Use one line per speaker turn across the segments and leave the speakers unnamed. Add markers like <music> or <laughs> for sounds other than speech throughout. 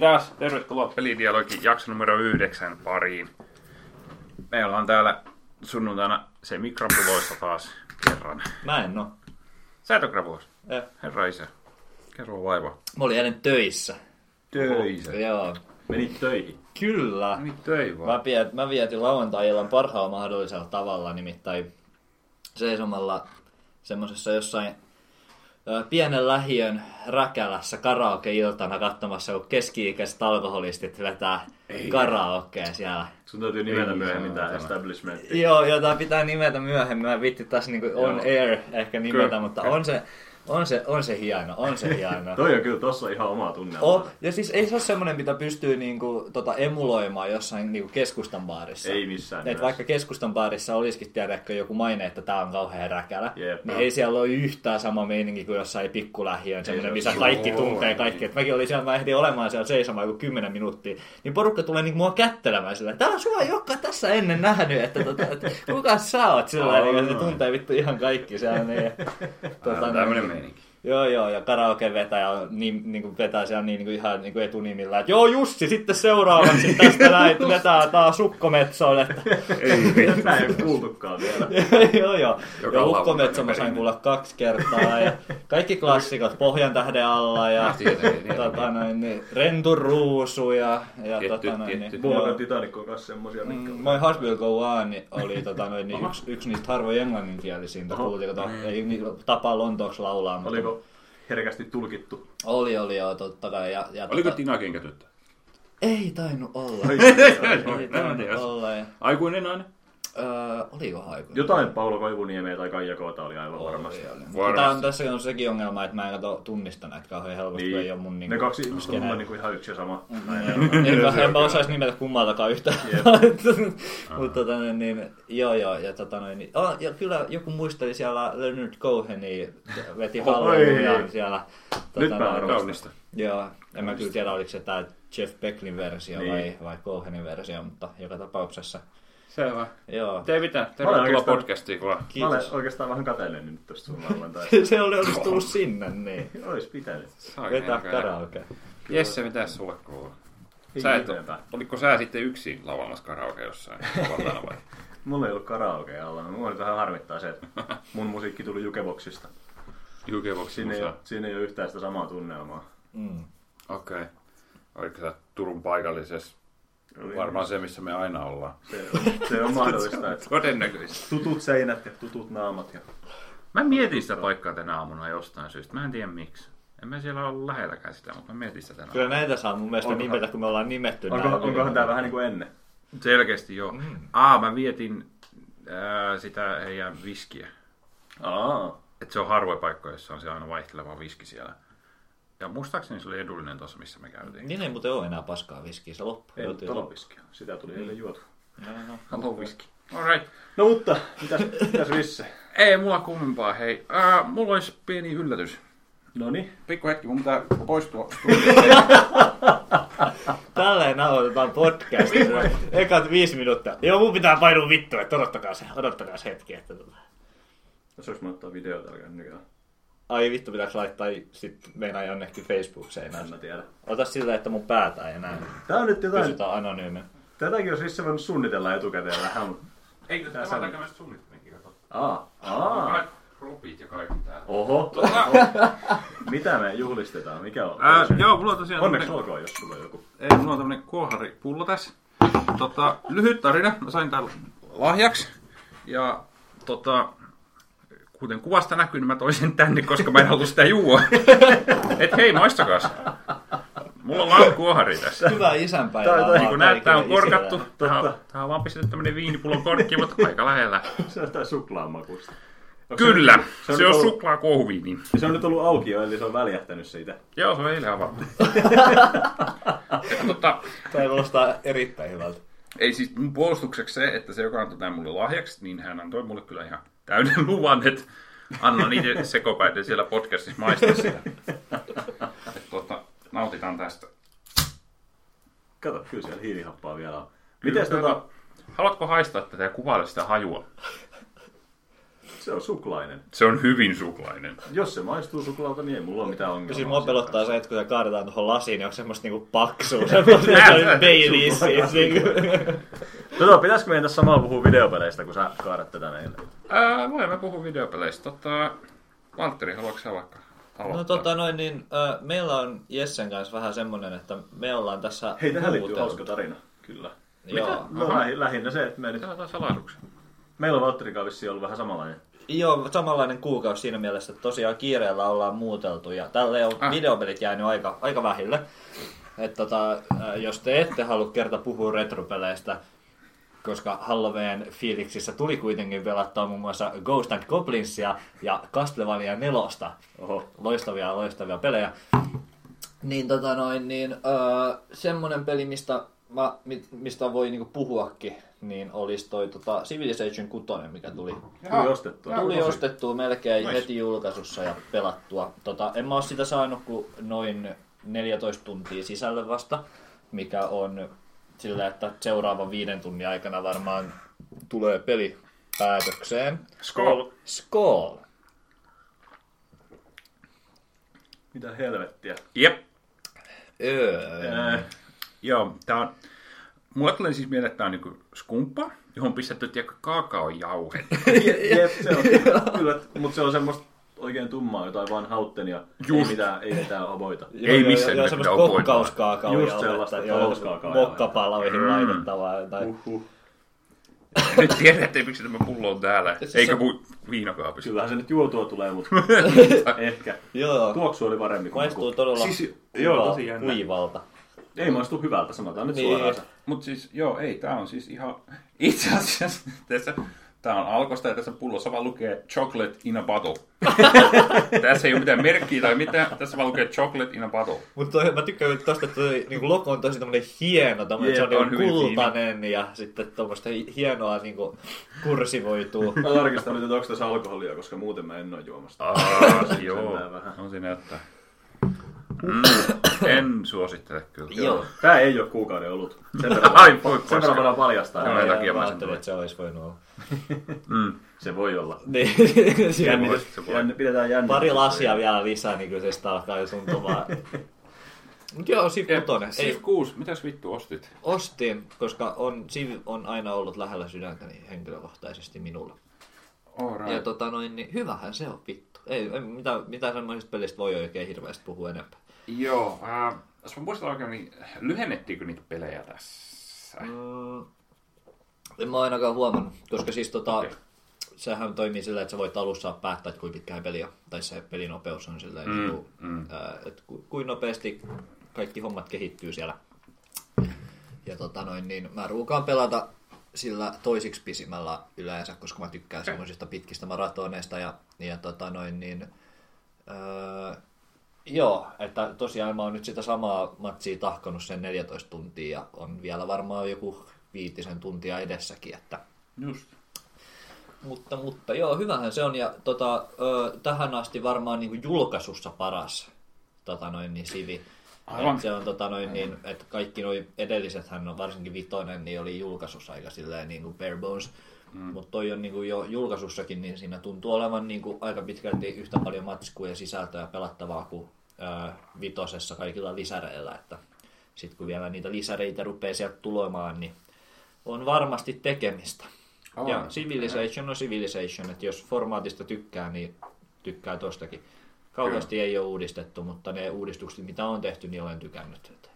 taas, tervetuloa
Pelidialogi jakso numero yhdeksän pariin. Me ollaan täällä sunnuntaina se mikrapuloissa taas kerran.
Mä en oo.
Sä et ole krapuloissa.
Eh,
Herra isä. Kerro vaiva.
Mä olin eilen töissä.
Töissä.
Joo.
Menit töihin.
Kyllä.
Niin töi
Mä,
vaan.
piet, mä vietin lauantai-illan parhaalla mahdollisella tavalla, nimittäin seisomalla semmoisessa jossain ö, pienen lähiön räkälässä karaoke-iltana katsomassa, kun keski-ikäiset alkoholistit vetää karaokea siellä.
Sun täytyy nimetä
Ei
myöhemmin
saatana.
tää establishmentti.
Joo, jota pitää nimetä myöhemmin. Mä en vitti taas niinku on air ehkä nimetä,
Kyllä.
mutta on se, on, se, on se hieno, on se hieno.
Toi on kyllä tossa ihan oma tunnelma.
Oh, ja siis ei se ole semmoinen, mitä pystyy niinku, tota, emuloimaan jossain niinku keskustan baarissa.
Ei missään
Et
nimessä.
vaikka keskustan baarissa olisikin tiedäkö joku maine, että tää on kauhean räkälä,
Jep.
niin ei siellä ole yhtään sama meininki kuin jossain pikkulähiön, semmoinen,
se
missä
ole.
kaikki
Joo,
tuntee kaikki. Et mäkin olin siellä, mä ehdin olemaan siellä seisomaan joku 10 minuuttia, niin porukka tulee niinku mua kättelemään sillä, täällä on sua joka tässä ennen nähnyt, että tota, et, kuka sä oot sillä, niin se tuntee vittu ihan kaikki siellä. Niin, ja,
Tota, tämmönen meininki.
niin- Joo, joo, ja karaoke-vetäjä on niin, niin kuin vetää siellä niin, niin kuin ihan niin kuin etunimillä, että joo Jussi, sitten seuraavaksi tästä
<laughs>
näin vetää taas Ukkometsoon, että <laughs>
Tätä ei ole kuultukaan vielä.
joo, joo.
Joka
ja
lauantai
Ukkometso mä sain
perinne.
kuulla kaksi kertaa, ja kaikki klassikot Pohjan tähden alla, ja
Ah, tietenkin, tietenkin.
tota noin, niin, Rentu Ruusu, ja, ja
Tietty,
tota noin,
tietty.
niin,
Mulla
joo. Mm.
on Titanic on kanssa semmosia, mitkä...
My Heart Will Go On oli tota, noin, niin yksi, yksi niistä harvoja englanninkielisiä, mitä kuultiin, kun to- ei niin, tapaa Lontooksi laulaa. mutta-
Oliko herkästi tulkittu?
Oli, oli joo, totta kai. Ja, ja
Oliko
tota-
Tina kenkä tyttö?
Ei tainnut olla. Ei
Näin mä tiedän.
tainnut olla. Ja,
Aikuinen nainen?
öö, oliko haiku?
Jotain Paula Koivuniemeä tai Kaija Koota oli aivan varmasti.
Varmasti.
Tämä on tässä on sekin ongelma, että mä en kato tunnista näitä kauhean helposti, niin. ei ole mun niinku... Mm. <laughs>
Ne kaksi ihmistä on
skeneen.
mulle niinku ihan yksi ja sama. <laughs>
en, mä, en mä osais nimetä kummaltakaan yhtään. <laughs> Mutta tota, noin, niin, joo joo, ja, tota, noin, niin, oh, ja kyllä joku muisteli siellä Leonard Cohenia, veti halleluja siellä. Tota,
Nyt mä arvostan.
Kaunista.
Joo, en mä kyllä tiedä oliko se tää Jeff Becklin versio
Niin.
vai, vai Cohenin versio, mutta joka tapauksessa.
Selvä.
Joo.
Tei mitään.
Mä olen
Tervetuloa
oikeastaan-
podcastiin vaan.
Mä olen
Kiitos.
oikeastaan vähän kateellinen nyt tästä sun
<laughs>
lauantai.
Se oli olisi tullut sinne, niin.
Ois pitänyt.
Vetää karaoke.
Jesse, mitä sulle kuuluu?
Ei
Sä et,
mitään.
oliko sä sitten yksin laulamassa karaoke jossain?
<laughs>
Valtaana vai?
Mulla ei ollut karaokea alla. Mua nyt vähän harmittaa se, että mun musiikki tuli Jukeboxista.
Jukeboxin
Siinä ei,
musaa.
oo- siinä ei ole yhtään sitä samaa tunnelmaa.
Mm.
Okei. Okay. Oliko sä Turun paikallisessa?
Oli-
Varmaan se, missä me aina ollaan.
Se, se on mahdollista, että
Todennäköisesti.
tutut seinät ja tutut naamat. Ja...
Mä mietin sitä paikkaa tänä aamuna jostain syystä. Mä en tiedä miksi. En mä siellä ole lähelläkään sitä, mutta mä mietin sitä tänä
Kyllä näitä saa mun mielestä
Onkohan-
nimetä, kun me ollaan nimetty
Onko,
näitä.
onkohan tämä vähän niin kuin ennen?
aamuna. Selkeästi joo. Mm. Aa, mä vietin ää, sitä heidän viskiä.
Aa,
Et se on harvoin paikka, jossa on se aina vaihteleva viski siellä. Ja muistaakseni se oli edullinen tuossa, missä me käytiin.
Niin ei muuten ole enää paskaa viskiä, se loppuu.
ei
Joutuu-
nyt talopiskia. Sitä tuli eilen juotu.
No, no.
Hello viski. Alright.
No mutta, mitäs, mitäs Visse?
Ei mulla kummempaa, hei. Ää, mulla olisi pieni yllätys.
No niin.
Pikku hetki, mun pitää poistua.
Tälleen aloitetaan podcast. Ekat viisi minuuttia. Joo, mun pitää painua vittu, että odottakaa se, odottakaa se hetki. Että... tota.
Jos olisi mä ottaa videota alkaa nykyään.
Ai vittu, pitäis laittaa sit meinaa jonnekin
En
Facebook-seinään.
mä tiedä.
Ota sillä, että mun päätä ei näy.
Tää on nyt jotain.
Pysytään anonyymin.
Tätäkin olisi Visse voinut suunnitella etukäteen vähän. Mutta...
Eikö
Tässä on-
näkemään suunnitelmienkin kato?
Aa, aa.
Rupit ja kaikki täällä.
Oho. Mitä me juhlistetaan? Mikä on?
Ää, joo, mulla on tosiaan...
Onneksi
tämmönen-
olkoon, jos sulla on joku.
Ei, mulla on tämmönen kuoharipullo tässä. Tota, lyhyt tarina. Mä sain täällä lahjaksi. Ja tota, kuten kuvasta näkyy, niin mä toin sen tänne, koska mä en halua sitä juua. <laughs> Et hei, maistakaa se. Mulla on laatu kuohari tässä.
Hyvää isänpäivää.
Tää- niinku
vaan
tää-
Niin kuin näet, tää on
kaikille
korkattu.
isille.
Tää on, tää on vaan pistetty tämmönen viinipullon korkki, mutta aika
<laughs>
lähellä.
Se on jotain suklaamakusta. Onko No se-
Kyllä,
on
se
nyt
on
ollut-
suklaakohviini.
Se on nyt ollut auki jo, eli se on väljähtänyt siitä.
Joo, se on eilen avattu. Ja tota,
Tää kuulostaa erittäin hyvältä.
ei siis mun puolustukseksi se, että se, joka antoi tämän mulle lahjaksi, niin hän antoi mulle kyllä ihan täyden luvan, että annan itse sekopäiden siellä podcastissa maistaa sitä. Et tota, nautitaan tästä.
Kato, kyllä siellä hiilihappaa vielä on. Mites tota...
Haluatko haistaa tätä ja kuvailla sitä hajua?
Se on suklainen.
Se on hyvin suklainen.
Jos se maistuu suklaalta, niin ei mulla ole mitään ongelmaa.
Siis mua
sen
pelottaa
kanssa.
se, että kun se kaadetaan tuohon lasiin, niin onko semmoista niinku
<laughs>
paksua, semmoista peiliä siis. niinku.
Tota, pitäisikö meidän tässä samalla puhua videopeleistä, kun sä kaadat tätä meille?
Ää, voimme puhua videopeleistä. Tota, Valtteri, haluatko sä vaikka aloittaa?
No tota noin, niin äh, meillä on Jessen kanssa vähän semmonen, että me ollaan tässä
Hei, tähän liittyy
puhuteltu.
hauska tarina. Kyllä.
Joo.
No, lähi- lähinnä se, että me nyt...
Täällä on jotain salaisuuksia.
Meillä on Valtterin kanssa vissiin ollut vähän samanlainen.
Joo, samanlainen kuukausi siinä mielessä, että tosiaan kiireellä ollaan muuteltu ja tälle on
Ah.
videopelit jäänyt aika, aika vähille. Et tota, äh, jos te ette halua kerta puhua retropeleistä, koska Halloween fiiliksissä tuli kuitenkin pelattua muun muassa Ghost and Goblinsia ja Castlevania 4.
Oho.
Loistavia, loistavia pelejä. Niin tota noin, niin öö, semmonen peli, mistä, mä, mi- mistä voi niinku puhuakin, niin olisi toi tota Civilization 6, mikä tuli
Tuli ostettua.
Jaa.
Tuli
Tosi.
ostettua melkein
Nice.
heti julkaisussa ja pelattua. Tota, en mä oo sitä saanut kuin noin 14 tuntia sisälle vasta, mikä on sillä, että seuraavan viiden tunnin aikana varmaan tulee peli päätökseen.
Skol.
Skol!
Mitä helvettiä.
Jep.
Öö.
Äh,
Joo, tää on... Mulla tulee siis mieleen, että tää on niinku skumppa, johon on pistetty tiedätkö, kaakaojauhe.
Jep, se <laughs> on. Kyllä, mutta se on semmoista oikein tummaa, jotain vaan hauttenia. Ei
Just.
mitään, ei mitään oboita.
Joo,
Ei
joo,
missään
joo,
nimessä
semmoista
pitää opoilla.
kokkauskaakaoja.
Just sellaista Mm. talouskaakaoja.
Mokkapaloihin laitettavaa jotain.
Uhuh.
Nyt tiedän, että miksi tämä pullo on täällä,
Se-
eikä
se-
muu viinakaapissa.
Kyllähän se nyt juotua tulee, <laughs> mutta ehkä.
Joo,
Tuoksu oli parempi kuin
maistuu
maku.
todella
Siis-
kuiva-
joo, tosi jännä.
kuivalta.
Ei maistu hyvältä, sanotaan nyt
Niin.
suoraan. se.
Mutta siis, joo, ei, tää on siis ihan... Itse asiassa tässä... Tää on alkosta ja tässä pullossa vaan lukee chocolate in a bottle. <laughs> tässä ei ole mitään merkkiä tai mitään, tässä vaan lukee chocolate in a bottle.
Mutta mä tykkään että tosta, että toi niinku logo on tosi tämmönen hieno, tämmönen,
Jep,
se on,
on
niinku
hyvin
kultainen ja sitten tommoista hi- hienoa niinku kursivoituu.
Mä tarkistan nyt, että onko tässä alkoholia, koska muuten mä en oo juomassa.
Aa,
joo.
joo. On se näyttää. en suosittele kyllä.
Joo.
Tää ei oo kuukauden ollut. Sen verran,
Ai, voi
sen verran
paska.
voidaan paljastaa.
Joo. Tämän
Ja
takia mä
mä
sen
ajattelin,
tulen.
että se olisi voinut olla.
Se voi olla.
Niin. <laughs>
voi,
Jännitys.
se voi.
Jänn, pidetään jännitys.
Pari lasia vielä lisää, niin kyllä se sitä alkaa jo tuntumaan. Mut joo, Civ 6.
Ei,
Siis-
Ei,
Siis kuusi. Mitäs vittu ostit?
ostin, koska on, Civ on aina ollut lähellä sydäntäni henkilökohtaisesti minulla.
Alright.
Ja tota noin, niin hyvähän se on vittu. Ei, ei mitä, mitä semmoisesta pelistä voi oikein hirveästi puhua enempää.
Joo, äh,
Ähm,
jos mä muistan oikein, niin lyhennettiinkö niitä pelejä tässä?
Mm, en mä ainakaan huomannut, koska siis tota,
Okei.
okay. sehän toimii sillä, että sä voit alussa päättää, että kuinka pitkähän peli on, tai se pelinopeus on sillä, mm, niin kuin, mm. ää, että ku, kuinka nopeasti kaikki hommat kehittyy siellä. Ja tota noin, niin mä ruukaan pelata sillä toisiksi pisimmällä yleensä, koska mä tykkään semmoisista pitkistä maratoneista ja, ja tota noin, niin, öö, Joo, että tosiaan mä oon nyt sitä samaa matsia tahkonut sen 14 tuntia ja on vielä varmaan joku viitisen tuntia edessäkin. Että.
Just.
Mutta, mutta joo, hyvähän se on ja tota, ö, tähän asti varmaan niin kuin julkaisussa paras tota noin, niin sivi.
Aivan.
Et se on tota noin, niin, että kaikki noi edellisethän on varsinkin vitonen, niin oli julkaisussa aika silleen niin kuin bare bones. Mm. Mutta toi on niin kuin jo julkaisussakin, niin siinä tuntuu olevan niin kuin aika pitkälti yhtä paljon matskua ja sisältöä pelattavaa kuin ö, vitosessa kaikilla lisäreillä. Että sitten kun vielä niitä lisäreitä rupeaa sieltä tulemaan, niin on varmasti tekemistä.
Aivan.
Ja Civilization on Civilization, että jos formaatista tykkää, niin tykkää tostakin. Kauheasti ei ole uudistettu, mutta ne uudistukset, mitä on tehty, niin olen tykännyt. Että-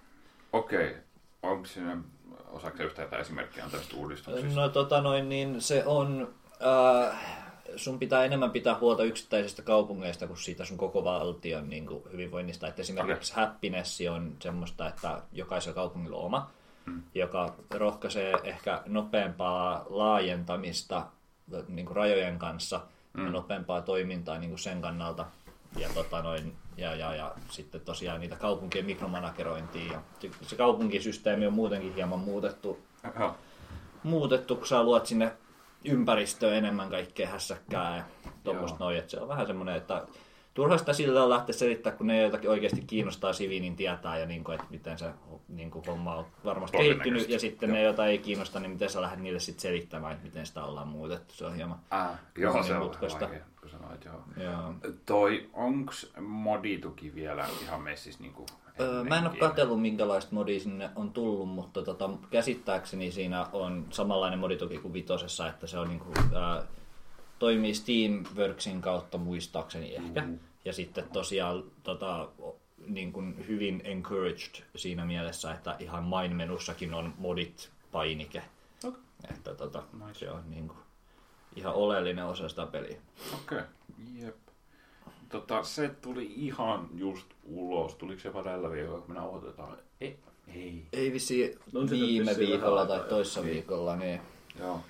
Okei. Okay. Onko siinä, osaako se yhtään jotain esimerkkiä tästä uudistuksista?
No tota noin, niin se on... Äh, sun pitää enemmän pitää huolta yksittäisistä kaupungeista kuin siitä sun koko valtion niin kuin hyvinvoinnista. Että esimerkiksi okay. happiness on semmoista, että jokaisella kaupungilla on oma, mm. joka rohkaisee ehkä nopeampaa laajentamista niin kuin rajojen kanssa mm. ja nopeampaa toimintaa niin kuin sen kannalta. Ja, tota noin, ja, ja, ja sitten tosiaan niitä kaupunkien mikromanagerointia. Ja se- se kaupunkisysteemi on muutenkin hieman muutettu
Joo.
muutettu, kun sä luot sinne ympäristöön enemmän kaikkea hässäkkää ja tuommoista noin. Että se on vähän semmoinen, että turha sitä sillä on lähteä selittämään, kun ne joitakin oikeasti kiinnostaa sivi, niin tietää jo, niin kuin, että miten se niin kuin, homma on varmasti kehittynyt. Ja sitten ne, joita ei kiinnosta, niin miten sä lähdet niille sitten selittämään, että miten sitä ollaan muutettu. Se on hieman...
Äh, joo,
Niin,
se on
putkasta.
vaikea, kun sanoit, joo.
Joo.
Toi, onks modituki vielä ihan messissä niinku?
Öö, mä en ole
ennenkin?
katsellut, minkälaista modia sinne on tullut, mutta tota, käsittääkseni siinä on samanlainen modituki kuin vitosessa, että se on niinku, ää, toimii Steamworksin kautta muistaakseni ehkä. Mm. Ja sitten tosiaan tota, o- niin kuin hyvin encouraged siinä mielessä, että ihan main-menussakin on modit painike.
Okei.
Että tota,
Nice.
se on niin kuin, ihan oleellinen osa sitä peliä.
Okei, jep. Tota, se tuli ihan just ulos. Tuliko se jopa tällä viikolla, kun me nauhoitetaan? Ei. Ei.
Ei vissiin
No on se nyt
viime
vissiin vähän
viikolla
aikaa
tai
jo.
toissa viikolla, niin
Joo.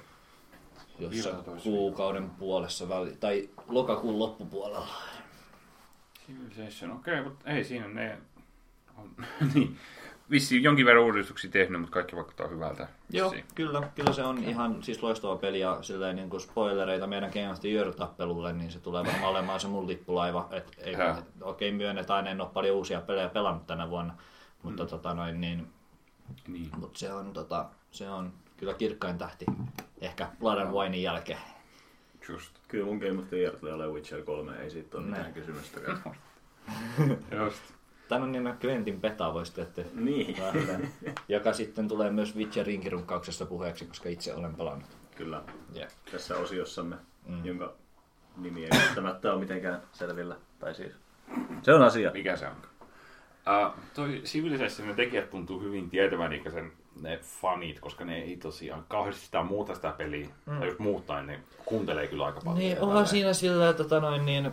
jos
Vielä toisessa
kuukauden puolessa väli, tai lokakuun loppupuolella.
Civilization, okei, mutta ei siinä ne on. <laughs> niin.
Vissiin jonkin verran uudistuksia tehnyt, mutta kaikki vaikuttaa hyvältä.
Joo,
Siis-
Vissiin.
kyllä, kyllä se on ihan siis loistava peli ja silleen niin kuin spoilereita meidän Game of the Year-tappelulle, niin se tulee varmaan olemaan se mun lippulaiva. Et, ei,
Joo.
et, okei, myönnetään, en ole paljon uusia pelejä pelannut tänä vuonna, mutta mm. tota noin, niin,
niin.
mut se, on, tota, se on kyllä kirkkain tähti, ehkä Blood and Winein jälkeen.
Just.
Kyllä mun Game of the Year tulee olemaan Witcher 3, ei siitä ole mitään kysymystäkään.
Just.
Tän on nimen Quentin Peta, voisi tehty.
niin,
Vähän, joka sitten tulee myös Witcherin kirunkkauksessa puheeksi, koska itse olen pelannut.
kyllä.
Yeah.
Tässä osiossamme, mm. jonka nimi ei välttämättä ole mitenkään selvillä. Tai siis, se on asia.
Mikä se on? Uh, toi Civilization ne tekijät tuntuu hyvin tietävän sen ne fanit, koska ne ei tosiaan kauheasti sitä muuta sitä peliä. Mm. Tai jos muuttaa, niin ne kuuntelee kyllä aika paljon.
Niin,
ja
onhan
tälleen.
siinä sillä tota noin, niin, <clears throat>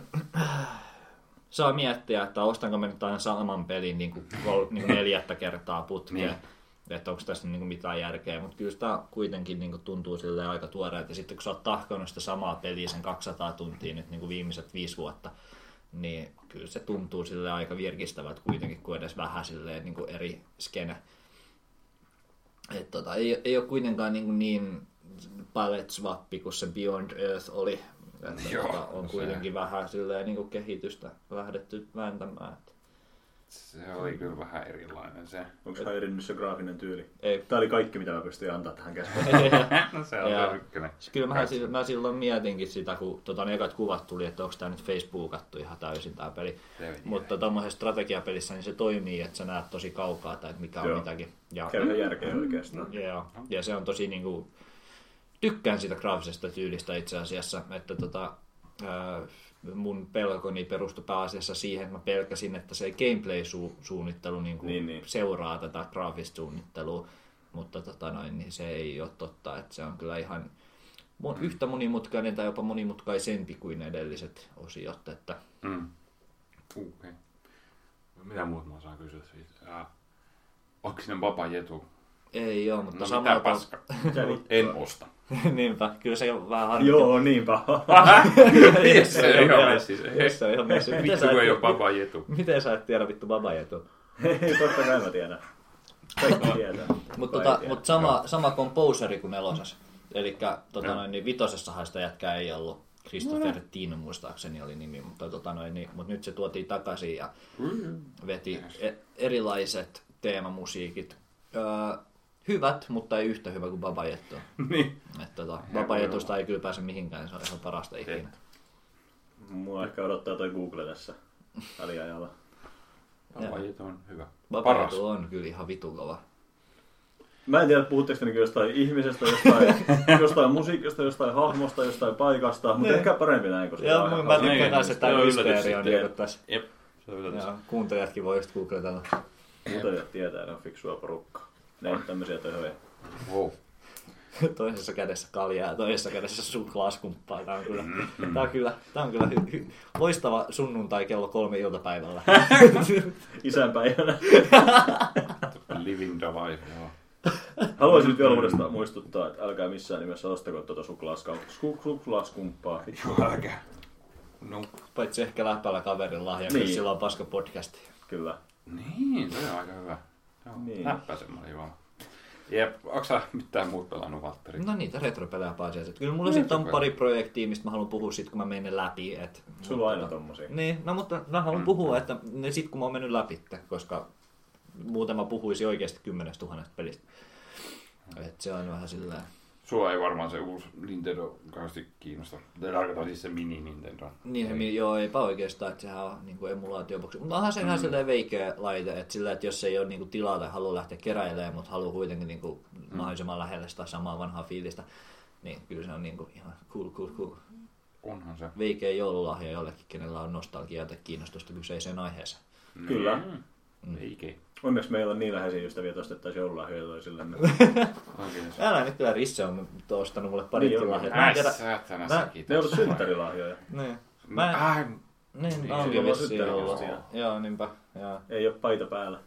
saa miettiä, että ostanko mä nyt aina saman pelin niin kuin, kol, niin kuin neljättä kertaa putkeen. Että onko tässä niin kuin mitään järkeä, mutta kyllä sitä kuitenkin niin kuin tuntuu silleen aika tuoreelta. Ja sitten kun sä oot tahkonut sitä samaa peliä sen 200 tuntia nyt niin kuin viimeiset viisi vuotta, niin kyllä se tuntuu sille aika virkistävältä kuitenkin, kun edes vähän silleen niin kuin eri skene. Et tota, ei, ei ole kuitenkaan niin, niin palette swappi kuin se Beyond Earth oli. Että
Joo, no
tota, on
se-
kuitenkin vähän silleen, niin kuin kehitystä lähdetty vääntämään. Et
Se oli kyllä vähän erilainen se.
Onko häirinnyt se graafinen tyyli?
Ei.
Tämä oli kaikki, mitä mä pystyin antaa tähän keskusteluun.
<laughs> No se on
Joo.
se ykkönen.
Kyllä mä,
Right.
silloin, mä silloin mietinkin sitä, kun tota, ne ekat kuvat tuli, että onko tämä nyt Facebookattu ihan täysin tämä peli.
Se meni
Mutta tuommoisessa strategiapelissä niin se toimii, että sä näet tosi kaukaa, tai että mikä on
Joo.
mitäkin. Ja,
Käydään järkeä oikeastaan.
Joo, ja se on tosi niin kuin, tykkään siitä graafisesta tyylistä itse asiassa, että tota, ää, mun pelkoni perustui pääasiassa siihen, että mä pelkäsin, että se gameplay-suunnittelu niin kuin
Niin, niin.
seuraa tätä graafista suunnittelua, mutta tota noin, niin se ei ole totta, että se on kyllä ihan mon- yhtä monimutkainen tai jopa monimutkaisempi kuin edelliset osiot, että
Mm. Okei. Mitä muut mä saan kysyä siis? Äh, onko sinne vapaa jetu?
ei ole, mutta
No
samalla
mitä
tavalla-
paska?
Mitä vittua?
En osta. <laughs>
<laughs> Niinpä, kyllä se on vähän harmi.
Joo, niinpä.
Yes, se ei ole siis.
Se on ihan messi. Miten
Vittu
sä
kun ei
et-
ole vapaa jetu.
<laughs> Miten sä et tiedä vittu babajetu?
Ei, totta kai mä tiedän. Kaikki tietää.
Mutta
Kukaan
tota,
ei tiedä.
mut sama, sama komposeri kuin nelosessa. Eli tota noin, niin vitosessahan sitä jätkää ei ollut. Christopher no. Tin muistaakseni oli nimi, mutta, tota noin, niin, mutta nyt se tuotiin takaisin ja veti e- erilaiset teemamusiikit. Öö, hyvät, mutta ei yhtä hyvä kuin <laughs> Babajettu.
Niin.
Et Tota, Babajetusta ei kyllä pääse mihinkään, se on ihan parasta ikinä.
Mua ehkä odottaa toi Google tässä väliajalla.
Vapaa jetu on hyvä. Paras.
Babajetu on kyllä ihan vitun kova.
Mä en tiedä, puhutteko te niinku jostain ihmisestä,
<laughs>
jostain, jostain musiikista, jostain hahmosta, jostain paikasta, mutta ehkä parempi näin, koska
Niin. Joo,
tää on
mä
aika-
tykkään
Niin,
kanssa, että
se
tämä
on
mysteeri on
yllätys
niin tässä.
Jep. Se on yllätys.
Joo, kuuntelijatkin voi just googletella.
Kuuntelijat tietää, ne on fiksua porukkaa. Ne on tämmöisiä töhöjä.
Wow.
Toisessa kädessä kaljaa ja toisessa kädessä suklaaskumppaa. Tämä on kyllä, tämä on kyllä, tämä on kyllä hy, hy, loistava sunnuntai kello kolme iltapäivällä.
Isänpäivänä.
Living the life. Joo.
Haluaisin nyt vielä uudestaan muistuttaa, että älkää missään nimessä ostako tuota suklaaska- su- suklaaskumppaa.
Joo, älkää. No.
Paitsi ehkä läppällä kaverin lahja, niin.
Niin.
sillä on paska podcast.
Kyllä.
Niin, se on aika hyvä. Joo.
Niin.
Läppä semmoinen joo. Jep, onko sä mitään muut pelannut, Valtteri?
No niitä retropelejä paitsi. että Kyllä mulla sitten on
Retropelejä.
pari projektia, mistä mä haluan puhua sit, kun mä menen ne läpi. Et,
Sulla on aina tommosia.
Niin, no mutta mä haluan puhua, että ne sit kun mä oon mennyt läpi, koska muuten mä puhuisin oikeasti 10 000 pelistä. Et se on vähän sillä
Sua ei varmaan se uusi Nintendo kauheasti kiinnosta. Tarkoitan siis se mini Nintendo.
Niin, se, mi- joo, eipä oikeastaan, että sehän on niin kuin emulaatioboksi. Mutta onhan se ihan silleen veikeä laite, että sillä, että jos ei ole niin kuin tilaa tai halua lähteä keräilemään, mutta haluaa kuitenkin niin kuin mahdollisimman lähelle sitä samaa vanhaa fiilistä, niin kyllä se on niin kuin ihan cool, cool, cool.
Onhan se.
Veikeä joululahja jollekin, kenellä on nostalgiaa tai kiinnostusta kyseiseen aiheeseen.
Kyllä.
Mm. Eikä.
Onneksi meillä on niin läheisiä ystäviä tosta, että se ollaan hyötyä <laughs> sillä.
Oikein.
Älä nyt kyllä Risse on ostanut mulle pari
Niin on.
lahjaa. Mä en
Ai
tiedä.
saatana
Mä-
sekin.
Ne on ollut synttärilahjoja.
Niin. Mä en,
Ai,
niin,
Niin,
onkin
silloin
vissiin
syttelyllä
ollut.
siellä.
Joo, niinpä. Joo.
Ei ole paita päällä.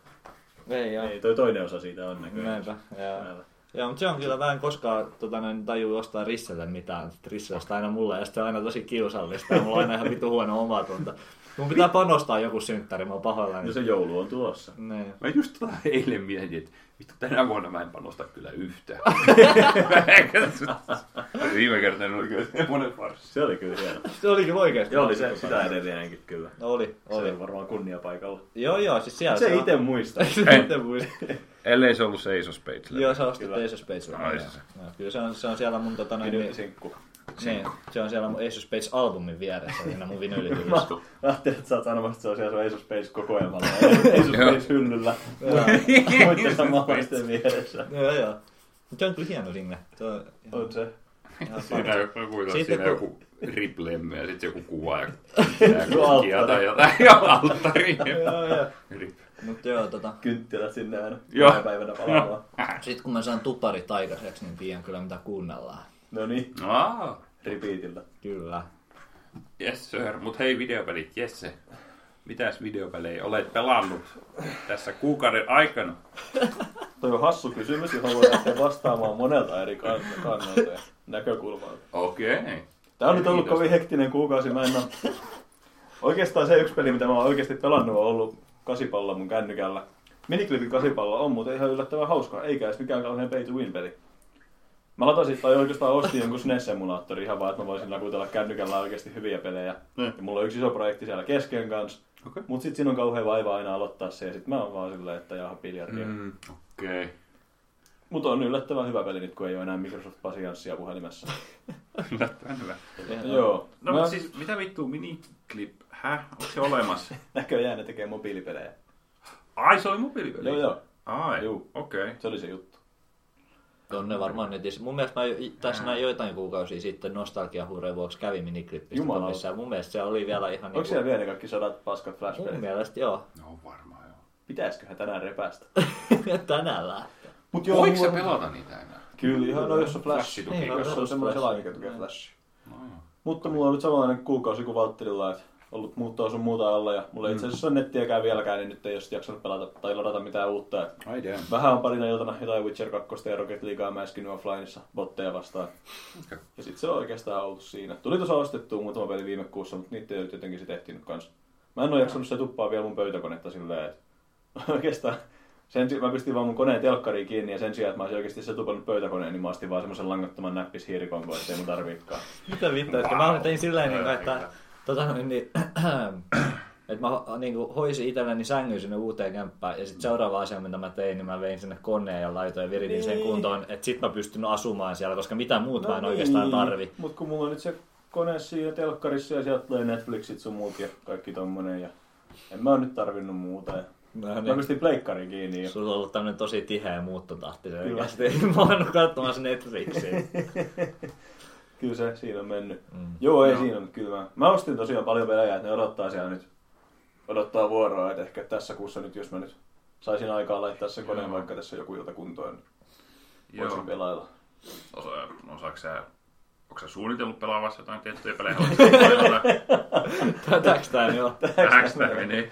Ei, joo.
Ei, toi toinen osa siitä on näköjään.
Näinpä, joo.
Päällä.
Joo, mutta se on kyllä vähän koskaan tota, noin, tajuu ostaa Risselle mitään. Sitten Risse ostaa aina mulle ja sitten se on aina tosi kiusallista. Ja mulla on aina ihan vitu huono omatunto. Mun pitää panostaa joku synttäri, mä oon pahoillani.
No se joulu on tulossa.
Niin.
Mä just tota eilen mietin, että vittu tänä vuonna mä en panosta kyllä
<laughs>
yhtään. Viime kertaa oli kyllä semmoinen farsi.
Se oli kyllä hieno.
Se oli kyllä oikeesti.
Joo, oli se sitä edellinenkin kyllä.
No, oli,
Se
oli.
on varmaan kunnia paikalla.
Joo, joo, siis siellä
<laughs> Se
on.
itse muista.
Se itse muista.
Ellei se ollut Seisos Page.
Joo, sä ostit
Kyllä.
Ace of Spades.
Ai se.
Joo, Kyllä se on, se on siellä mun tota noin,
Minun
niin,
sinkku.
niin, se on siellä mun Ace of Spades albumin vieressä, siinä mun
Mä
vinylihyllyssä.
ajattelin, että sä oot sanomassa, että se on siellä sun Ace of Space kokoelmalla. <laughs> Ace of Space <laughs> hyllyllä. Muiden samanlaisten vieressä.
Joo, joo. Mut Se on kyllä hieno sinne. Se on ihan-
On se.
ihan
Siinä joku,
Sitten
siinä
kun-
joku riplemme ja sitten joku kuva
<laughs>
ja
Alttari.
kukkia tai jotain. <laughs> Joo, alttari.
Joo, joo.
Rip.
Mut joo, tota,
Kynttilä sinne aina.
Joo.
Joo. päivänä palaamaan.
Sitten kun mä saan tuparit aikaiseksi, niin tiedän kyllä mitä kuunnellaan.
No niin,
Aa,
repeatillä.
Kyllä.
yes sir. Mut hei videopelit, Jesse. Mitäs videopelejä olet pelannut tässä kuukauden aikana?
Toi on hassu kysymys, johon voi lähteä vastaamaan monelta eri kan- kannalta ja näkökulmalta.
Okei. Okay.
Tää on nyt ollut kovin hektinen kuukausi, mä en oo... Oikeastaan se yksi peli, mitä mä oon oikeasti pelannut, on ollut kasipallo mun kännykällä. Miniklipin kasipallo on muuten ihan yllättävän hauska, eikä edes mikään kauhean pay to win peli. Mä latasin tai oikeastaan ostin jonkun SNES-emulaattori ihan vaan, että mä voisin nakutella kännykällä oikeasti hyviä pelejä.
Mm.
Ja mulla on yksi iso projekti siellä kesken kanssa.
Okei.
Mut sit siinä on kauhean vaiva aina aloittaa se ja sit mä oon vaan silleen, että jaha niin biljardia.
Mm, Okei. Okay.
Mutta on yllättävän hyvä peli nyt, kun ei ole enää Microsoft Pasianssia puhelimessa.
Yllättävän No, hyvä.
Joo.
No,
Mä-
mutta siis mitä vittu miniklip? Häh? Onko se olemassa?
Näköjään ne tekee mobiilipelejä.
Ai, se oli mobiilipeli?
Joo, joo.
Ai,
Juu.
okei. Okay.
Se oli se juttu.
Niin
On ne varmaan netissä. Mun mielestä mä jo- tässä näin joitain kuukausia sitten nostalgiahuureen vuoksi kävin miniklippistä
Jumala.
tomissa. Mun mielestä se oli vielä ihan niinku-
Onko siellä vielä ne kaikki sadat paskat
Mun
flashpelit?
mielestä joo. <laughs>
No varmaan joo.
Pitäisiköhän tänään
<laughs>
repästä?
Tänään lähtee.
Mut
joo Voiko
mulla
sä
on-
pelata niitä enää?
Kyllä, ihan no jos on flash.
Flashi tukee.
Niin,
Jos on
Flash,
semmoinen
flash.
selain, mikä tukee flashia.
No joo.
Mutta mulla on nyt samanlainen kuukausi kuin Valtterilla, että ollut muuttoa sun muuta alla ja mulla ei
Mm.
itse asiassa ole nettiäkään vieläkään, niin nyt ei ole sit jaksanut pelata tai ladata mitään uutta. Et
Ai damn.
Vähän on parina iltana jotain Witcher 2 ja Rocket Leaguea mäiskinyt offlineissa botteja vastaan.
Okei.
Ja sit se on oikeastaan ollut siinä. Tuli tuossa ostettua muutama peli viime kuussa, mutta niitä ei ole jotenkin sit ehtinyt kanssa. Mä en oo jaksanut se tuppaa vielä mun pöytäkonetta silleen, että <laughs> oikeastaan sen, si- mä pistin vaan mun koneen telkkariin kiinni ja sen sijaan, että mä olisin oikeasti se tupannut pöytäkoneen, niin mä astin vaan semmoisen langattoman näppis hiirikonkoon, ettei mun tarviikaan.
Mitä vittua, että mä tein silleen, niin kuin, että, tota, noin, niin, <clears throat> että mä niin kuin, hoisin itselleni sängyn sinne uuteen kämppään ja sitten seuraava asia, mitä mä tein, niin mä vein sinne koneen ja laitoin ja viritin niin. No sen
Niin.
kuntoon, että sit mä pystyn asumaan siellä, koska mitään muuta mä en oikeastaan tarvi.
Mutta No niin. kun mulla on nyt se kone siinä telkkarissa ja sieltä tulee Netflixit sun muut ja kaikki tommonen ja en mä oo nyt tarvinnut muuta. Ja...
No,
Mä
niin.
pistin pleikkariin kiinni ja
Sulla on ollut tämmönen tosi tiheä muuttotahti se
Kyllä.
oikeasti. <laughs> Mä oon ollut katsomassa Netflixiä.
kyllä se siinä on mennyt. Mm. Joo, ei siinä, mutta kyllä mä, mä ostin tosiaan paljon pelejä, että ne odottaa siellä nyt, odottaa vuoroa, että ehkä tässä kuussa nyt, jos mä nyt saisin aikaa laittaa se koneen vaikka tässä joku ilta kuntoon, niin voisin
Joo.
pelailla.
Osa, osaatko sä... Onko sä suunnitellut pelaavassa jotain tiettyjä
<laughs>
pelejä? Oletko sä jotain-
Tätäks tää nyt on?
Tähänkö tää menee?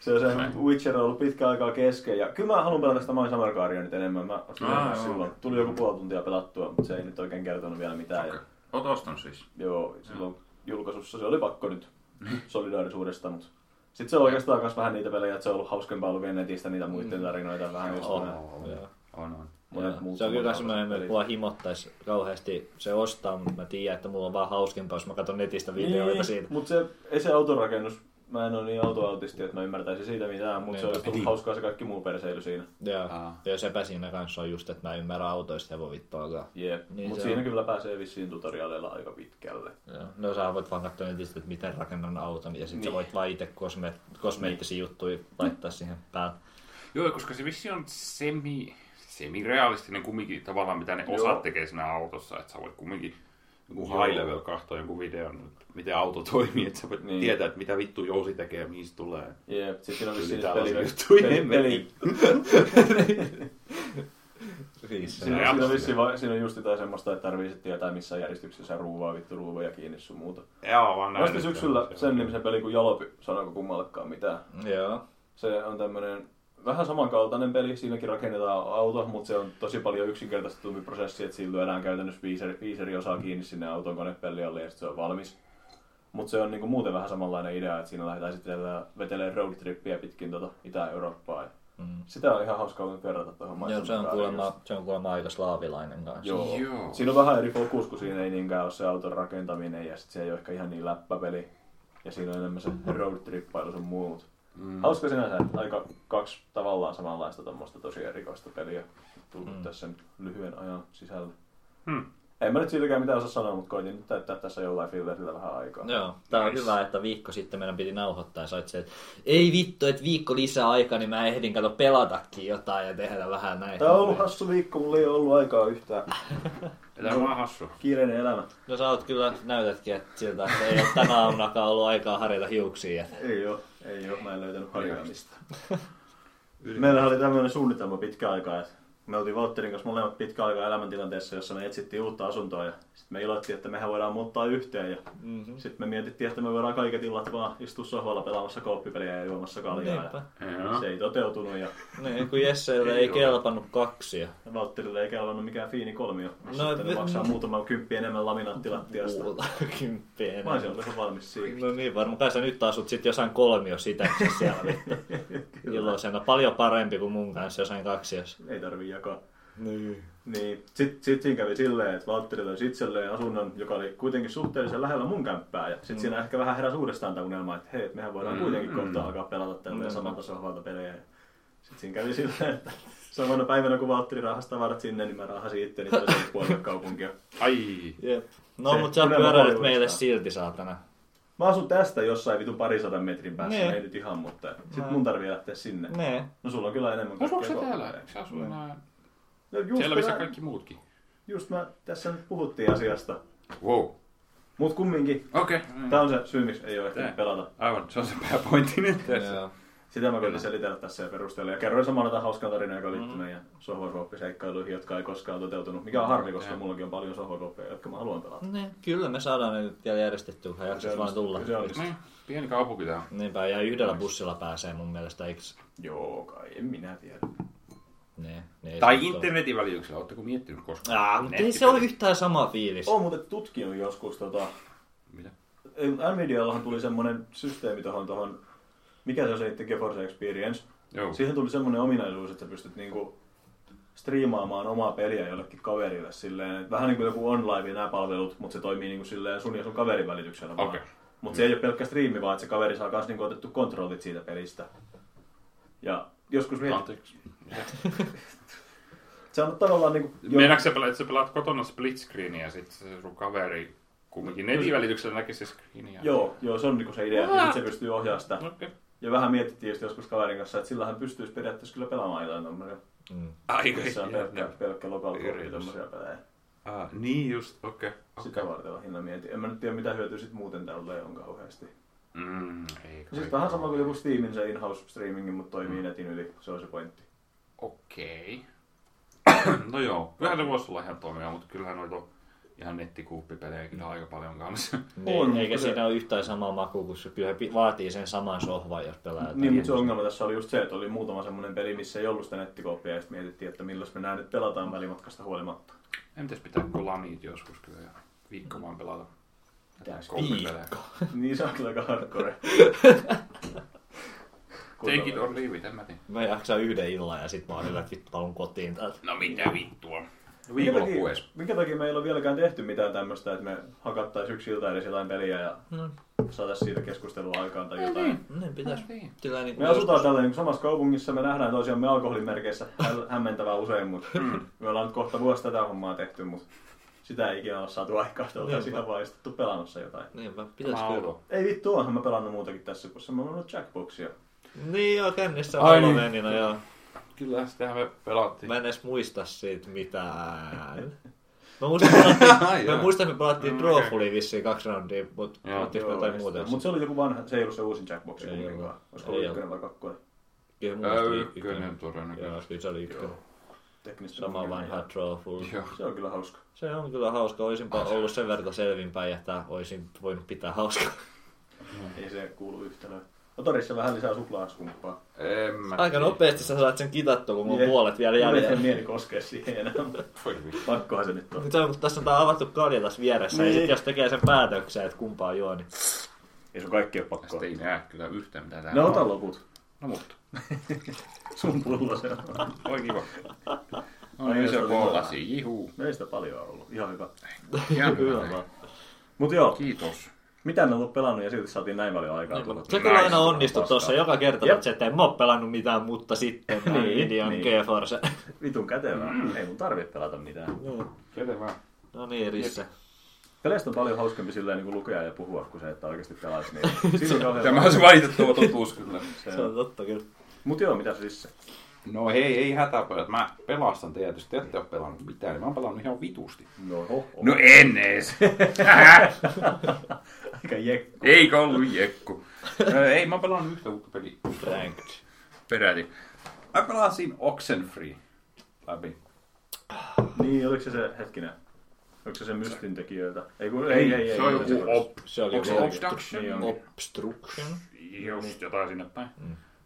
Se on se Witcher on ollut pitkä aikaa kesken. Ja kyllä mä haluan pelata sitä Miles Amarkaaria nyt enemmän. Mä ostin
Aa,
sen
Ah, joo.
silloin. Tuli joku puoli tuntia pelattua, mutta se ei nyt oikein kertonut vielä mitään. Ja,
Okei. Oot ostanut siis.
joo, silloin julkaisussa se oli pakko nyt
Mm.
solidaarisuudesta, mutta sitten se on oikeastaan myös vähän niitä pelejä, että se on ollut hauskempaa lukea netistä niitä muiden tarinoita vähän. Oh.
On, on.
monet
Mm. Joo.
muut
Se on kyllä
samankaltaiset
semmoinen, että
pelit.
mua himottaisi kauheasti se ostaa, mutta mä tiedän, että mulla on vaan hauskempaa, jos mä katson netistä videoita
niin,
siitä.
Mutta se, ei se autorakennus, mä en ole niin autoautisti, että mä ymmärtäisin siitä mitään, mutta se
Niin.
olisi tullut hauskaa se kaikki muu perseily siinä.
Joo.
Aa.
Ja sepä siinä kanssa on just, että mä en ymmärrä autoista ja vittuakaan.
Jep,
Niin
niin mutta
se on.
siinä kyllä pääsee vissiin tutoriaaleilla aika pitkälle.
Joo. No sä voit vaan katsoa netistä, että miten rakennan auton ja sitten niin. sä
Niin.
voit vaan itse kosme- kosmeettisia juttuja laittaa siihen päälle.
Joo, koska se vissi on semi, semi-realistinen kumminkin tavallaan, mitä ne osat
Joo.
tekee siinä autossa, että sä voit kumminkin joku
Joo.
high level katsoa jonkun videon, että miten <laughs> auto toimii, että sä voit
Niin.
niin. tietää, että mitä vittu jousi tekee ja mihin se tulee.
Jep, sit siinä on
Kyllä
vissiin
tällaisia
peli,
juttuja
peli,
en
peli,
Siinä.
siinä,
Jep.
siinä, on vissiin, va- siinä on just jotain semmoista, että tarvii sitten tietää missä järjestyksessä ruuvaa, vittu ruuvoja kiinni sun muuta.
Joo, vaan
Mä sitten
nyt
syksyllä
on se.
sen nimisen pelin kuin Jalopy, sanoiko kummallekaan mitään.
Joo.
Se on tämmönen vähän samankaltainen peli, siinäkin rakennetaan auto, mutta se on tosi paljon yksinkertaistetumpi prosessi, että siinä lyödään käytännössä viiseri, viiseri osaa kiinni sinne auton konepellialle ja sitten se on valmis. Mutta se on niinku muuten vähän samanlainen idea, että siinä lähdetään sitten vetelee roadtrippiä pitkin tuota Itä-Eurooppaa. Ja
Mm.
sitä on ihan hauskaa nyt verrata tuohon
Joo, se on, kuulemma, se on kuulemma aika slaavilainen kanssa.
Joo.
Joo.
Siinä on vähän eri fokus, kun siinä ei niinkään ole se auton rakentaminen ja sit se ei ole ehkä ihan niin läppäpeli. Ja siinä on enemmän se roadtrippailu sun muut. Mm. Hauska sinänsä, että aika kaksi tavallaan samanlaista tuommoista tosi erikoista peliä tullut mm. tässä nyt lyhyen ajan sisällä.
Hmm.
En mä nyt siitäkään mitään osaa sanoa, mutta koitin nyt täyttää tässä jollain fillerillä vähän aikaa.
Joo, tää on
Nice.
hyvä, että viikko sitten meidän piti nauhoittaa ja sait se, että ei vittu, että viikko lisää aikaa, niin mä ehdin kato pelatakin jotain ja tehdä vähän näin.
Tää on ollut hassu viikko, mulla ei ole ollut aikaa yhtään.
Tämä on vaan hassu.
Kiireinen elämä.
No sä oot kyllä, näytätkin että siltä, että ei ole tänä aamunakaan ollut aikaa harjata hiuksia.
Ei oo, ei oo, mä en löytänyt harjaamista. Meillähän oli tämmöinen suunnitelma pitkä aikaa, että me oltiin Valtterin kanssa molemmat pitkä aikaa elämäntilanteessa, jossa me etsittiin uutta asuntoa ja sitten me iloittiin, että mehän voidaan muuttaa yhteen ja
Mm-hmm.
sitten me mietittiin, että me voidaan kaiket illat vaan istua sohvalla pelaamassa kooppipeliä ja juomassa kaljaa.
Niinpä.
Ja
Joo.
se ei toteutunut ja
Niin, kun Jesselle ei
Ei ole.
kelpannut kaksia.
Valtterille ei kelvannut mikään fiini kolmio.
No,
No, sitten ne
vi-
maksaa muutaman kymppi enemmän laminaattilattiasta.
Kuulla, <laughs> kymppiä
Mä
enää.
olisin ollut ihan valmis siihen.
No niin, varmaan kai sä nyt asut sit jossain kolmio sitä siellä vittu.
<laughs>
Iloisena. Paljon parempi kuin mun kanssa jossain kaksiossa.
Ei tarvii jakaa.
Niin.
Niin, sit, sit siinä kävi silleen, että Valtteri löysi itselleen asunnon, joka oli kuitenkin suhteellisen lähellä mun kämppää. Ja sit mm. siinä ehkä vähän heräsi uudestaan tämä unelma, että hei, et mehän voidaan mm. kuitenkin kohta alkaa pelata tälleen mm. samalta sohvalta pelejä. Ja sit siinä kävi silleen, että <laughs> samana päivänä kun Valtteri rahasi tavarat sinne, niin mä rahasin itteni toiselle puolelle kaupunkia.
Ai.
Jep. No,
Se
mutta sä
unelma
pyöräilet
voi
meille
uudestaan.
silti, saatana.
Mä asun tästä jossain vitun parisadan metrin päässä,
Niin.
ei nyt ihan, mutta sit
Mä-
mun tarvii lähteä sinne.
Nee.
No sulla on kyllä enemmän
Asuuko se
kaikkea
täällä?
kohdetta.
Eikö se asu enää?
No just,
Siellä missä
mä-
kaikki muutkin.
just mä, tässä nyt puhuttiin asiasta.
Wow.
Mut kumminkin,
Okei.
tää on se syy, miksi ei ole ehtinyt
Tää.
pelata.
Aivan, se on se pääpointti nyt tässä.
Joo.
Sitä mä koitin selitellä tässä ja perustella. Ja kerroin samalla tämän hauskan tarinan, joka liittyy meidän sohvakooppiseikkailuihin, jotka ei koskaan toteutunut. Mikä on harmi, koska
Joo.
mullakin on paljon sohvakooppeja, jotka mä haluan pelata.
Ne, kyllä me saadaan ne nyt vielä järjestettyä, kun jaksat vaan tulla.
Se on
Niin, pieni kaupunki tää on.
Niinpä, ja yhdellä bussilla pääsee mun mielestä, eikö?
Joo, kai en minä tiedä.
Ne, ne ei
Tai
saa tulla.
internetin välityksellä, ootteko miettinyt koskaan?
Ah, mutta ei se ole yhtään sama fiilis.
Oon muuten tutkinut joskus tota...
Mitä?
Nvidiallahan tuli semmonen systeemi tohon, tohon mikä se on se itse GeForce Experience?
Joo.
Siihen tuli semmoinen ominaisuus, että sä pystyt niinku striimaamaan omaa peliä jollekin kaverille silleen, että vähän niin kuin joku online nämä palvelut, mutta se toimii niin kuin silleen sun ja sun kaverin välityksellä
Okei. Mm.
Mutta se ei ole pelkkä striimi, vaan että se kaveri saa myös niinku otettu kontrollit siitä pelistä. Ja joskus mietit, <laughs>
Anteeksi.
se on tavallaan niinku...
Meinaatko sä pelaat, että sä pelaat kotona split screeniä ja sit se sun kaveri kumminkin netin välityksellä näkee se screeniä?
No, Joo, joo, se on niinku se idea, että sit se pystyy ohjaamaan sitä.
Okei.
Ja vähän mietittiin just joskus kaverin kanssa, että sillähän pystyisi periaatteessa kyllä pelaamaan jotain tommosia.
Mm.
Aika
Missä on pelkkä,
hieno.
pelkkä lokaalkortti
Yritys.
tommosia pelejä.
Ah, Niin just, okei.
Sitä varten lähinnä mietin. En mä nyt tiedä mitä hyötyä sit muuten tälle on kauheasti.
Mm, ei kai.
Siis vähän sama kuin joku Steamin se in-house streamingi, mutta toimii netin yli. Se on se pointti.
Okei. <coughs> No joo, kyllähän se voisi olla ihan toimiva, mutta kyllähän noita on ihan nettikuuppipelejä
Mm.
kyllä aika paljon kanssa. <laughs>
On,
Niin,
mutta
eikä
se-
siinä ole yhtään sama maku, kun se kyllä pi- vaatii sen saman sohvan, jos pelaa jotain.
Niin, mutta se ongelma tässä oli just se, että oli muutama semmoinen peli, missä ei ollut sitä nettikooppia ja sitten mietittiin, että milloin me nää nyt pelataan välimatkasta huolimatta.
En pitäisi pitää kuin lanit joskus kyllä ja viikko vaan pelata.
Pitäisi.
Kouppipelejä.
niin se on kyllä aika hardcore.
Take it or leave it, en mä tiedä.
Mä jaksan yhden illan ja sit mä oon hyvä, että vittu palun kotiin täältä.
No mitä vittua.
Minkä
Viikonloppu
takia,
edes.
minkä takia meillä on vieläkään tehty mitään tämmöistä, että me hakattaisiin yksi ilta edes jotain peliä ja
No,
saataisiin siitä keskustelua aikaan tai jotain.
niin pitäis.
Niin.
Sillä niin
Me asutaan täällä niin samassa kaupungissa, me nähdään toisiamme alkoholimerkeissä Hä- hämmentävää usein, mutta
Mm.
me ollaan nyt kohta vuosi tätä hommaa tehty, mutta sitä ei ikinä ole saatu aikaa, sitä oltaisiin
Niinpä.
ihan vaan istuttu pelaamassa jotain.
Niinpä, pitäis
Tämä on
kyllä.
outo.
Ei vittu, onhan mä pelannut muutakin tässä, kun mä oon ollut Jackboxia.
Niin joo, kännissä
Ai
on
niin.
niin. no joo.
Kyllä, sitähän me pelattiin.
Mä en edes muista siitä
<laughs>
mitään. Mä muistan, että me pelattiin,
Joo.
mä muistan, että me pelattiin
Mm,
Drawfully vissiin kaksi roundia, mutta
Joo.
pelattiinko me jotain muuta?
Mutta se oli joku vanha, se ei ollut se uusin Jackboxi
Ei
kumminkaan.
ollut.
Olisiko ollut
Ei
ykkönen vai kakkonen?
Kyllä mun
Öö,
mielestä oli
Ykkönen todennäköisesti.
Joo, kyllä se oli ykkönen.
Joo. Teknistä
Sama
ongelmia.
vanha Drawfully.
Joo.
Se on kyllä hauska.
Se on kyllä hauska. Olisinpa ollut sen verran selvinpäin, että olisin voinut pitää hauskaa.
Ei se kuulu yhtälöön. No torissa vähän lisää suklaaskumppaa.
En mä
Aika
tiedä.
nopeasti sä saat sen kitattua, kun mulla on
Jep.
puolet vielä
Jäljellä.
jäljellä.
Jäljellä. mieli koskea siihen enää.
Voi vittu.
Pakkohan se nyt on.
Nyt on, kun tässä on tää avattu kalja tässä vieressä, niin. ja
Niin.
sit jos tekee sen päätöksen, että kumpaa juo, niin...
Ei sun kaikki ole pakko.
Tästä ei näe kyllä yhtään mitä täällä
No
on.
ota loput.
No mutta.
Sun pullo se on.
Oi kiva. No
Ai,
niin, se
se
on
oli
koolasi. Jihu.
Meistä paljon on ollut. Ihan hyvä.
Ihan
Hyvä
hyvä.
vaan.
Mut joo,
Kiitos.
mitä en ollut pelannut ja silti saatiin näin paljon aikaa. tuolla.
Niin, Se kyllä aina onnistu
vastaan.
tuossa joka kerta,
Jep.
että se, että en mä oo pelannut mitään, mutta sitten näin
<laughs> Niin,
Indian
niin. <laughs>
GeForce.
Vitun kätevää. Ei mun tarvitse pelata mitään.
Kätevää.
No niin, Risse.
Peleistä on paljon hauskempi silleen niin lukea ja puhua kuin se, että oikeasti pelaisi niitä. Siinä on kauhean
Tämä on se valitettava totuus kyllä.
Se on totta kyllä.
Mut joo, mitä siis?
No hei, ei hätäpöydät. Mä pelastan tietysti. Te ette ole pelannut mitään. niin Mä oon pelannut ihan vitusti.
No ho, ho.
No en ees.
Aika jek.
Eikä ollut jekku. No, ei, mä oon pelannut yhtä uutta peliä
Ranked.
peräti. Mä pelasin Oxenfree läpi.
Niin, oliko se se hetkinen? Oliko se se mystin tekijöitä? Ei kun, ei, ei, ei.
Niin, se on
ei,
joku
ei.
op.
Se oli
Onko se
joku-
Obstruction?
Niin onkin.
Obstruction.
Just jotain sinne päin.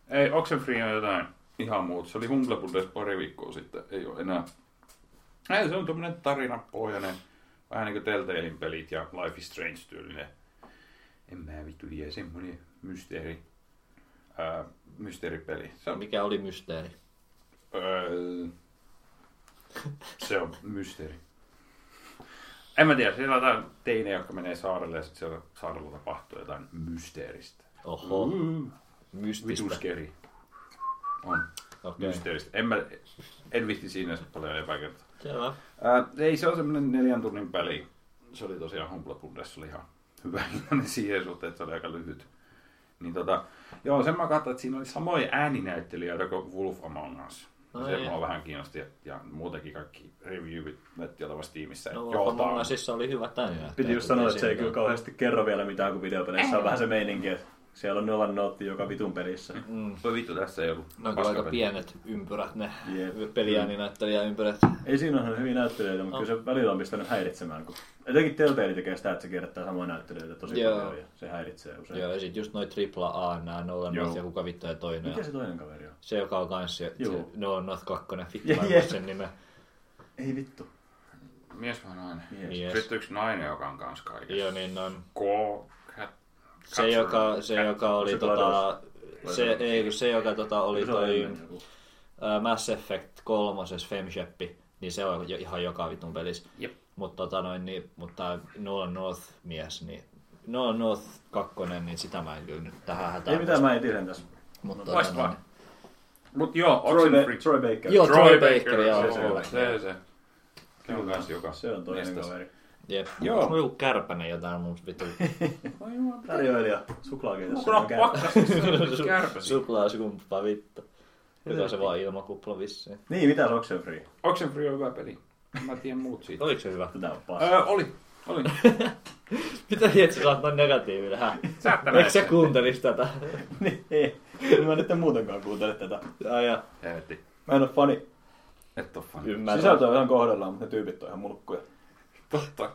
Ei, Oxenfree on jotain ihan muuta. Se oli Humble Bundles pari viikkoa sitten, ei ole enää. Ei, se on tämmönen tarinapohjainen, vähän niin kuin Telltalein pelit ja Life is Strange tyylinen. En mä vittu tiedä, semmonen mysteeri, ää, mysteeripeli. Se on,
Mikä oli mysteeri?
öö, se on mysteeri. En mä tiedä, siellä on jotain teinejä, jotka menee saarelle ja sitten siellä saarella tapahtuu jotain mysteeristä.
Oho,
Mm.
mystistä.
Vituskeri. On.
Okei.
mysteeristä. En, mä, en vitti siinä se paljon epäkertaa.
Selvä.
Ää, ei, se on semmoinen neljän tunnin peli. Se oli tosiaan Humble Bundles, se oli ihan hyvä <laughs> hintainen siihen suhteen, että se oli aika lyhyt. Niin tota, joo, sen mä katsoin, että siinä oli samoja ääninäyttelijöitä kuin Wolf Among Us. Ja
Ai.
se mua vähän kiinnosti ja, ja muutenkin kaikki reviewit netti olevassa tiimissä.
No,
että
Joo,
joo, tää on-
Mongasissa oli hyvä tänne.
Piti just sanoa, että se ei kyllä kauheasti kerro vielä mitään, kun videopeleissä on vähän se meininki, että siellä on nolan nootti joka vitun pelissä.
Voi vittu, tässä ei ollut
Ne on No, kyllä aika
paskapeli.
pienet ympyrät, ne
Jep.
peliääninäyttelijä ympyrät.
Ei siinä ole hyviä näyttelijöitä,
No.
mutta kyllä se välillä on pistänyt häiritsemään. Kun... Etenkin Telltale tekee sitä, että se kirjoittaa samoja näyttelijöitä tosi
Joo.
paljon ja se häiritsee usein.
Joo, ja sit just noi AAA, nää Nolan
Joo.
North ja kuka vittu ja toinen.
Mikä se toinen kaveri on?
Se, joka on kans se,
Joo.
se Nolan North 2, vittu
Jep,
mä en
jep.
muista sen nimen.
Ei vittu.
Mies vai nainen?
Mies.
Mies.
Sitten yksi nainen, joka on kanssa kaikessa.
Joo, niin on.
Ko... Cat...
Se, joka, se,
Cat-
joka oli
se
tota... Se,
Vai se-
ei, kun se, joka tota oli
Se on
toi
ennen joku.
ää, Mass Effect kolmosessa Femsheppi, niin se on jo, ihan joka vitun pelissä.
Jep.
Mutta tota noin, niin, mutta Nolan North-mies, niin Nolan North 2, niin sitä mä en kyllä nyt tähän hätään.
Ei mitään, mä en tiedä tässä.
Mutta
Loistavaa.
tota noin,
Mut joo,
Troy,
Oxenfree.
Ba- Troy Baker.
Joo, Troy Baker,
Baker,
joo.
se,
kyllä.
se, se, se. Se on kans joka.
Se on toinen kaveri.
Jep.
Joo.
Joo. Onko joku kärpänen jotain mun vittu?
Tarjoilija, suklaakeitossa.
Kukaan pakkasista, se on kärpäsi.
Suklaaskumppa vittu. Joka se vaan ilmakupla vissiin.
Niin, mitä se Oxenfree?
Oxenfree on hyvä peli. Mä tiedän muut siitä.
Oliko se hyvä?
Tätä on paska.
Öö, oli. Oli.
Mitä tiedät, sä saat noin negatiivinen? Häh?
Säättänä.
Eikö sä kuuntelis tätä?
Niin, ei. En mä nyt en muutenkaan kuuntele tätä.
Ai ja
Helvetti.
Mä en oo fani.
Et oo fani.
ymmärrän.
Sisältö on ihan kohdallaan, mutta ne tyypit on ihan mulkkuja.
Totta.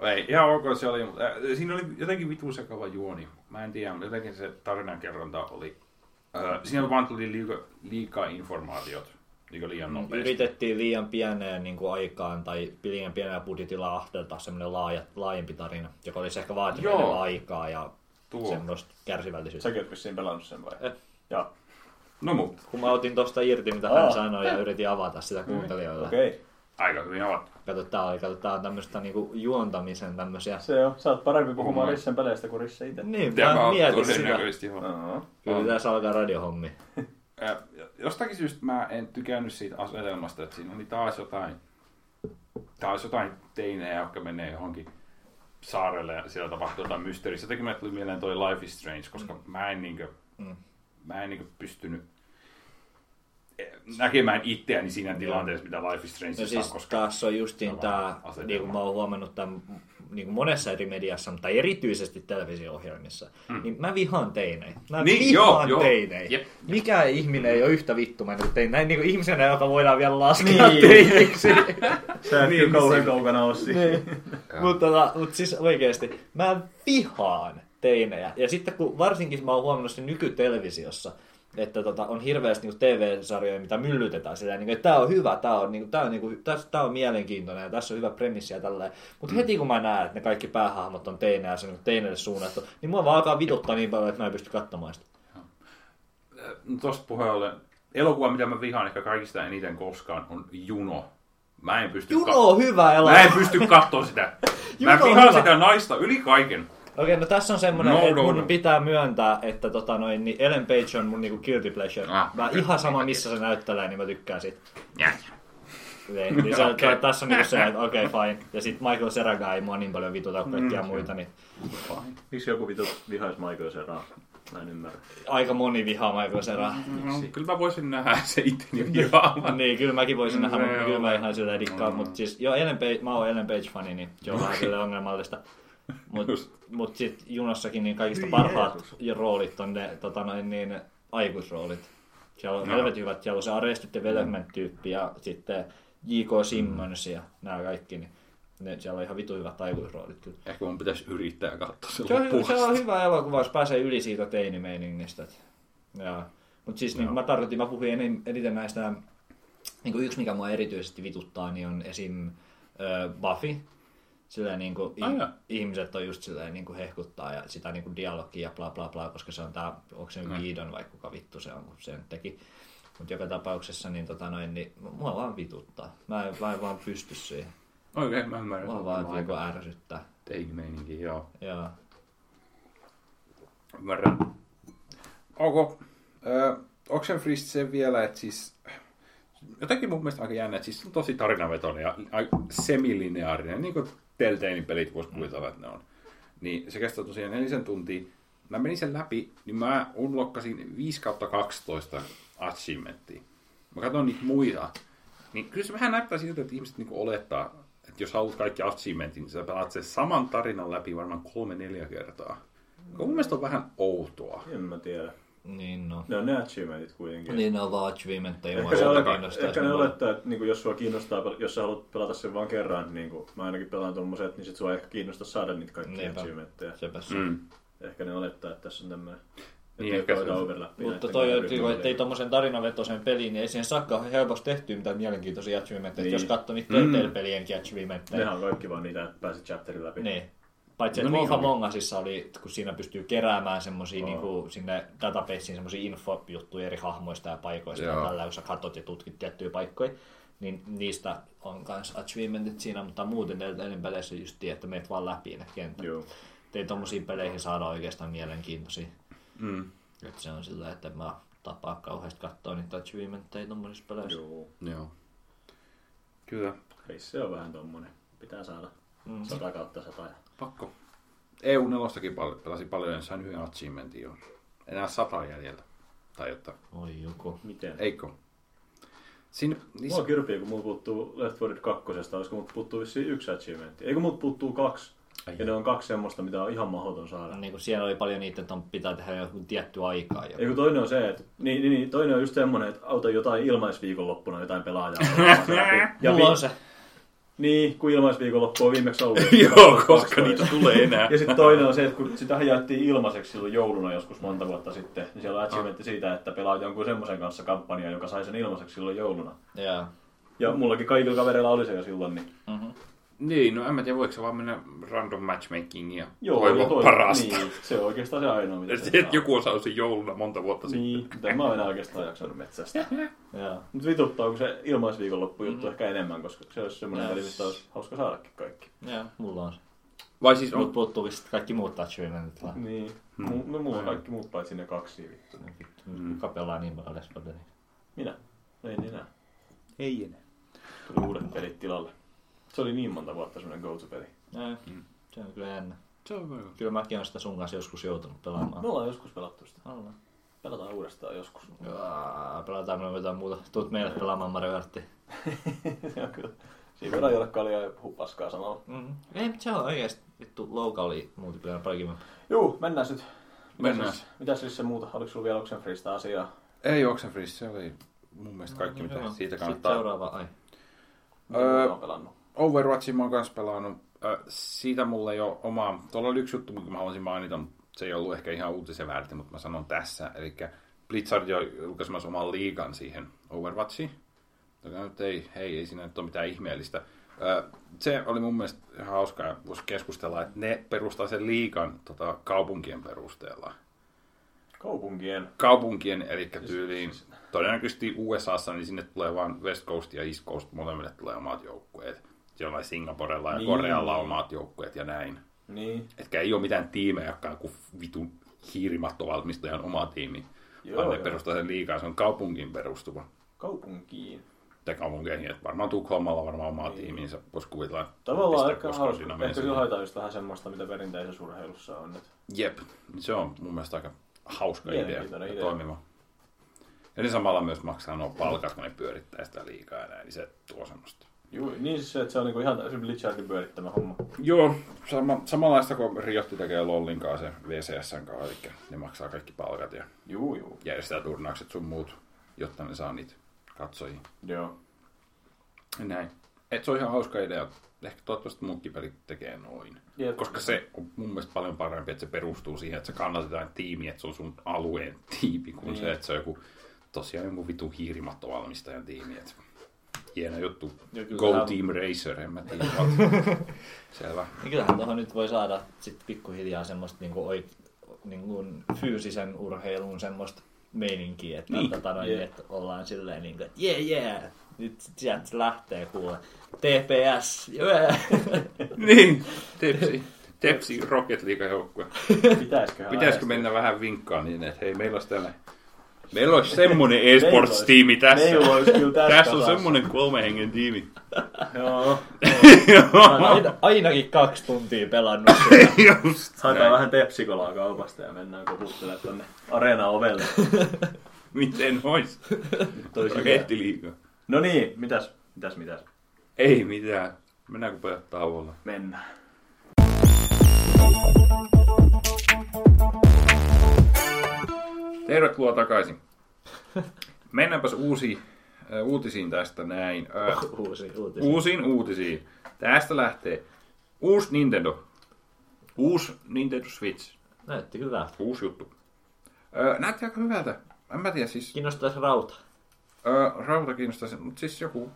Ei, ihan ok se oli, mutta äh, siinä oli jotenkin vitu sekava juoni. Mä en tiedä, mutta jotenkin se tarinankerronta oli. Äh, siinä vaan tuli liika, liikaa informaatiot. Liika liian nopeasti.
Yritettiin liian pieneen niin kuin aikaan tai liian pienellä budjetilla ahteltaa semmoinen laaja, laajempi tarina, joka olisi ehkä vaatinut
Joo.
enemmän aikaa ja
Tuo.
semmoista kärsivällisyyttä.
Säkin oot vissiin pelannut sen vai?
Et,
Ja,
No mutta,
Kun mä otin tosta irti, mitä
Aa.
hän sanoi, ja yritin avata sitä kuuntelijoille. Okay.
okei. Okay.
aika hyvin avattu.
Kato, tää oli, kato, tää on tämmöstä niinku juontamisen tämmösiä.
Se on. Sä oot parempi puhumaan
Mm.
Rissen peleistä kuin Risse itse.
Niin,
Tämä
mä
on
mietin sitä.
todennäköisesti ihan.
Aa.
Kyllä tässä alkaa radiohommi.
Äh, jostakin syystä mä en tykännyt siitä asetelmasta, että siinä oli taas jotain, taas jotain teinejä, jotka menee johonkin saarelle ja siellä tapahtuu jotain mysteeriä. Jotenkin mä tuli mieleen toi Life is Strange, koska mä en, niinkö,
Mm.
mä en niinkö pystynyt eh, näkemään itseäni siinä tilanteessa, mitä Life is Strange
No siis
on, koska
taas on justiin
tämä
tämä,
on asetelma.
niin kuin mä oon huomannut tämän niin kuin monessa eri mediassa, mutta erityisesti televisio-ohjelmissa, mm. niin mä vihaan teinei. Mä
Niin,
vihaan
joo, joo.
teinei.
Jep.
Mikä ihminen ei ole yhtä vittumainen kuin tein. Näin niin kuin ihmisenä, joka voidaan vielä laskea
Niin.
niin. teiniksi.
Sä et niin, kauhean kaukana oo siitä.
Niin. mutta, tota, mutta siis oikeasti, mä vihaan teinejä. Ja sitten kun varsinkin mä oon huomannut sen nykytelevisiossa, että tota, on hirveästi niinku TV-sarjoja, mitä myllytetään sillä niinku, että tää on hyvä, tää on, niinku, tää on, niinku, tässä, tää on mielenkiintoinen ja tässä on hyvä premissi ja tälleen. Mutta
Mm.
heti kun mä näen, että ne kaikki päähahmot on teinejä ja se on niinku teineille suunnattu, niin mua vaan alkaa vituttaa niin paljon, että mä en pysty katsomaan sitä.
no tosta puheen ollen, elokuva, mitä mä vihaan ehkä kaikista eniten koskaan, on Juno. Mä en pysty
Juno on hyvä elokuva.
Mä en pysty katsoa sitä.
Juno
Mä
on
vihaan
hyvä.
sitä naista yli kaiken.
Okei, no tässä on semmoinen,
No,
no, että
no,
mun
no.
pitää myöntää, että tota noin, niin Ellen Page on mun niinku guilty pleasure.
Ah,
Ah, mä
okei.
ihan sama, missä se näyttelee, niin mä tykkään siitä.
Jäh.
Niin, niin se,
Okei.
okay. tässä on niinku se, että okei, okay, fine. Ja sitten Michael Seraga ei mua niin paljon vituta
Mm.
kuin kaikkia muita, niin
Miksi joku vitu vihais Michael Seraa? Mä en ymmärrä.
aika moni vihaa Michael Seraga.
No, kyllä mä voisin nähdä se itteni vihaavan.
<laughs> Niin, kyllä mäkin voisin nähdä, mutta
Mm, Joo.
kyllä mä ihan sillä dikkaan. Mutta siis, joo, Ellen Page, mä oon Ellen Page-fani, niin se on vähän silleen
<laughs>
ongelmallista. Mutta
Just.
mut sitten junossakin niin kaikista
Hyi
parhaat ja roolit on ne tota noin, niin, aikuisroolit. Siellä
Joo.
on
Mm.
helvetin hyvät, siellä on se Arrested Development-tyyppi ja sitten J.K. Simmons ja nämä kaikki. Niin ne, siellä on ihan vitu hyvät aikuisroolit kyllä.
Ehkä mun pitäisi yrittää katsoa se
Se on, se
loppuun.
on hyvä elokuva, jos pääsee yli siitä teinimeiningistä. Mutta siis niin, mä tarkoitin, mä puhuin enin- eniten näistä, niin kuin yksi mikä mua erityisesti vituttaa, niin on esim. Ö, Buffy. Sillä niin kuin,
Ai Ah, joo.
ihmiset on just silleen niin kuin hehkuttaa ja sitä niin kuin dialogia ja bla bla bla, koska se on tää, onko
Mm.
se nyt Viidon vai kuka vittu se on, kun se nyt teki. Mutta joka tapauksessa niin, tota noin, niin mua vaan vituttaa. Mä en, mä en vaan pysty siihen.
Okei, mä ymmärrän.
Mua vaan niin kuin ärsyttää.
Teikimeininki, joo.
Joo.
Ymmärrän. Onko öö, Oxenfrist se vielä, että siis jotenkin mun mielestä aika jännä, että siis se on tosi tarinavetoinen ja ai- semilineaarinen, niin kuin Telltalein pelit voisi kuvitella, että ne on. Niin se kestää tosiaan nelisen tuntia. Mä menin sen läpi, niin mä unlokkasin 5 kautta 12 achievementtia. Mä katson niitä muita, niin kyllä se vähän näyttää siltä, että ihmiset niinku olettaa, että jos haluat kaikki achievementin, niin sä pelaat sen saman tarinan läpi varmaan kolme neljä kertaa. Joka mun mielestä on vähän outoa.
En mä tiedä.
Niin no.
Ne on ne achievementit kuitenkin.
Niin, ne on vaan achievementteja.
Ehkä ne,
mua
olet,
kiinnostaa
ehkä
sen
ne
paljon.
olettaa, että niin jos sua kiinnostaa, pel- jos sä haluat pelata sen vaan kerran, niin kuin mä ainakin pelaan tommoset, niin sit sua ei ehkä kiinnosta saada niitä kaikkia
Niinpä.
achievementteja.
Sepä se.
Mm.
Ehkä ne olettaa, että tässä on tämmöinen.
Niin, ehkä se on se.
Mutta toi on, niin, että ei tommosen tarinavetoiseen peliin, niin ei siihen saakka kauhean tehtyä mitään mielenkiintoisia achievementteja.
Niin.
Niin. Jos katsoo niitä Telltale-pelienkin achievementteja,
Nehän on kaikki vaan niitä, että pääsit chapterin läpi.
niin. Paitsi,
No
että
niin.
no, niin. Mongasissa oli, kun siinä pystyy keräämään semmosia
Joo.
niin kuin, sinne databaseen semmosia infojuttuja eri hahmoista ja paikoista
Joo.
ja tällä, kun sä katot ja tutkit tiettyjä paikkoja, niin niistä on myös achievementit siinä, mutta muuten Telltalein peleissä just tie, että meet vaan läpi ne kentät.
Joo.
Et ei tommosiin peleihin saada oikeastaan mielenkiintoisia.
Mm.
Et se on sillä, että mä tapaa kauheasti katsoa niitä achievementteja tommosissa peleissä.
Joo.
Joo. Kyllä.
Ei se on vähän tommonen. Pitää saada mm. 100 kautta 100. ja-
Pakko. eu 4 pal- pelasi paljon ja sain yhden achievementin jo. Enää sata jäljellä. Tai jotta,
Oi joku.
Miten?
eikö? Siinä, Siis-
Mua
niissä,
kirpii, kun mulla puuttuu Left 4 Dead 2, olisiko mut puuttuu vissiin yksi achievementti. Eikö mut puuttuu kaksi?
Ai
ja ne on kaksi semmoista, mitä on ihan mahdoton saada.
Niin kuin siellä oli paljon niitä, että on, pitää tehdä joku tietty aikaa. Jo.
Ei kun toinen on se, että niin, niin, niin, toinen on just semmoinen, että auta jotain ilmaisviikonloppuna jotain
<laughs>
pelaajaa. pelaamaan se läpi.
Ja
vi-
Mulla on se.
Niin, kun ilmaisviikonloppu on viimeksi ollut.
<laughs> Joo, koska niitä tulee enää.
Ja sitten toinen on se, että kun sitä jaettiin ilmaiseksi silloin jouluna joskus monta vuotta sitten, niin siellä on
Ah.
achievementti siitä, että pelaat jonkun semmoisen kanssa kampanjaa, joka sai sen ilmaiseksi silloin jouluna.
Joo.
Ja mullakin kaikilla kavereilla oli se jo silloin, niin
Mhm.
Niin, no en mä tiedä, voiko se vaan mennä random matchmakingia.
Joo,
Toivoa
ja toi-
parasta.
Niin, se on oikeastaan se ainoa, mitä
Niin. <laughs> Että joku osaa sen jouluna monta vuotta sitten.
Niin, mutta en mä aina oikeastaan jaksanut metsästä.
Joo.
Mutta vituttaa, kun se ilmaisviikonloppu juttu mm. ehkä enemmän, koska se olisi semmoinen väli, mistä olisi hauska saadakin kaikki.
Joo, mulla on se.
Vai siis
No
Mut
on...
puuttuukin sit kaikki muut touchvillainit vaan.
Niin. Mm. No, mulla on kaikki muut paitsi ne kaksi niin vittu.
No vittu, mm. kuka pelaa niin paljon Spoderia?
Minä. Ei niin enää.
Ei enää.
Tuli uudet pelit tilalle. Se oli niin monta vuotta semmoinen go-to-peli.
Joo, se on kyllä jännä.
Se on hyvä.
Kyllä mäkin olen sitä sun kanssa joskus joutunut pelaamaan.
Me ollaan joskus pelattu sitä.
Ollaan.
Pelataan uudestaan joskus.
Jaa, Pelataan me jotain muuta. Tuut meille pelaamaan Mario Karttia.
<laughs> Joo, kyllä. Siinä voidaan jolle kaljaa ja puhua paskaa samalla.
Mm. Ei, mutta se on oikeesti vittu lokaali multiplayer parikin.
Juu, mennään nyt.
Mennään.
Mitäs, mitäs siis se muuta? Oliko sulla vielä Oxenfreesta asiaa?
Ei Oxenfree, se oli mun mielestä kaikki,
No,
mitä
joo.
Niin siitä
Sitten
kannattaa.
seuraava, ai.
Mitä
Öö,
öö... on pelannut?
Overwatchin mä oon kanssa pelannut. Ö, siitä mulla ei ole omaa... Tuolla oli yksi juttu, minkä mä haluaisin mainita, mutta se ei ollut ehkä ihan uutisen väärti, mutta mä sanon tässä. Eli Blizzard on julkaisemassa oman liigan siihen Overwatchiin. Joka nyt ei, hei, ei siinä nyt ole mitään ihmeellistä. Ö, se oli mun mielestä ihan hauskaa, ja voisi keskustella, että ne perustaa sen liigan tota, kaupunkien perusteella
Kaupunkien.
kaupunkien, eli
Siis-
tyyliin todennäköisesti USAssa, niin sinne tulee vain West Coast ja East Coast, molemmille tulee omat joukkueet. Jollain Singaporella ja
Niin.
Korealla on omat joukkueet ja näin.
Niin.
Etkä ei ole mitään tiimejä, jotka on kuin vitun hiirimatto valmistajan oma tiimi.
Joo,
vaan ne
joo.
perustaa sen liikaa, se on kaupunkiin perustuva.
Kaupunkiin.
Tai kaupunkeihin, että varmaan Tukholmalla on varmaan oma tiiminsä, voisi kuvitella.
Niin. Tavallaan
pistää
aika
koskaan
hauska.
dynamiin
Ehkä sillä
sinne.
haetaan just vähän semmoista, mitä perinteisessä urheilussa on. Että
Jep, se on mun mielestä aika hauska idea ja
Mielenkiintoinen idea.
toimiva. Ja ne samalla myös maksaa nuo palkat, kun ne pyörittää sitä liikaa ja näin, niin se tuo semmoista.
Juu, niin siis se, että se on niinku ihan täysin Blizzardin pyörittämä homma.
Joo, sama, samanlaista kuin Riotti tekee Lollin kanssa ja VCSn kanssa, eli ne maksaa kaikki palkat ja
Juu, juu.
järjestää turnaukset sun muut, jotta ne saa niitä katsojia.
Joo.
Ja Näin. Et se on ihan hauska idea. Ehkä toivottavasti muutkin pelit tekee noin.
Jep.
Koska se on mun mielestä paljon parempi, että se perustuu siihen, että sä kannat jotain tiimiä, että se on sun alueen tiimi, kuin
Niin.
se, että se on joku, tosiaan joku vitu hiirimatto valmistajan tiimi. Et hieno juttu.
Ja kyllä
Go
tää-
Team Racer, en mä tiedä. Selvä.
Niin kyllähän tuohon nyt voi saada sit pikkuhiljaa semmoista niinku oik, niinku fyysisen urheilun semmoista meininkiä, että, niin. tota noin,
Jep.
että ollaan silleen niinku, että jee yeah, jee, yeah. nyt sit sieltä se lähtee kuule. TPS, jee. <laughs>
niin, Tepsi. Tepsi Rocket League joukkue.
Pitäisiköhän
Pitäisikö
me
mennä vähän vinkkaan niin, että hei, meillä olisi tällainen. Meillä olisi semmonen e-sports-tiimi tässä.
Meillä olisi kyllä tässä.
Tässä on
kasassa.
semmonen kolme hengen tiimi.
Joo.
Aina, ainakin kaksi tuntia pelannut. sitä. <laughs>
Just
Haetaan vähän tepsikolaa kaupasta ja mennään koputtelemaan tonne areena ovelle.
Miten ois?
Toisin
Raketti liikaa.
No niin, mitäs, mitäs, mitäs?
Ei mitään. Mennäänkö pojat tauolla?
Mennään.
Tervetuloa takaisin. Mennäänpäs uusi, äh, uutisiin tästä näin. Äh,
Uusi uutisi.
uusiin uutisiin. Tästä lähtee uusi Nintendo. Uusi Nintendo Switch.
Näytti hyvältä.
Uusi juttu. Äh, näytti aika hyvältä. En mä tiedä siis.
Kiinnostaisi rauta.
Öö, rauta kiinnostaisi, mutta siis joku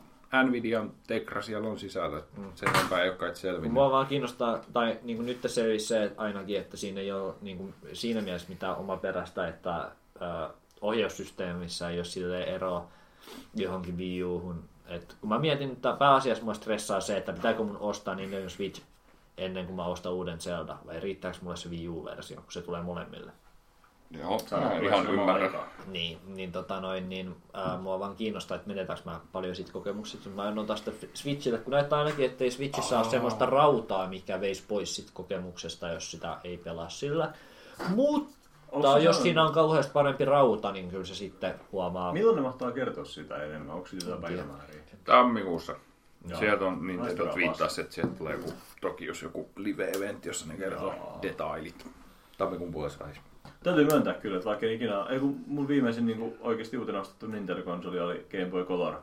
Nvidian Tegra siellä on sisällä. Sen enempää ei ole kai selvinnyt.
Mua vaan kiinnostaa, tai niin kuin nyt se oli se että ainakin, että siinä ei ole niin kuin, siinä mielessä mitään oma perästä, että ö, ohjaussysteemissä ei ole silleen eroa johonkin Wii Uhun. Et kun mä mietin, että pääasiassa mua stressaa se, että pitääkö mun ostaa Nintendo Switch ennen kuin mä ostan uuden Zelda, vai riittääkö mulle se Wii U-versio, kun se tulee molemmille.
Joo,
Saadaan
mä ihan
samaan
ymmärrän.
aikaan.
Niin, niin, tota noin, niin ää, mua vaan kiinnostaa, että menetäänkö mä paljon siitä kokemuksesta. Mä en ota sitä Switchille, kun näyttää ainakin, ettei Switchissä ole semmoista rautaa, mikä veisi pois sit kokemuksesta, jos sitä ei pelaa sillä. Mutta
se
jos
sellainen-
siinä on kauheasti parempi rauta, niin kyllä se sitten huomaa.
Milloin ne mahtaa kertoa sitä enemmän? Onko sitä jotain päivämääriä?
Tammikuussa.
Joo.
Sieltä on Nintendo
Laittakaa
twiittasi, että sieltä tulee joku, toki jos joku live-eventti, jossa ne kertoo detailit. Tammikuun puolessa vaiheessa.
Täytyy myöntää kyllä, että vaikka ei ikinä... Ei kun mun viimeisin niin oikeasti uutena ostettu Nintendo-konsoli oli Game Boy Color.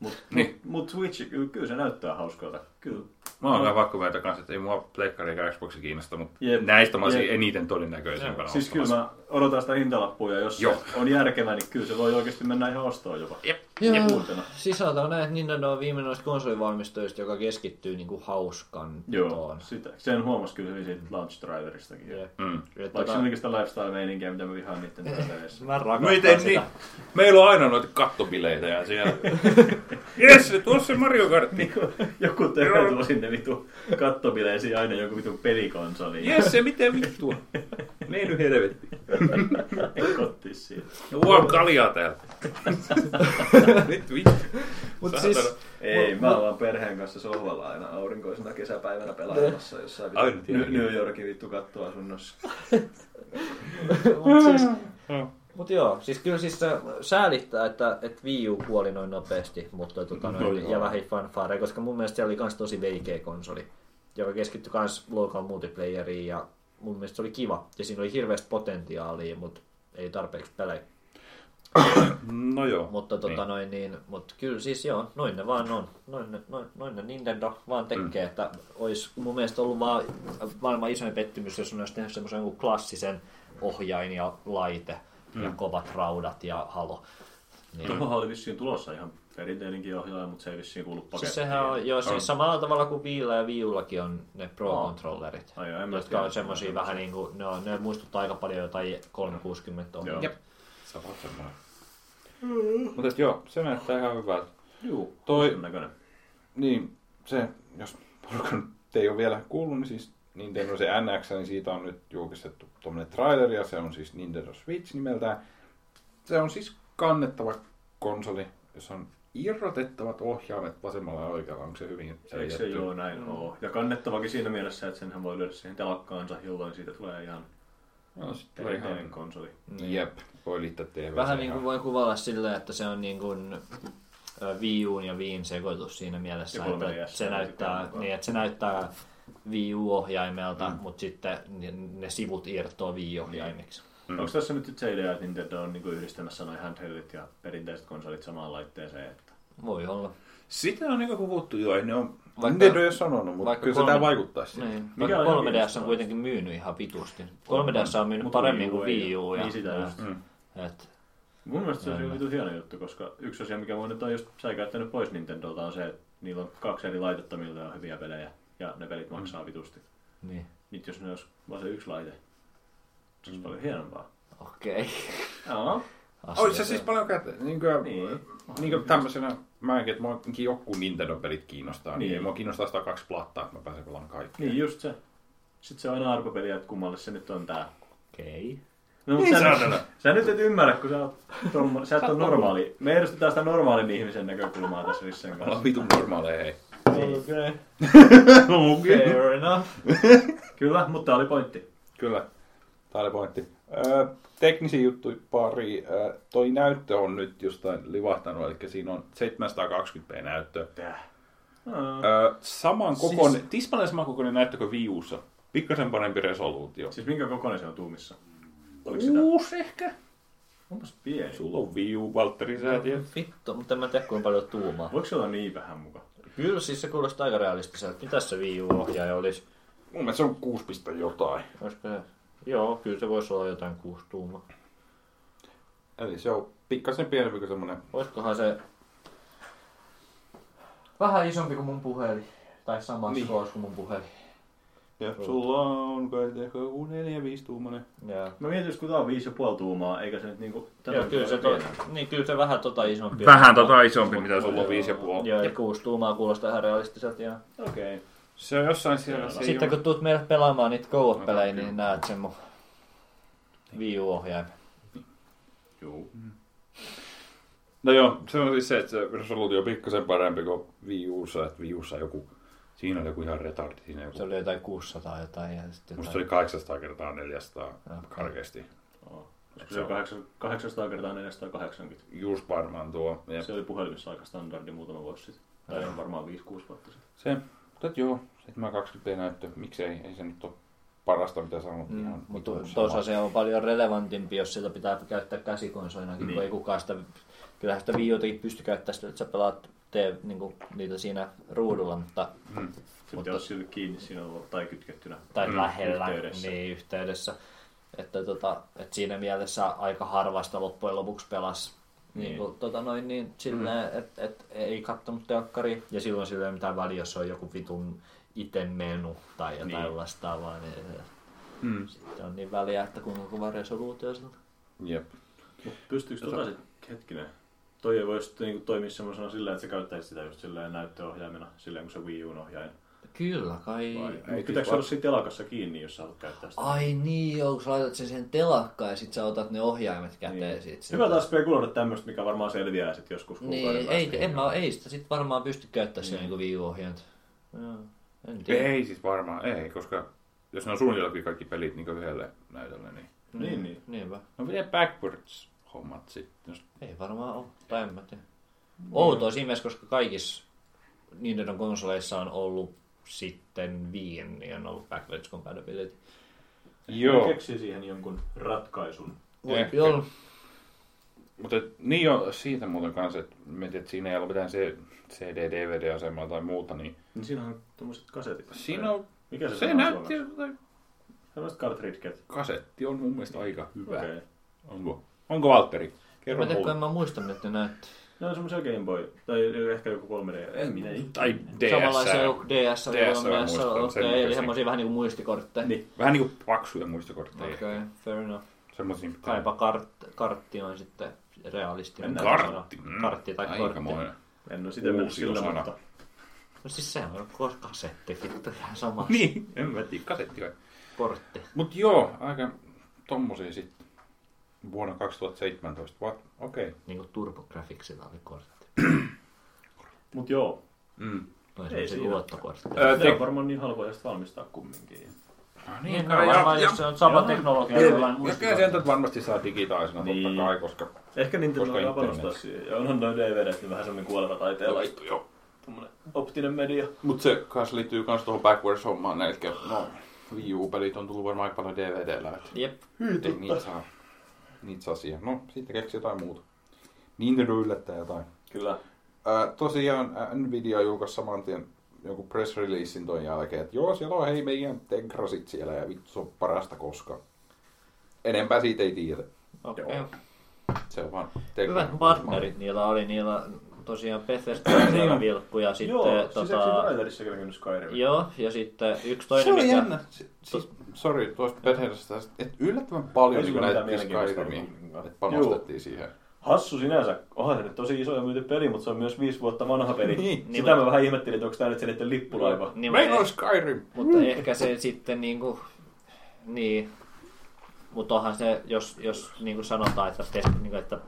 Mut,
Niin.
mut Switch, ky- kyllä se näyttää hauskalta. Kyllä.
Mä oon vähän vakkuvaita kanssa, että ei mua pleikkari eikä Xboxi kiinnosta, mutta
Jep.
näistä mä olisin
Jep.
eniten todennäköisempänä
Siis kyllä mä odotan sitä hintalappua ja jos
Joo.
se on järkevää, niin kyllä se voi oikeasti mennä ihan ostoon jopa.
Jep.
Ja uutena.
Sisältö on Siis näin, että Nintendo on viimeinen noista konsolivalmistajista, joka keskittyy niinku hauskantoon.
Joo, sitä. Sen huomasi kyllä hyvin siitä launch driveristakin.
Jep.
Mm.
Et
Vaikka
tota,
se niinku- No onkin sitä lifestyle-meininkiä, mitä mä vihaan
<laughs>
niiden drivereissa.
Mä rakastan
Miten
sitä.
niin? Meillä on aina noita kattobileitä ja <laughs> siellä... Jes, tuossa se Mario Kartti.
Niinku, Joku tekee tuo sinne vitu kattobileisiin aina joku vitu pelikonsoli.
Jes, se miten vittua. Ne Niin nyt helvetti.
<laughs> Kotti siitä.
No,
Juo kaljaa <laughs> täällä. Nyt vittu.
Mut
Saatana.
siis,
Ei,
Mut-
mä oon vaan perheen kanssa sohvalla aina aurinkoisena kesäpäivänä pelaamassa jossain vitu-
Aina tiedä.
Ny- New Yorkin vittu kattoasunnossa.
mut siis, mut joo, siis kyllä siis se säälittää, että, että Wii U kuoli noin nopeasti, mutta tota
No
noin,
joo.
ja vähin fanfare, koska mun mielestä se oli kans tosi veikeä konsoli, joka keskittyi kans local multiplayeriin ja mun mielestä se oli kiva. Ja siinä oli hirveästi potentiaalia, mutta ei tarpeeksi pelejä.
No joo.
Mutta tota niin. noin niin, mut kyllä siis joo, noin ne vaan on. Noin ne, noin, noin ne Nintendo vaan tekee, mm. että olisi mun mielestä ollut vaan maailman isoin pettymys, jos ne olisi tehnyt semmoisen jonkun klassisen ohjain ja laite mm. ja kovat raudat ja halo. Niin.
Tuohon oli vissiin tulossa ihan perinteinenkin ohjaaja, mutta se ei vissiin kuulu pakettiin.
Siis sehän on, joo, siis samalla tavalla kuin Viillä ja Viullakin on ne Pro-controllerit,
Ai joo, en mä
jotka
tiedä.
on semmosia vähän niinku, ne, on, ne muistuttaa aika paljon jotain 360
Joo.
ohjelmia.
Jep.
Sä oot semmoinen. Mutta joo, se näyttää ihan hyvältä.
Juu,
Toi-
sen näköinen.
Niin, se, jos porukka nyt ei ole vielä kuullut, niin siis Nintendo se NX, niin siitä on nyt julkistettu tuommoinen traileri, ja se on siis Nintendo Switch nimeltään. Se on siis kannettava konsoli, jossa on irrotettavat ohjaimet vasemmalla ja oikealla. Onko se hyvin
Eikö se joo näin oo? Ja kannettavakin siinä mielessä, että senhän voi lyödä siihen telakkaansa, jolloin siitä tulee ihan
No, sitten tulee
perinteinen
ihan... niin.
konsoli.
Jep, voi liittää TV.
Vähän niin kuin voi kuvailla silleen, että se on niin kuin ö, Wii Uun ja Wiiin sekoitus siinä mielessä,
Ja
että
3DS
se näyttää,
mukaan.
niin, että se näyttää Wii U-ohjaimelta, mm. mutta sitten ne, ne sivut irtoaa Wii ohjaimiksi.
Mm. Onko tässä nyt sit se idea, että Nintendo on niinku yhdistämässä noin handheldit ja perinteiset konsolit samaan laitteeseen? Että...
Voi olla.
Sitä on niin puhuttu jo, ei ne on...
Vaikka-
Nintendo ei ole sanonut, mutta
vaikka
kyllä se
kolme-
tää vaikuttaa siihen.
Niin.
Mikä
Vaikka
on
3DS
viisasta?
on kuitenkin myynyt ihan vitusti. 3DS on myynyt
Mut
paremmin
Wii U
kuin
ei
Wii U.
oo.
Ja,
Niin sitä just.
Mm.
et,
Mun mielestä se on
Näin.
vitu hieno juttu, koska yksi asia, mikä mua nyt on just säikäyttänyt pois Nintendolta, on se, että niillä on kaksi eri laitetta, millä on hyviä pelejä, ja ne pelit
Mm.
maksaa vitusti.
niin.
Nyt jos ne olisi vaan se yksi laite, se
Mm.
olisi paljon hienompaa.
Okei.
Joo.
Ois se siis paljon käteen. Niin kuin,
Niin.
niin. Niin kuin tämmöisenä, mäkin, että muakin joku Nintendo-pelit kiinnostaa, niin,
Niin.
niin mua kiinnostaa sitä kaksi plattaa, että mä pääsen pelaamaan kaikki.
Niin, just se. Sitten se on aina arpapeli, että kummalle se nyt on tää.
Okei.
No,
Niin
mutta sä, nyt, sä nyt et ymmärrä, kun sä oot, tommo, sä et ole normaali. Me edustetaan sitä normaalin ihmisen näkökulmaa tässä Rissen
Ollaan
kanssa.
vitun normaaleja, hei.
Okei. Fair enough.
Kyllä, mutta tää oli pointti.
Kyllä, tää oli pointti. Öö, teknisiä juttuja pari. Öö, toi näyttö on nyt jostain livahtanut, eli siinä on 720p näyttö.
Tää.
Öö, saman kokoinen, siis... tismalleen saman kokoinen näyttö kuin Wii Ussa. Pikkasen parempi resoluutio.
Siis minkä kokoinen se on tuumissa? Oliko sitä?
Kuusi ehkä?
Onpas pieni.
Sulla on Wii U, Valtteri, sä tiedät.
Vittu, mutta en mä tiedä kuinka paljon tuumaa.
Voiko se olla niin vähän muka?
Kyllä siis se kuulostaa aika realistiselta. Mitäs se Wii U-ohjaaja olisi?
Mun mielestä se on 6 pistä jotain.
Olisiko se? Joo, kyllä se voisi olla jotain kuusi tuumaa.
Eli se on pikkasen pienempi kuin semmonen
Olisikohan se... Vähän isompi kuin mun puhelin. Tai sama niin.
Niin.
koos kuin mun puhelin.
Ja sulla on kai ehkä joku neljä, viisi tuumainen.
Joo.
Mä mietin, jos kun tää on 5,5 tuumaa, eikä se nyt niinku... tätä
Joo, kyllä se,
paljon
to, niin, kyllä se vähän tota isompi.
Vähän
on.
tota isompi, mitä
Sulla
sulla
on
on.
viisi ja puoli.
Joo, ja kuusi tuumaa kuulostaa ihan realistiselta. Ja...
pienempi. Okei. Okay.
Se on jossain siellä. Se
Sitten kun tuut meille pelaamaan niitä go pelejä niin näet sen mun Wii U-ohjaimen.
Juu.
No joo, se on siis se, että se resoluutio on pikkasen parempi kuin Wii Ussa, että Wii Ussa joku, siinä oli joku ihan retardi, siinä joku.
Se oli jotain 600 jotain. Ja sit
Musta se
jotain.
oli 800 kertaa 400 karkeasti.
Oh. Se on kahdeksan- 800 kertaa 480.
Just varmaan tuo. Ja
Se oli puhelimessa aika standardi muutama vuosi sitten. Tai on varmaan 5-6 vuotta sitten.
se, mutta joo, sitten mä 20p näyttö, miksei, ei se nyt ole parasta mitä sanonut. Mm, ihan
Mutta
vitun sama.
toisaalta Niin se on paljon relevantimpi, jos sitä pitää käyttää käsikonsolinakin, niin. kun ei kukaan sitä, kyllähän sitä Wii Utakin pysty käyttämään sitä, että sä pelaat tee, niin kuin, niitä siinä ruudulla, mutta,
Se pitää olla sillä kiinni siinä olla, tai kytkettynä.
tai mm, lähellä
yhteydessä.
yhteydessä. Niin, yhteydessä. Että, tota, että siinä mielessä aika harvasta loppujen lopuksi pelas Niin. Niin, tota noin, niin silleen, mm. että et, ei kattonut telkkari. Ja silloin sillä ei ole mitään väliä, jos on joku vitun ite menu tai jotain niin.
Niin.
vastaavaa. Niin
Mm.
sitten on niin väliä, että kuinka kova resoluutio sillä.
Jep.
Mutta pystyykö
Tota-
tota sit, hetkinen, toi ei voisi niinku toimia semmoisena sillä, että sä käyttäisit sitä just silleen näyttöohjaimena, silleen kun se Wii Uun ohjain.
Niin, Kyllä kai.
Vai,
Vai.
Mut
siis
pitääkö se
var-
olla siinä telakassa kiinni, jos sä haluat käyttää sitä?
Ai niin, joo, kun sä laitat sen sen telakkaan ja sit sä otat ne ohjaimet käteen
Niin.
niin. sit.
Hyvä taas spekuloida tämmöistä, mikä varmaan selviää sitten joskus kuukauden
Niin, ei,
päästä.
en mä, ei sitä sit varmaan pysty käyttämään niin. niinku viivuohjainta. Joo, En tiedä.
Ei siis varmaan, ei, koska jos ne on suunniteltu kaikki pelit niin yhdelle näytölle, niin...
Mm.
Niin, niin.
Niinpä.
No miten backwards hommat sitten? Jos...
Ei varmaan ole, tai en mä tiedä.
Niin.
Outoa siinä mielessä, koska kaikissa Nintendo konsoleissa on ollut sitten viien, niin on ollut backwards compatibility.
Joo.
Joo,
Keksi siihen jonkun ratkaisun.
Voi
Ehkä.
olla.
mutta niin jo siitä muuten kanssa, että mietin, että siinä ei ollut mitään se CD-DVD-asemaa tai muuta, niin
Niin siinä on tommoset kasetit.
siinä on,
Mikä se,
se
sana on
näytti,
suomeksi? Tämmöset cartridget.
kasetti on mun mielestä aika hyvä.
Okei.
Okay. Onko? Onko Valtteri? Kerro
Mä tiedän, kun
mulle.
en mä muista, mitä ne näytti.
Ne on semmosia Game Boy, tai ehkä joku 3D. En minä.
Tai DS.
Samanlaisia joku DS,
DS
DS
on
myös
muistanut,
okei,
sen
eli
näköisiä.
semmoisia vähän niinku muistikortteja.
Niin.
Vähän niinku paksuja muistokortteja.
Okei,
Okay.
okay, fair enough.
Semmoisia pitää.
Kaipa kart, kartti on sitten realistinen.
Mennään
Kartti. Mm.
Kartti tai kortti.
Aikamoinen.
En ole sitä mennyt
Uusi
sillä,
osana.
mutta...
No siis sehän on kos- kasetti, vittu ihan sama
<laughs> Niin, en mä tiedä, kasetti vai?
kortti.
Mut joo, aika tommosia sitten vuonna 2017. What? Okei. Okay.
Niinku TurboGrafxilla oli kortti.
Mut joo.
Mm.
Tai
Ei
semmosia
siinä.
luottokortti.
Ää,
Tämä on
tek-
varmaan niin halpoja sitä valmistaa kumminkin.
No
Niin,
kai,
no, varmaan, jos se on sama
ja-
teknologia jollain
ja, ja
muista.
kyllä sen nyt varmasti saa digitaalisena niin.
Niin.
totta kai, koska...
Ehkä Nintendo
Koska
alkaa panostaa
internet.
siihen. Ja onhan noin DVDt niin vähän semmoinen kuoleva taiteen laittu.
joo.
Tommonen optinen media.
Mut se kans liittyy kans tuohon backwards-hommaan, eli no, Wii U-pelit on tullut varmaan aika paljon DVD-llä. et
Jep.
Ei niitä saa, niitä saa siihen. No, sitten keksi jotain muuta. Nintendo yllättää jotain.
Kyllä.
Ää, tosiaan ää, Nvidia julkaisi saman tien joku press releasein ton jälkeen, että joo, siellä on hei meidän Tegrasit siellä ja vittu se on parasta koskaan. Enempää siitä ei tiedä.
Okei.
Joo. Se on vaan
Hyvät partnerit niillä oli. Niillä tosiaan Bethesda siellä vilkku ja sitten...
Joo, siis eikö siinä
tota,
trailerissa näkynyt Skyrim?
joo, ja sitten yksi
Se
toinen,
oli
mikä...
jännä. Si- Siis, sori, tuosta Bethesdasta, että yllättävän paljon
Ei
niin
sulla
näitä
mitään mielenkiintoista
Skyrimia,
ollut kumminkaan.
että panostettiin siihen.
Hassu sinänsä. Onhan se nyt tosi iso ja myyty peli, mutta se on myös viisi vuotta vanha peli.
Niin.
Sitä mä vähän ihmettelin, että onko tämä nyt se niiden lippulaiva.
Niin,
Meillä
mutta-
on Skyrim!
Mutta ehkä se sitten niinku, niin, mutta onhan se, jos, jos niinku sanotaan, että, te, niinku, että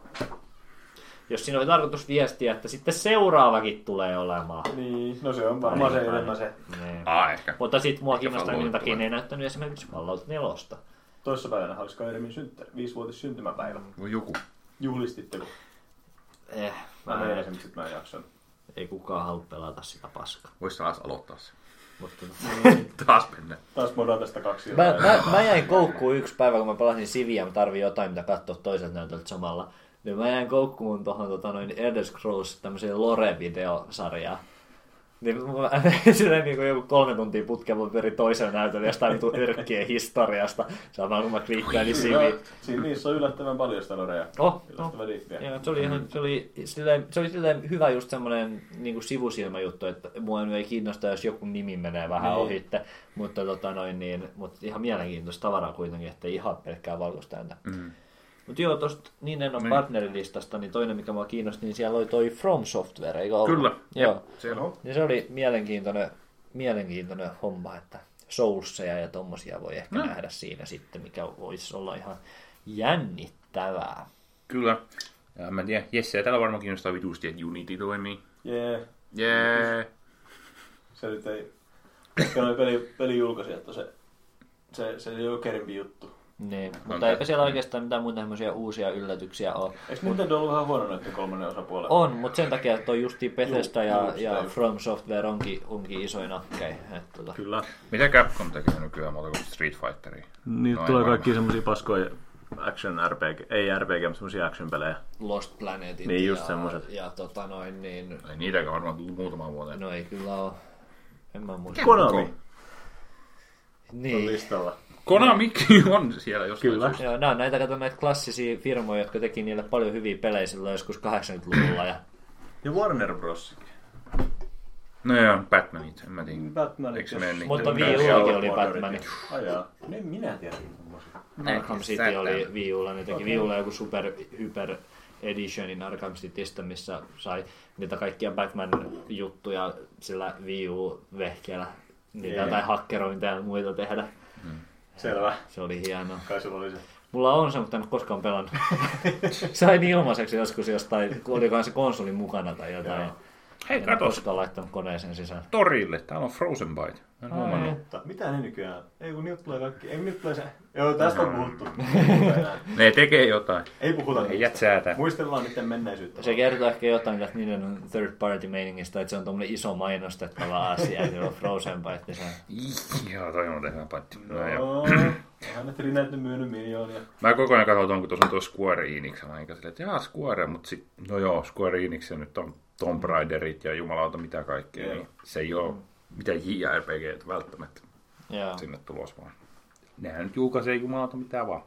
jos siinä oli tarkoitus viestiä, että sitten seuraavakin tulee olemaan.
Niin, no se on varmaan se
Niin,
enemmän se.
Niin.
Ah, ehkä.
Mutta sitten mua kiinnostaa,
Fallout
minkä takia ne
tulee.
ei näyttänyt esimerkiksi Fallout 4.
Toissapäivänä oli Skyrimin synttä, viisivuotis syntymäpäivä.
No joku.
Juhlistitteko?
Eh,
Mä
mä
meinasin,
en,
mutta sit mä en jaksanut.
ei kukaan halua pelata sitä paskaa.
Voisi taas aloittaa se.
Mutta,
Niin.
Taas mennä.
Taas modaa tästä kaksi
mä,
iltaa.
mä, mä, jäin koukkuun yksi päivä, kun mä pelasin Siviä, mä tarvin jotain, mitä katsoa toiselta näytöltä samalla. Niin mä jäin koukkuun tuohon tota, noin Elder Scrolls tämmöiseen Lore-videosarjaan. Niin mä <laughs> silleen niin joku kolme tuntia putkeen mä pyrin toisen näytön jostain vitu yrkkien historiasta. Samalla kun mä niin klikkailin Siviä.
Siinä niissä on yllättävän paljon sitä lorea.
Oh, no.
Yllättävän diffiä.
Joo, se oli, ihan, se oli, silleen, se oli silleen hyvä just semmoinen niin sivusilmäjuttu, että mua ei kiinnosta, jos joku nimi menee vähän
Niin.
niin. ohitte, mutta, tota noin, niin, mutta ihan mielenkiintoista tavaraa kuitenkin, että ei ihan pelkkää valkoista mm. Mutta joo, tuosta niin on partnerilistasta, niin toinen mikä mua kiinnosti, niin siellä oli toi From Software, eikö ollut?
Kyllä,
Joo.
Siellä on.
Ja se oli mielenkiintoinen, mielenkiintoinen homma, että Soulsseja ja tommosia voi ehkä no. nähdä siinä sitten, mikä voisi olla ihan jännittävää.
Kyllä. Ja mä en tiedä, Jesse, täällä varmaan kiinnostaa vitusti, että Unity toimii.
Jee.
Jee.
Se nyt ei... Ehkä noi peli, peli julkaisi, että se, se, se ei ole kerimpi juttu.
Niin, mutta
Onko-
eipä siellä oikeastaan mitään muita tämmöisiä uusia yllätyksiä ole.
Eikö Nintendo ollut vähän huono näiden kolmannen osapuolella?
Mm. On, mutta sen takia, että on justi Bethesda ja,
just
ja
näin.
From Software onkin, onkin isoin akkei. Et Tota.
Kyllä.
Mitä Capcom tekee nykyään muuta kuin Street Fighteria?
Niin,
No
no
ei
tulee
varmaan.
kaikki semmosia paskoja action RPG, ei RPG, mutta semmosia action pelejä.
Lost Planetit
Niin, just
ja,
semmoset.
ja tota noin, niin
Ei niitäkään varmaan tullut muutamaan vuoteen.
no ei kyllä ole. En mä muista.
Konami
Niin,
listalla.
Konami on siellä jostain
Kyllä.
syystä.
Joo, nämä on näitä kato näitä klassisia firmoja, jotka teki niille paljon hyviä pelejä silloin joskus 80-luvulla. Ja...
Ja Warner Bros.
No joo, Batmanit, en mä tiedä.
Batman.
Eikö se mene niin?
Mutta
Kyllä.
Wii Ullakin oli Batman.
Ajaa. En minä tiedä. tommosia.
Arkham City oli Wii Ulla, ne teki Wii Ulla joku super hyper editionin Arkham Citystä, missä sai niitä kaikkia Batman-juttuja sillä Wii U-vehkeellä. Niitä
Jee.
jotain hakkerointia ja muita tehdä.
Selvä.
Se oli hienoa.
Kai sulla oli se.
Mulla on se, mutta en ole koskaan pelannut. Sain ilmaiseksi joskus jostain, kun olikohan se konsoli mukana tai jotain.
Joo.
Hei,
En ole
katos
koskaan laittanut koneeseen sisään.
torille. Täällä on Frozen Bite. Mä en huomannut.
Mutta mitä ne nykyään? Ei kun niiltä tulee kaikki. Ei kun niiltä tulee se. Joo, tästä on puhuttu.
Ne tekee jotain.
Ei puhuta
Mm. Ei
niistä.
jät säätä.
Muistellaan niiden menneisyyttä.
Se kertoo ehkä jotain tästä niiden third party meiningistä, että se on tuommoinen iso mainostettava asia, että on Frozen Bite. Se on-
Joo, toi on muuten hyvä patti. No, joo.
Joo. Onhan ne Trinet nyt myynyt miljoonia.
Mä koko ajan katsoin, onko tuossa on tuo Square Enix on aika silleen, että jaa Square, mutta sit, no joo, Square Enix ja nyt on Tomb Raiderit ja jumalauta mitä kaikkea,
Joo.
niin se ei ole mitään JRPG välttämättä
Joo.
sinne tulos vaan. Nehän nyt julkaisee jumalauta mitä vaan.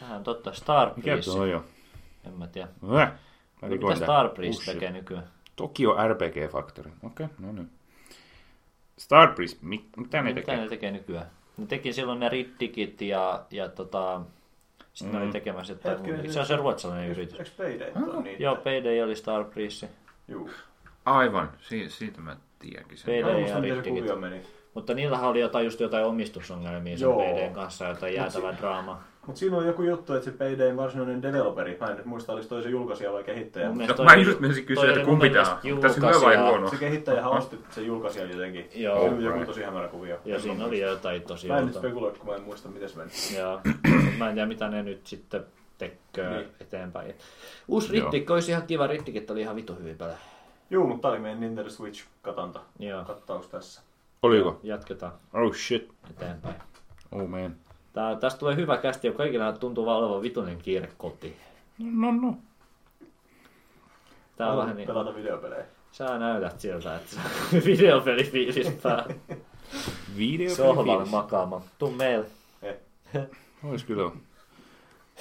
Vähän totta. Starbreeze.
jo?
En mä tiedä.
Mä
No, mitä Starbreeze tekee nykyään?
Tokio RPG Factory. Okei, okay, no niin. Starbreeze, mit,
Mitä
mitä ne Niin tekee?
ne tekee nykyään? Ne teki silloin ne Riddikit ja, ja tota, sitten mm. ne oli tekemässä jotain
Hetkinen,
muuta. Se on se ruotsalainen yritys.
Eikö Payday ole niitä?
Joo, Payday oli Starbreeze.
Juu.
Aivan, si- siitä mä tiedänkin sen.
Peli.
Mä en
Payday
muista,
ja
miten se
Riddikit.
kuvio meni.
Mutta niillähän oli jotain, just jotain omistusongelmia sen
Joo.
Paydayn kanssa, jotain jäätävää draamaa.
Mut siinä on joku juttu, että se Paydayn varsinainen developeri, mä en nyt muista, olis toi se julkaisija vai kehittäjä.
Mun
mutta
mielestä
No,
toi
mä
oli-
just menisin kysyä,
toi
että
oli mun
kumpi tää
mielestä
on. Onko tässä hyvä vai
julkaisija-
huono?
Se kehittäjähän osti se julkaisija jotenkin.
Joo.
Se oli joku
No. Alright.
tosi hämärä kuvio.
Joo, siinä oli jotain tosi
Mä en nyt
outoa.
spekuloi, kun mä en muista, miten se meni.
Joo. Mä en tiedä, mitä ne nyt sitten tekee
Niin.
eteenpäin. Uusi
Joo.
Rittikki olisi ihan kiva. Rittikit oli ihan vitu hyviä pelejä.
Juu, mutta tää oli meidän Nintendo Switch-katanta.
Joo.
Kattaus tässä.
Oliko?
Jatketaan
Oh shit.
eteenpäin.
Oh man.
Tää, tästä tulee hyvä kästi, ja kaikilla tuntuu vaan olevan vitunen kiire kotiin.
No no.
Tää on
Haluan
vähän niin,
Pelata videopelejä.
sä näytät siltä, että sä <laughs> videopelifiilis <laughs> päällä.
Video
Sohvalle makaamaan. Tuu meille.
Ois kyllä.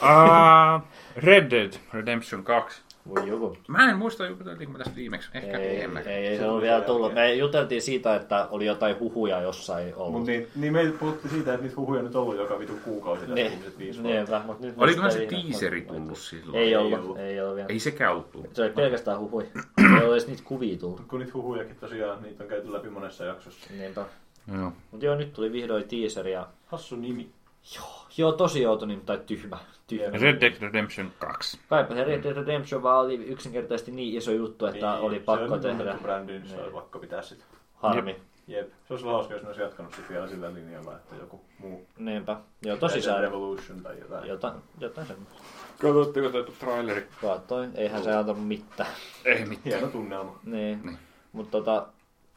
Uh, Red Dead Redemption 2.
Voi joku.
Mä en muista, juteltiinko me tästä viimeksi. Ehkä
Ei,
enemmän.
ei, ei, se
Se
on
tuli
vielä
sen
tullut.
jälkeen.
Me juteltiin siitä, että oli jotain huhuja jossain ollut.
Mut niin, niin me puhuttiin siitä, että niitä huhuja nyt on ollut joka vitu kuukausi tässä
Niin,
viimeiset viisi vuotta.
Niinpä, mut nyt
Olikohan se
nyt sitä
teaseri
ihan-
tullut silloin?
Ei
ollut.
ollut, ei ollut vielä.
Ei sekään ollut tullut.
Se oli pelkästään huhui. ei ole edes niitä kuvia tullut.
Kun niitä huhujakin tosiaan, niitä on käyty läpi monessa jaksossa.
Niinpä.
Joo.
Mut joo, nyt tuli vihdoin teaser ja...
Hassu nimi.
Joo, tosi outoinen, tai tyhmä. Tyhmä.
Red Dead Redemption 2.
Kaipa se Red Dead Redemption vaan oli yksinkertaisesti niin iso juttu, että niin, oli
se
pakko
on niin
tehdä.
tunnettu brändi, niin se oli
Niin.
pakko pitää sitä.
Harmi.
Jep. Se olisi hauska, jos ne olisi jatkanut sitä vielä sillä linjalla, että joku muu.
Niinpä. Joo, tosi
Red Dead
sääli.
Revolution tai jotain.
Jotain, jotain semmoista.
Katsotteko tätä traileri?
Katsoin, eihän se antanut mitään. <laughs>
Ei mitään.
Hieno tunnelma.
Niin.
Niin.
niin. Mutta tota,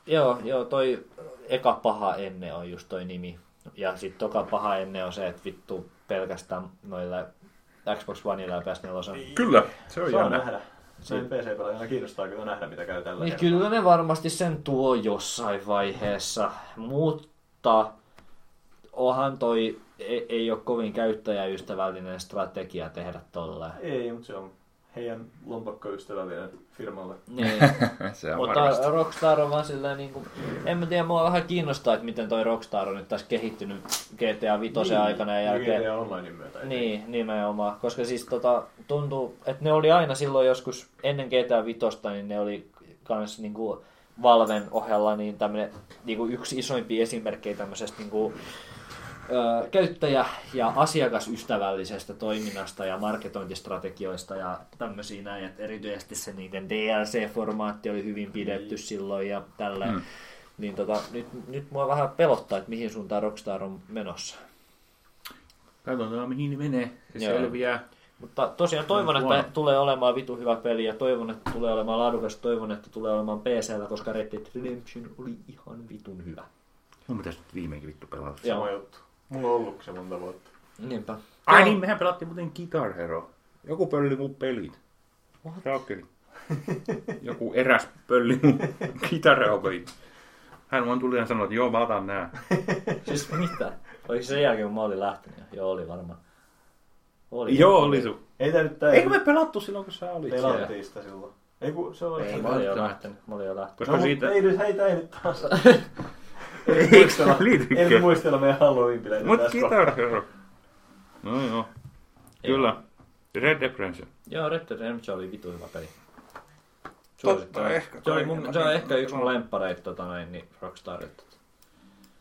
joo, joo, toi eka paha ennen on just toi nimi. Ja sit toka paha ennen on se, että vittu pelkästään noilla Xbox Oneilla ja PS4 on.
Kyllä, se on
Saa
jännä.
nähdä. Näin PC-pelaajana kiinnostaa kyllä nähdä, mitä käy tällä
Niin
kertaa.
kyllä ne varmasti sen tuo jossain vaiheessa, mutta onhan toi, ei, ei ole kovin käyttäjäystävällinen strategia tehdä tolleen.
Ei, mutta se on heidän lompakkoystävällinen firmalle.
Niin.
Se on varmasti.
Mutta Rockstar on vaan silleen niin kuin, en mä tiedä, mua vähän kiinnostaa, että miten toi Rockstar on nyt tässä kehittynyt GTA 5 niin, aikana ja jälkeen.
GTA Onlinein myötä.
Niin, nimenomaan. Koska siis tota, tuntuu, että ne oli aina silloin joskus ennen GTA Vitosta, niin ne oli kans niinku Valven ohella niin tämmönen, niinku yksi isoimpia esimerkkejä tämmöisestä niinku, ö, käyttäjä- ja asiakasystävällisestä toiminnasta ja marketointistrategioista ja tämmöisiä näin, että erityisesti se niiden DLC-formaatti oli hyvin pidetty silloin ja tällä. Mm. Niin tota, nyt, nyt mua vähän pelottaa, että mihin suuntaan Rockstar on menossa.
Katsotaan mihin ne menee. Se
Joo.
selviää.
Mutta tosiaan toivon,
Huono.
että tulee olemaan vitu hyvä peli ja toivon, että tulee olemaan laadukas, toivon, että tulee olemaan PCllä, koska Red Dead Redemption oli ihan vitun hyvä.
No mitäs nyt viimeinkin vittu pelata?
Sama juttu. Mulla on ollut se monta vuotta.
Niinpä.
Ai niin, mehän pelattiin muuten Guitar Hero. Joku pölli mun pelit. Raakeli. Joku eräs pölli mun Guitar Hero pelit. Hän vaan tuli ja sanoi, että joo, mä otan nää.
Siis mitä? Oliko sen jälkeen, kun mä olin lähtenyt? jo? Joo, oli varmaan. Oli.
Joo, oli sun.
Ei tää nyt tää...
Eikö me pelattu silloin, kun sä olit siellä?
Pelattiin sitä silloin. Ei kun se oli...
Ei,
no,
mä olin jo
Välttämättä.
lähtenyt. Mä olin jo lähtenyt.
Koska
mut
siitä...
Ei nyt, hei, tää ei nyt taas. Ei
Eikö
muistella,
se liitykään?
ei muistella meidän Halloween-bileitä
Mut
tässä
Guitar Hero. No joo. Kyllä. Red Dead Redemption.
Joo, Red Dead Redemption oli vitu hyvä peli.
Totta, ehkä. niin
Se, oli mun, se on ehkä yksi mun lemppareita tota noin, niin Rockstarilta.
kohtaa.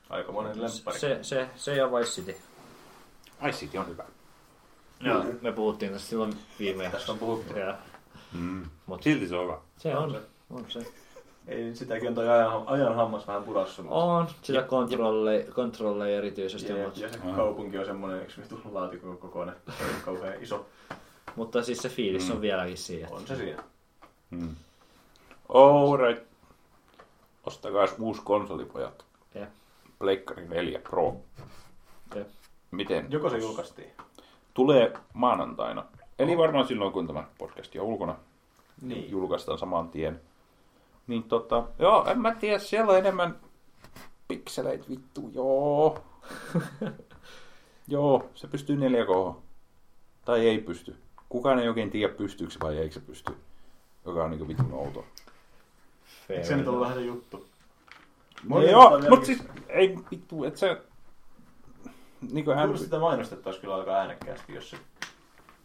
Aika monen lemppari.
Se, se, se ja Vice City.
Ai sit on hyvä.
Joo, me puhuttiin tästä silloin viime jaksossa.
on puhuttu.
Joo.
Mut silti se on hyvä.
Se on. On se.
Ei nyt sitäkin on toi ajan, ajan hammas vähän purassu. mutta-
On. Sitä kontrolleja, kontrolleja erityisesti.
Ja,
Mutta,
ja se kaupunki on semmonen yksi vitun laatikon kokoinen, kauhean iso.
mutta siis se fiilis on vieläkin siinä.
On se siinä.
Alright. Ostakaa Oh, uusi konsoli, pojat.
Jep.
Pleikkari 4 Pro.
Jep.
Miten?
Joko se julkaistiin?
Tulee maanantaina. Eli varmaan silloin, kun tämä podcast on ulkona.
Niin.
julkaistaan saman tien. Niin tota, joo, en mä tiedä, siellä on enemmän pikseleitä vittu, joo. <laughs> joo, se pystyy 4K. Tai ei pysty. Kukaan ei oikein tiedä, pystyykö se vai eikö se pysty. Joka on niinku vitun outo.
Eikö se nyt ollut vähän se juttu? Moni
Ei, joo,
ottaa
mut
vieläkin-
siis, ei vittu, et se... Niinku hän...
Luulisi sitä mainostettaisiin kyllä aika äänekkäästi, jos se...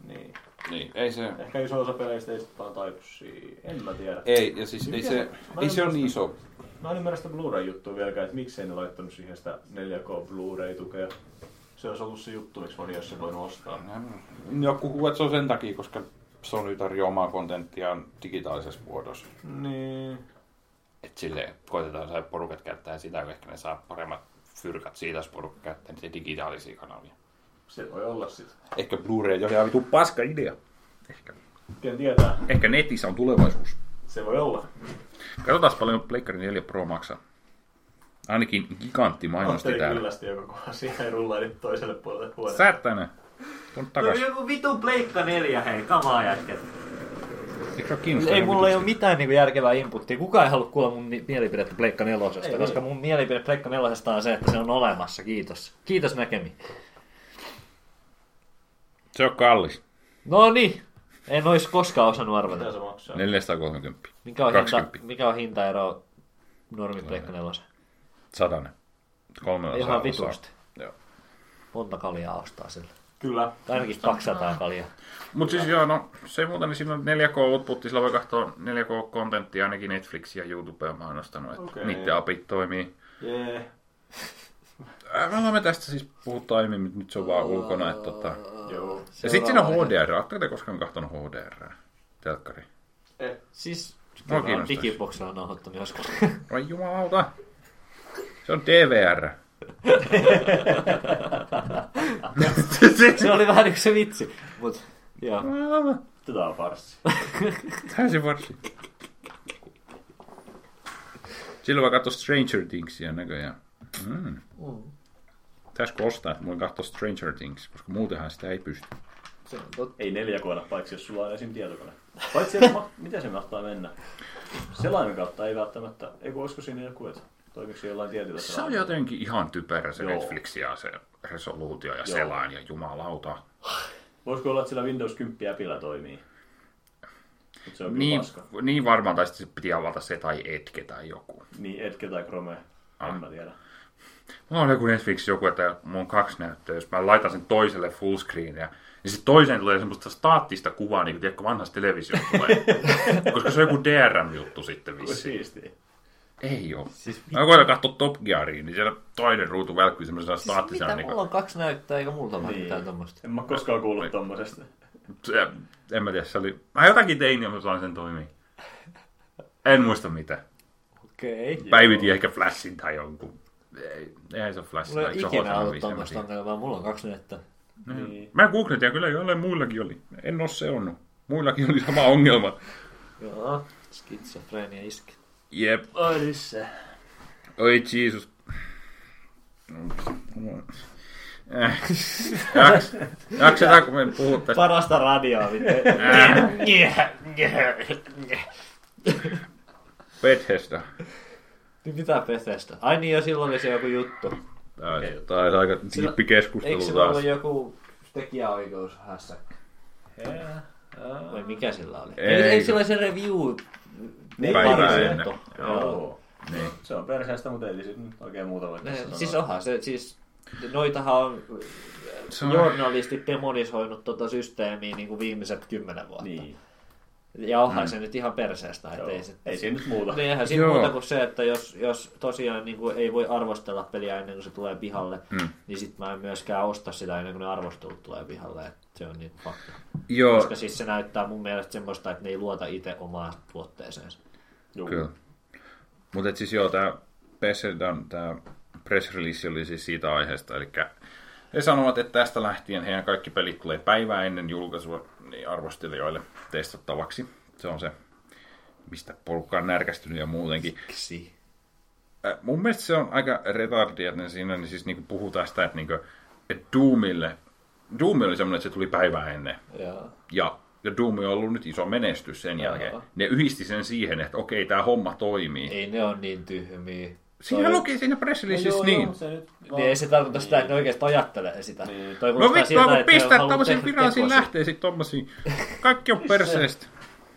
Niin.
Niin, ei se...
Ehkä iso osa peleistä ei sitten vaan taipu siihen. En mä tiedä.
Ei, ja siis ei se, ei se ole niin iso.
Mä en ymmärrä sitä Blu-ray-juttua vieläkään, että miksei ne laittanut siihen sitä 4K Blu-ray-tukea. Se olisi ollut se juttu, miksi moni olisi sen voinut ostaa.
Joku puhuu, että se on sen takia, koska Sony tarjoaa omaa kontenttiaan digitaalisessa muodossa.
Niin.
Et silleen koitetaan saada porukat käyttää sitä, kun ehkä ne saa paremmat fyrkat siitä, jos porukat käyttää niitä digitaalisia kanavia.
Se voi olla sit.
Ehkä Blu-ray on ihan vitu paska idea.
Ken tietää.
Ehkä netissä on tulevaisuus.
Se voi olla.
Katsotaan paljon Pleikkari 4 Pro maksaa. Ainakin gigantti mainosti
Ajattelin
täällä.
kyllästi joka kohdassa siihen rullailin toiselle puolelle huoneen.
Säättänä. Tuonne takas.
joku vitu pleikka neljä, hei, kamaa jätket.
Eikö se ole kiinnostavaa?
Ei mulla ei ole mitään niinku järkevää inputtia. Kukaan ei halua kuulla mun ni- mielipidettä Pleikka nelosesta,
Ei,
koska
ei.
mun mielipide Pleikka nelosesta on se, että se on olemassa. Kiitos. Kiitos näkemi.
Se on kallis.
No niin. En ois koskaan osannut
Mitä
arvata.
se maksaa?
430.
Mikä on, hinta,
20.
mikä on hintaero normi Pleikka neloseen?
Sadanen. Kolmella
Ihan vitusti.
Joo.
Monta kaljaa ostaa sillä.
Kyllä.
Tai ainakin 200 kaljaa.
Mut siis joo, no se ei muuta, niin siinä on 4K-outputti, sillä voi katsoa 4K-kontenttia, ainakin Netflixiä ja YouTubea mä oon nostanut, että
Okei.
okay. niiden apit toimii.
Jee.
Äh, Me olemme tästä siis puhuttu aiemmin, mutta nyt se on vaan ulkona. Että, tota...
Joo.
Ja sit siinä on HDR. Oletteko te koskaan kahtonut HDR? Telkkari.
Eh.
Siis
Mua
kyllä on
kiinnostaisi.
digiboksilla on nauhoittanut joskus. <laughs>
Ai jumalauta. Se on DVR.
se oli vähän yksi se vitsi. Mut joo.
Jumalauta.
Tätä on farssi.
Täysin varsin. Silloin mä katsoin Stranger Thingsia näköjään. Mm. Pitäisikö ostaa, että mulla katsoa Stranger Things, koska muutenhan sitä ei pysty.
Se on totta.
Ei neljä koina, paitsi jos sulla on esim. tietokone. Paitsi, että ma- <laughs> miten se mahtaa mennä? Selaimen kautta ei välttämättä, ei kun olisiko siinä joku, että toimiko se jollain tietyllä
Se on jotenkin ihan typerä se
Joo.
Netflix ja se resoluutio ja
Joo.
selain ja jumalauta.
Voisiko olla, että sillä Windows 10 äpillä toimii? Mut se on niin.
Niin,
paska.
niin varmaan, tai sitten piti avata se tai etke tai joku.
Niin, etkä tai Chrome.
Ah.
En mä tiedä.
Mulla on joku Netflix joku, että mulla on kaksi näyttöä, jos mä laitan sen toiselle fullscreen ja niin sitten toiseen tulee semmoista staattista kuvaa, niin kuin tiedätkö, vanhasta televisiosta
<laughs>
tulee. Koska se on joku DRM-juttu sitten
Kuin
vissiin.
siistiä.
Ei oo. Siis, mä koitan katsoa Top Geariin, niin siellä toinen ruutu välkkyy semmoisena staattisena.
Siis Mitä,
niinku-
niin
mulla on kaksi näyttää eikä multa ole
Niin.
mitään tommosta.
En mä oo koskaan kuullut
<laughs>
tommosesta.
Niin. se, en mä tiedä, se oli... Mä jotakin tein ja mä sain sen toimii. En muista mitä.
Okei. Okay.
Päivitin ehkä Flashin tai jonkun. Ei, eihän se ole Flash.
Mulla ei ole
eikö se
ikinä
HTML5, en
ollut
mä
tommoista
tiedä.
ongelmaa, mulla on kaksi näyttöä.
Niin.
Mä googletin ja kyllä jollain muillakin oli. En oo se on. Muillakin oli sama ongelma.
Joo. Skitsofrenia iski.
Jep.
Odissa.
Oi Jeesus. Äh. Jaks- Jaksetaanko me puhua tästä?
Parasta radioa, vittu.
Bethesda.
Niin mitä Bethesda? Ai niin, jo silloin oli se joku juttu.
Tämä
Okei.
okay. on aika
Sillä-
tiippi keskustelu
Eikö
taas.
sillä ollut joku tekijäoikeus hässäkkä?
Hää? Ää?
Vai mikä sillä oli?
Ei.
Ei, eikö sillä ole se review?
Niin,
Päivää
pari
ennen.
vuotta.
Joo.
Joo.
Niin.
Se on perseestä, mutta ei
siis
sit nyt oikein muuta voi tässä
Ne,
sanoa.
Siis onhan se, siis noitahan on
Se on-
journalistit demonisoinut tota systeemiä niin kuin viimeiset kymmenen vuotta.
Niin.
Ja onhan se nyt ihan perseestä, että
Joo.
ei se...
Ei siinä nyt muuta.
Niin eihän siinä
Joo.
muuta kuin se, että jos, jos tosiaan niin kuin ei voi arvostella peliä ennen kuin se tulee pihalle,
Mm.
niin sit mä en myöskään osta sitä ennen kuin ne arvostelut tulee pihalle. Et se on niin fakta.
Joo,
Koska siis se näyttää mun mielestä semmoista, että ne ei luota itse omaa tuotteeseensa.
Juu.
Kyllä. Mutta siis joo, tämä Bethesdan tämä press release oli siis siitä aiheesta, eli he sanovat, että tästä lähtien heidän kaikki pelit tulee päivää ennen julkaisua niin arvostelijoille testattavaksi. Se on se, mistä porukka on närkästynyt ja muutenkin.
Miksi?
Äh, mun mielestä se on aika retardia, että ne siinä niin siis niinku puhuu tästä, että, niinku, että Doomille, Doom oli semmoinen, että se tuli päivää ennen
Joo.
ja, ja Doom on ollut nyt iso menestys sen jälkeen.
Joo.
Ne yhdisti sen siihen, että okei, tämä homma toimii.
Ei ne on niin tyhmiä.
Siinä
Toi-
luki siinä press
No
releaseissa
joo,
niin.
joo, se nyt vaan-
no,
Niin ei se tarkoita sitä, että ne oikeasti ajattelee sitä.
Niin.
Toi
No
kuulostaa
vittu,
siltä,
kun
että ne
pistää
haluaa
tommosin
tehdä
virallisiin
tekosia.
lähteisiin
<laughs>
tommosiin. Kaikki on perseestä.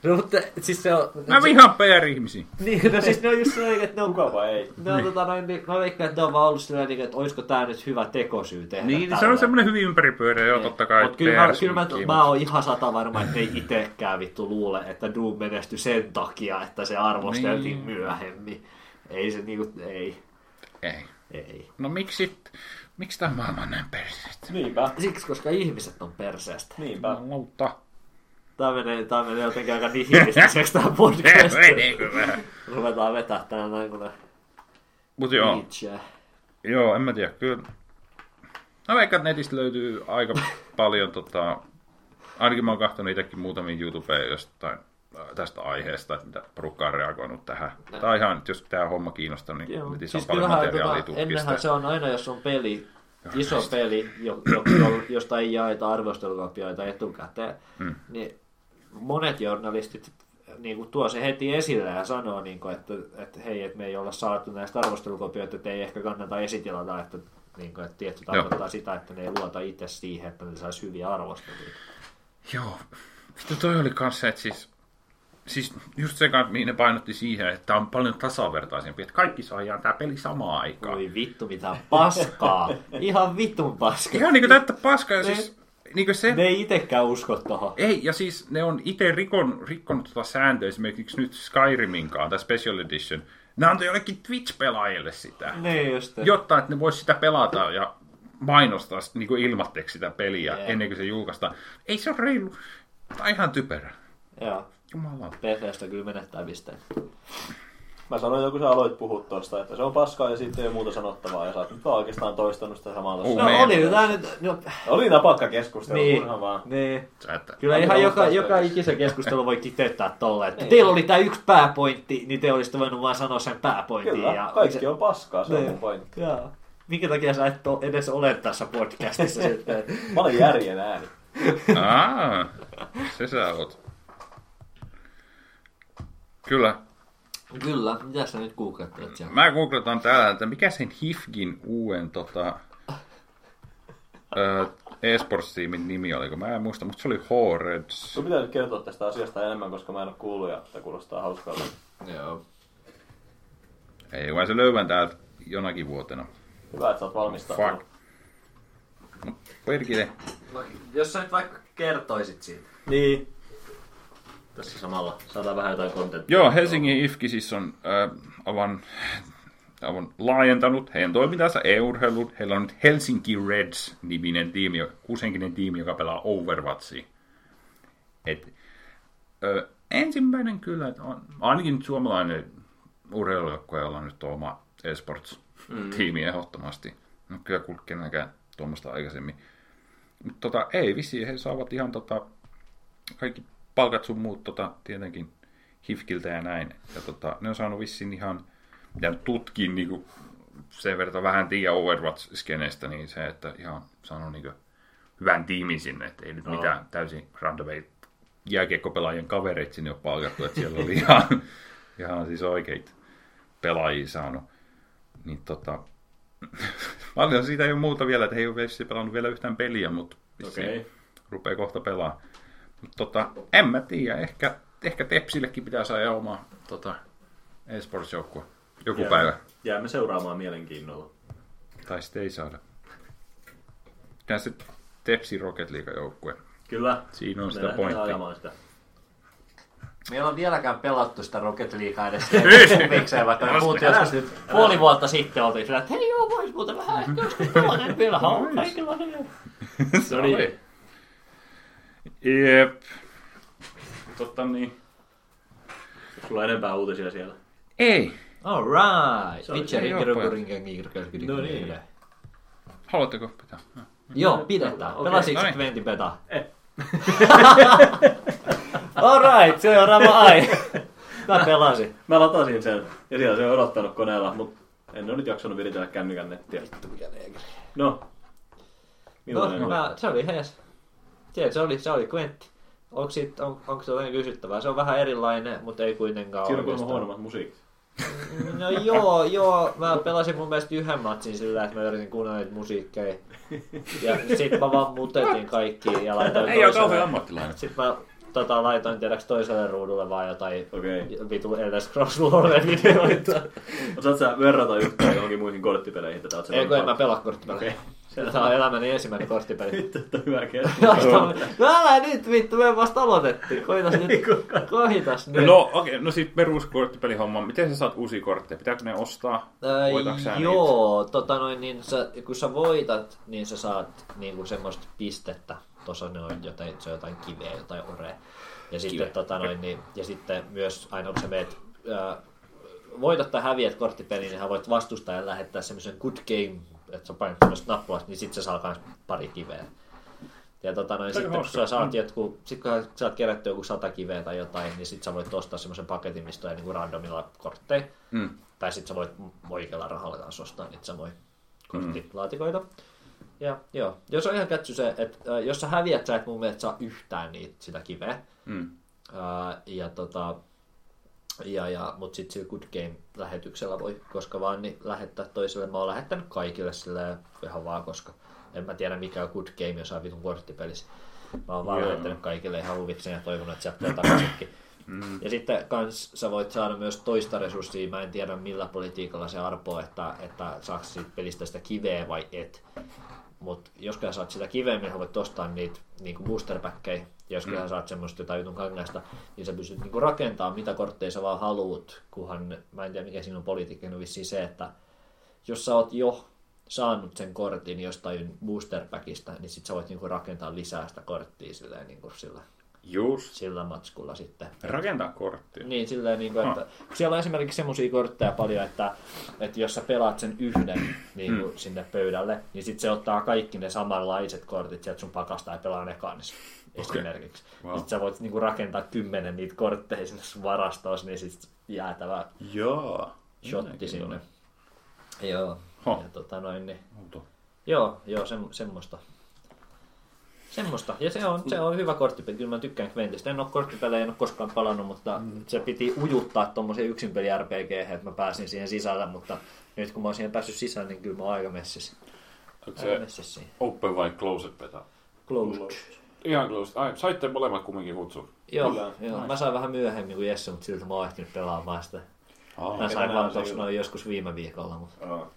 No mutta siis se on...
Mä vihaan PR-ihmisiä.
<laughs> Niin, no siis ne on just sellainen, että ne on
Mukava ei.
Ne on, tota, noin, niin, mä veikkaan, että ne on vaan ollut sillä niin, että olisiko tää nyt hyvä tekosyy tehdä.
Niin, se
tällä.
on semmonen hyvin ympäripyöreä, joo, totta kai.
Niin. Mut kyllä, mä, kyllä mä,
PR-sminkki,
mä oon ihan sata varma, että ne ei itekään vittu luule, että Doom menestyi sen takia, että se arvosteltiin
Niin.
niin. myöhemmin. Ei se niinku, ei,
mut Ei.
ei.
No miksi, miksi tää maailma on näin perseestä?
Niinpä.
Siksi, koska ihmiset on perseestä.
Niinpä.
Lauta.
Tää menee, tää menee jotenkin aika nihilistiseksi
<laughs>
tää podcast. Ruvetaan vetää tää näin kun ne
Mut joo,
itseä.
joo, en mä tiedä, kyllä. Mä veikkaan, että netistä löytyy aika paljon tota... Ainakin mä oon kahtonut itekin muutamia YouTubeja jostain äh, tästä aiheesta, että mitä porukka on reagoinut tähän. Tai ihan, jos tämä homma kiinnostaa, niin
Joo,
netissä
siis
on paljon
kyllähän
materiaalia
tota, ennenhän se
tutkista.
on aina, jos on peli, iso peli, jo,
<clears throat>
jo, jo, josta ei jaeta arvostelukopioita etukäteen, mm. niin monet journalistit niin kuin tuo se heti esille ja sanoo, niin kuin, että, että hei, että me ei olla saatu näistä arvostelukopioita, että ei ehkä kannata esitilata, että, niin kuin, että tietty tarkoittaa sitä, että ne ei luota itse siihen, että ne saisi hyviä arvosteluita.
Joo, vittu toi oli kans se, että siis, siis just se kanssa, mihin ne painotti siihen, että tää on paljon tasavertaisempi, että kaikki saa ihan tää peli samaan aikaan.
Voi vittu, mitä paskaa. Ihan vittun paskaa.
Ihan niinku täyttä paskaa, ja
Ne-
siis niinku se...
Ne ei itekään usko tohon.
Ei, ja siis ne on itse rikon, rikkonut tota sääntöä esimerkiksi nyt Skyriminkaan, tämä Special Edition. Ne antoi jollekin Twitch-pelaajille sitä,
Ne Niin just.
jotta että ne vois sitä pelata ja mainostaa sit niinku ilmatteeksi sitä peliä
Jep.
ennen kuin se julkaistaan. Ei se ole reilu, tai ihan typerä.
Joo.
Jumala.
Bethesda kyllä menettää pisteen.
Mä sanoin joku sä aloit puhua tosta, että se on paskaa ja siitä ei ole muuta sanottavaa ja sä oot nyt vaan oikeastaan toistanut sitä samalla.
Uh.
No
Meidän.
oli tää nyt... No,
Oli napakka keskustelu,
niin,
kunhan vaan.
niin.
Sä et-
Kyllä
Anna
ihan joka,
vastaan
joka
sitä.
ikisen keskustelu voi kiteyttää tolleen, että teillä oli tää yksi pääpointti, niin te olisitte voinut vaan sanoa sen pääpointin.
Kyllä,
ja
kaikki
se,
on paskaa, se on
Niin.
mun pointti.
Joo. Minkä takia sä et oo edes ole tässä
<laughs>
podcastissa sitten?
Mä olen järjen ääni.
Aa, se sä oot. Kyllä.
Kyllä, mitä sä nyt googlettelet siellä?
Mä googletan täällä, että mikä sen HIFGin uuden tota, ö, e-sports-tiimin nimi oli, kun mä en muista, mutta se oli E Horeds.
Sun pitää nyt kertoa tästä asiasta enemmän, koska mä en ole kuullut ja tämä kuulostaa hauskalta.
Joo.
Ei, vaan se löydän täältä jonakin vuotena.
Hyvä, että sä oot valmistautunut.
Fuck. Perkele.
No, jos sä nyt vaikka kertoisit siitä.
Niin.
Tässä samalla. Saadaan vähän jotain kontenttia.
Joo, Helsingin IFKI siis on ö, avan, avan laajentanut heidän toimintansa e-urheiluun. Heillä on nyt Helsinki Reds-niminen tiimi, kuusenkinen tiimi, joka pelaa Overwatchia. Et, ö, ensimmäinen kyllä, että on, ainakin nyt suomalainen urheilujoukkue, jolla on nyt tuo oma esports-tiimi ehdottomasti. No kyllä kulkenäkään tuommoista aikaisemmin. Mutta tota, ei vissiin, he saavat ihan tota, kaikki palkat sun muut tota, tietenkin hifkiltä ja näin. Ja tota, ne on saanut vissiin ihan, mitä nyt tutkin niin kuin sen verran vähän tiedä Overwatch-skenestä, niin se, että ihan saanut niin kuin, hyvän tiimin sinne, että ei nyt no. mitään täysin randomia jääkiekkopelaajien kavereita sinne ole palkattu, että siellä oli <laughs> ihan, ihan siis oikeita pelaajia saanut. Niin tota, <laughs> Paljon siitä ei ole muuta vielä, että he ei ole vissi pelannut vielä yhtään peliä, mutta vissiin
Okei.
okay. rupeaa kohta pelaamaan. Mutta tota, en mä tiedä, ehkä, ehkä Tepsillekin pitää saada oma tota, esports-joukkue joku
Jää-
päivä.
Jäämme seuraamaan mielenkiinnolla.
Tai sitten ei saada. Tämä se Tepsi Rocket League-joukkue.
Kyllä.
Siinä on
me
sitä
lähdetään
pointtia.
ajamaan sitä.
Me ei olla vieläkään pelattu sitä Rocket Leaguea <laughs> edes huvikseen, vaikka me puhuttiin joskus nyt puoli vuotta sitten oltiin sillä, että hei joo, vois muuten vähän, <laughs> ehkä joskus pelata, että meillähän on kaikilla ne.
No niin. Jep. Totta niin.
Onko Sulla on enempää uutisia siellä.
Ei!
Alright.
Se oli- niin
Vitsi,
se oli
rinkki,
nopea.
rukku, rinkki, rinkki, rinkki, rinkki,
No
rinkki.
niin.
Haluatteko pitää?
Joo, pidetään.
Okei,
Pelasitko
no
okay,
niin.
Twenty Beta? <laughs>
Eh.
Alright, seuraava
<laughs>
ai. Mä pelasin.
Mä latasin sen ja siellä se on odottanut koneella, mutta en ole nyt jaksanut viritellä kännykän nettiä. No. Millainen
No,
no,
mä, se oli hees. Tiedät, se oli, se oli Quentti. Onko, sit, on, onko se jotain kysyttävää? Se on vähän erilainen, mutta ei kuitenkaan
Siinä on kuulemma
oikeastaan.
huonommat musiikit.
No joo, joo. Mä pelasin mun mielestä yhden matsin sillä, että mä yritin kuunnella niitä musiikkeja. Ja sit mä vaan mutetin kaikki ja laitoin
Ei ole
toiselle.
kauhean ammattilainen.
Sitten mä tota, laitoin tiedäks toiselle ruudulle vaan jotain
Okei. Okay.
vitu Elder Scrolls Lore videoita.
Osaat sä verrata yhtään johonkin muihin korttipeleihin tätä? Oot sä
Ei kun en mä
<laughs> pelannut-
pelaa korttipelejä.
Okei.
Tämä on elämäni ensimmäinen korttipeli.
Vittu, että hyvä
<laughs>
keskustelu.
Jostain- No älä nyt vittu, me vasta aloitettiin. Koitas nyt. Koitas nyt.
No okei, okay, no sit peruskorttipelihomma. Miten sä saat uusia kortteja? Pitääkö ne ostaa?
Öö,
Voitatko sä
joo, tota noin, niin sä, kun sä voitat, niin sä saat niinku semmoista pistettä. Tuossa ne on jotain, se on jotain kiveä, jotain orea. Ja sitten, tota noin, niin, ja sitten myös aina kun sä meet, öö, voitat tai häviät korttipeliin, niin sä voit vastustajan lähettää semmoisen good game, että sä painat tämmöistä nappulasta, niin sit sä saa kans pari kiveä. Ja tota noin, sitten kun
hauska.
sä saat jotkut, sit kun sä saat kerätty joku sata kiveä tai jotain, niin sit sä voit ostaa semmoisen paketin, mistä on niinku randomilla kortteja.
Mm.
Tai sitten sä voit oikealla rahalla kanssa ostaa niitä samoja
Mm.
korttilaatikoita. Ja joo, jos on ihan kätsy se, että äh, jos sä häviät, sä et mun mielestä saa yhtään niitä, sitä kiveä.
Mm.
Äh, ja tota, ja, ja, mut sit sillä Good Game-lähetyksellä voi koska vaan niin lähettää toiselle. Mä oon lähettänyt kaikille sillä ihan vaan, koska en mä tiedä mikä on Good Game jossain vitun korttipelissä. Mä oon vaan
Joo.
lähettänyt kaikille ihan huvikseen ja toivonut, että sieltä tulee takaisinkin. Ja sitten kans sä voit saada myös toista resurssia, mä en tiedä millä politiikalla se arpoo, että, että saaks siitä pelistä sitä kiveä vai et. Mutta jos sä saat sitä kiveä, millä voit ostaa niitä niinku boosterpäkkejä, ja jos mm. sä saat semmoista jotain jutun kangasta, niin sä pystyt niinku rakentamaan mitä kortteja sä vaan haluut, kunhan, mä en tiedä mikä siinä on politiikka, niin vissiin se, että jos sä oot jo saanut sen kortin jostain boosterpäkistä, niin sit sä voit niinku rakentaa lisää sitä korttia silleen, niinku sillä,
Just.
sillä matskulla sitten.
Rakentaa korttia.
Niin, silleen, niin kuin, että
Ah.
siellä on esimerkiksi semmoisia kortteja paljon, että, että jos sä pelaat sen yhden niin
Hmm.
kuin, sinne pöydälle, niin sitten se ottaa kaikki ne samanlaiset kortit sieltä sun pakasta ja pelaa ne kanssa. Esimerkiksi.
Wow.
Wow. Sitten sä voit niin kuin, rakentaa kymmenen niitä kortteja sinne sun varastoon, niin sitten jäätävä
Joo.
shotti sinne. Joo.
Huh.
Ja, tota, noin, niin. Joo, joo, sem, semmoista. Semmoista. Ja se on, se on hyvä korttipeli. Kyllä mä tykkään Quentistä. En ole korttipelejä, en ole koskaan palannut, mutta se piti ujuttaa tuommoisen yksin peli RPG, että mä pääsin siihen sisälle, mutta nyt kun mä oon siihen päässyt sisään, niin kyllä mä oon aika messissä.
Onko
Aika
se
messissä siihen.
open vai closed beta?
Closed.
Ihan closed. Ai, saitte molemmat kumminkin kutsun.
Joo, joo. mä sain vähän myöhemmin kuin Jesse, mutta silti mä oon ehtinyt pelaamaan sitä. Mä
Ah.
sain
tänään
vaan
se
tuossa
ilta.
noin joskus viime viikolla, mutta
Joo.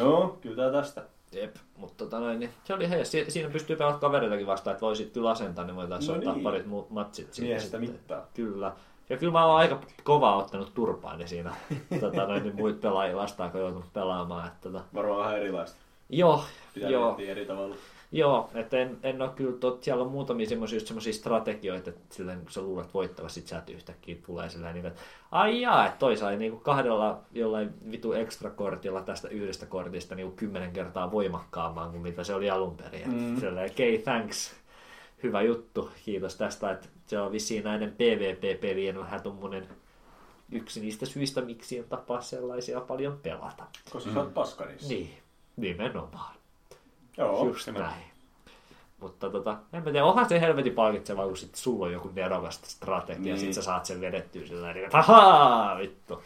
No, kyllä tää tästä.
Jep, mutta tota noin, niin se oli hei, si- siinä pystyy pelaamaan kavereitakin vastaan, että voisit kyllä asentaa, niin voitaisiin
No
no ottaa
niin.
niin. parit muut matsit siitä
Miehestä
sitten.
mittaa.
Kyllä. Ja kyllä mä oon aika kovaa ottanut turpaani siinä
<laughs>
tota, noin, niin muut pelaajia vastaan, kun joutunut pelaamaan. Että, tota.
Varmaan vähän erilaista.
Joo,
Pitää
joo,
miettiä eri tavalla.
joo, että en, en ole kyllä, tot, siellä on muutamia semmoisia, just semmoisia strategioita, että silleen, kun sä luulet voittavasti, sit sä et yhtäkkiä tulee sillä niin, että ai jaa, että toi sai niinku kahdella jollain vitu ekstra kortilla tästä yhdestä kortista niinku kymmenen kertaa voimakkaamman kuin mitä se oli alun perin. Mm. Silleen, okay, thanks, hyvä juttu, kiitos tästä, että se on vissiin näiden PvP-pelien vähän tommonen yksi niistä syistä, miksi en tapaa sellaisia paljon pelata.
Koska sä oot paskarissa.
Niin, nimenomaan.
Joo.
Just näin. Mutta tota, en mä tiedä, onhan se helvetin palkitsevaa, kun sit sulla on joku nerokasta strategia,
Niin.
niin. sit sä saat sen vedettyä sillä lailla, että ahaa, vittu.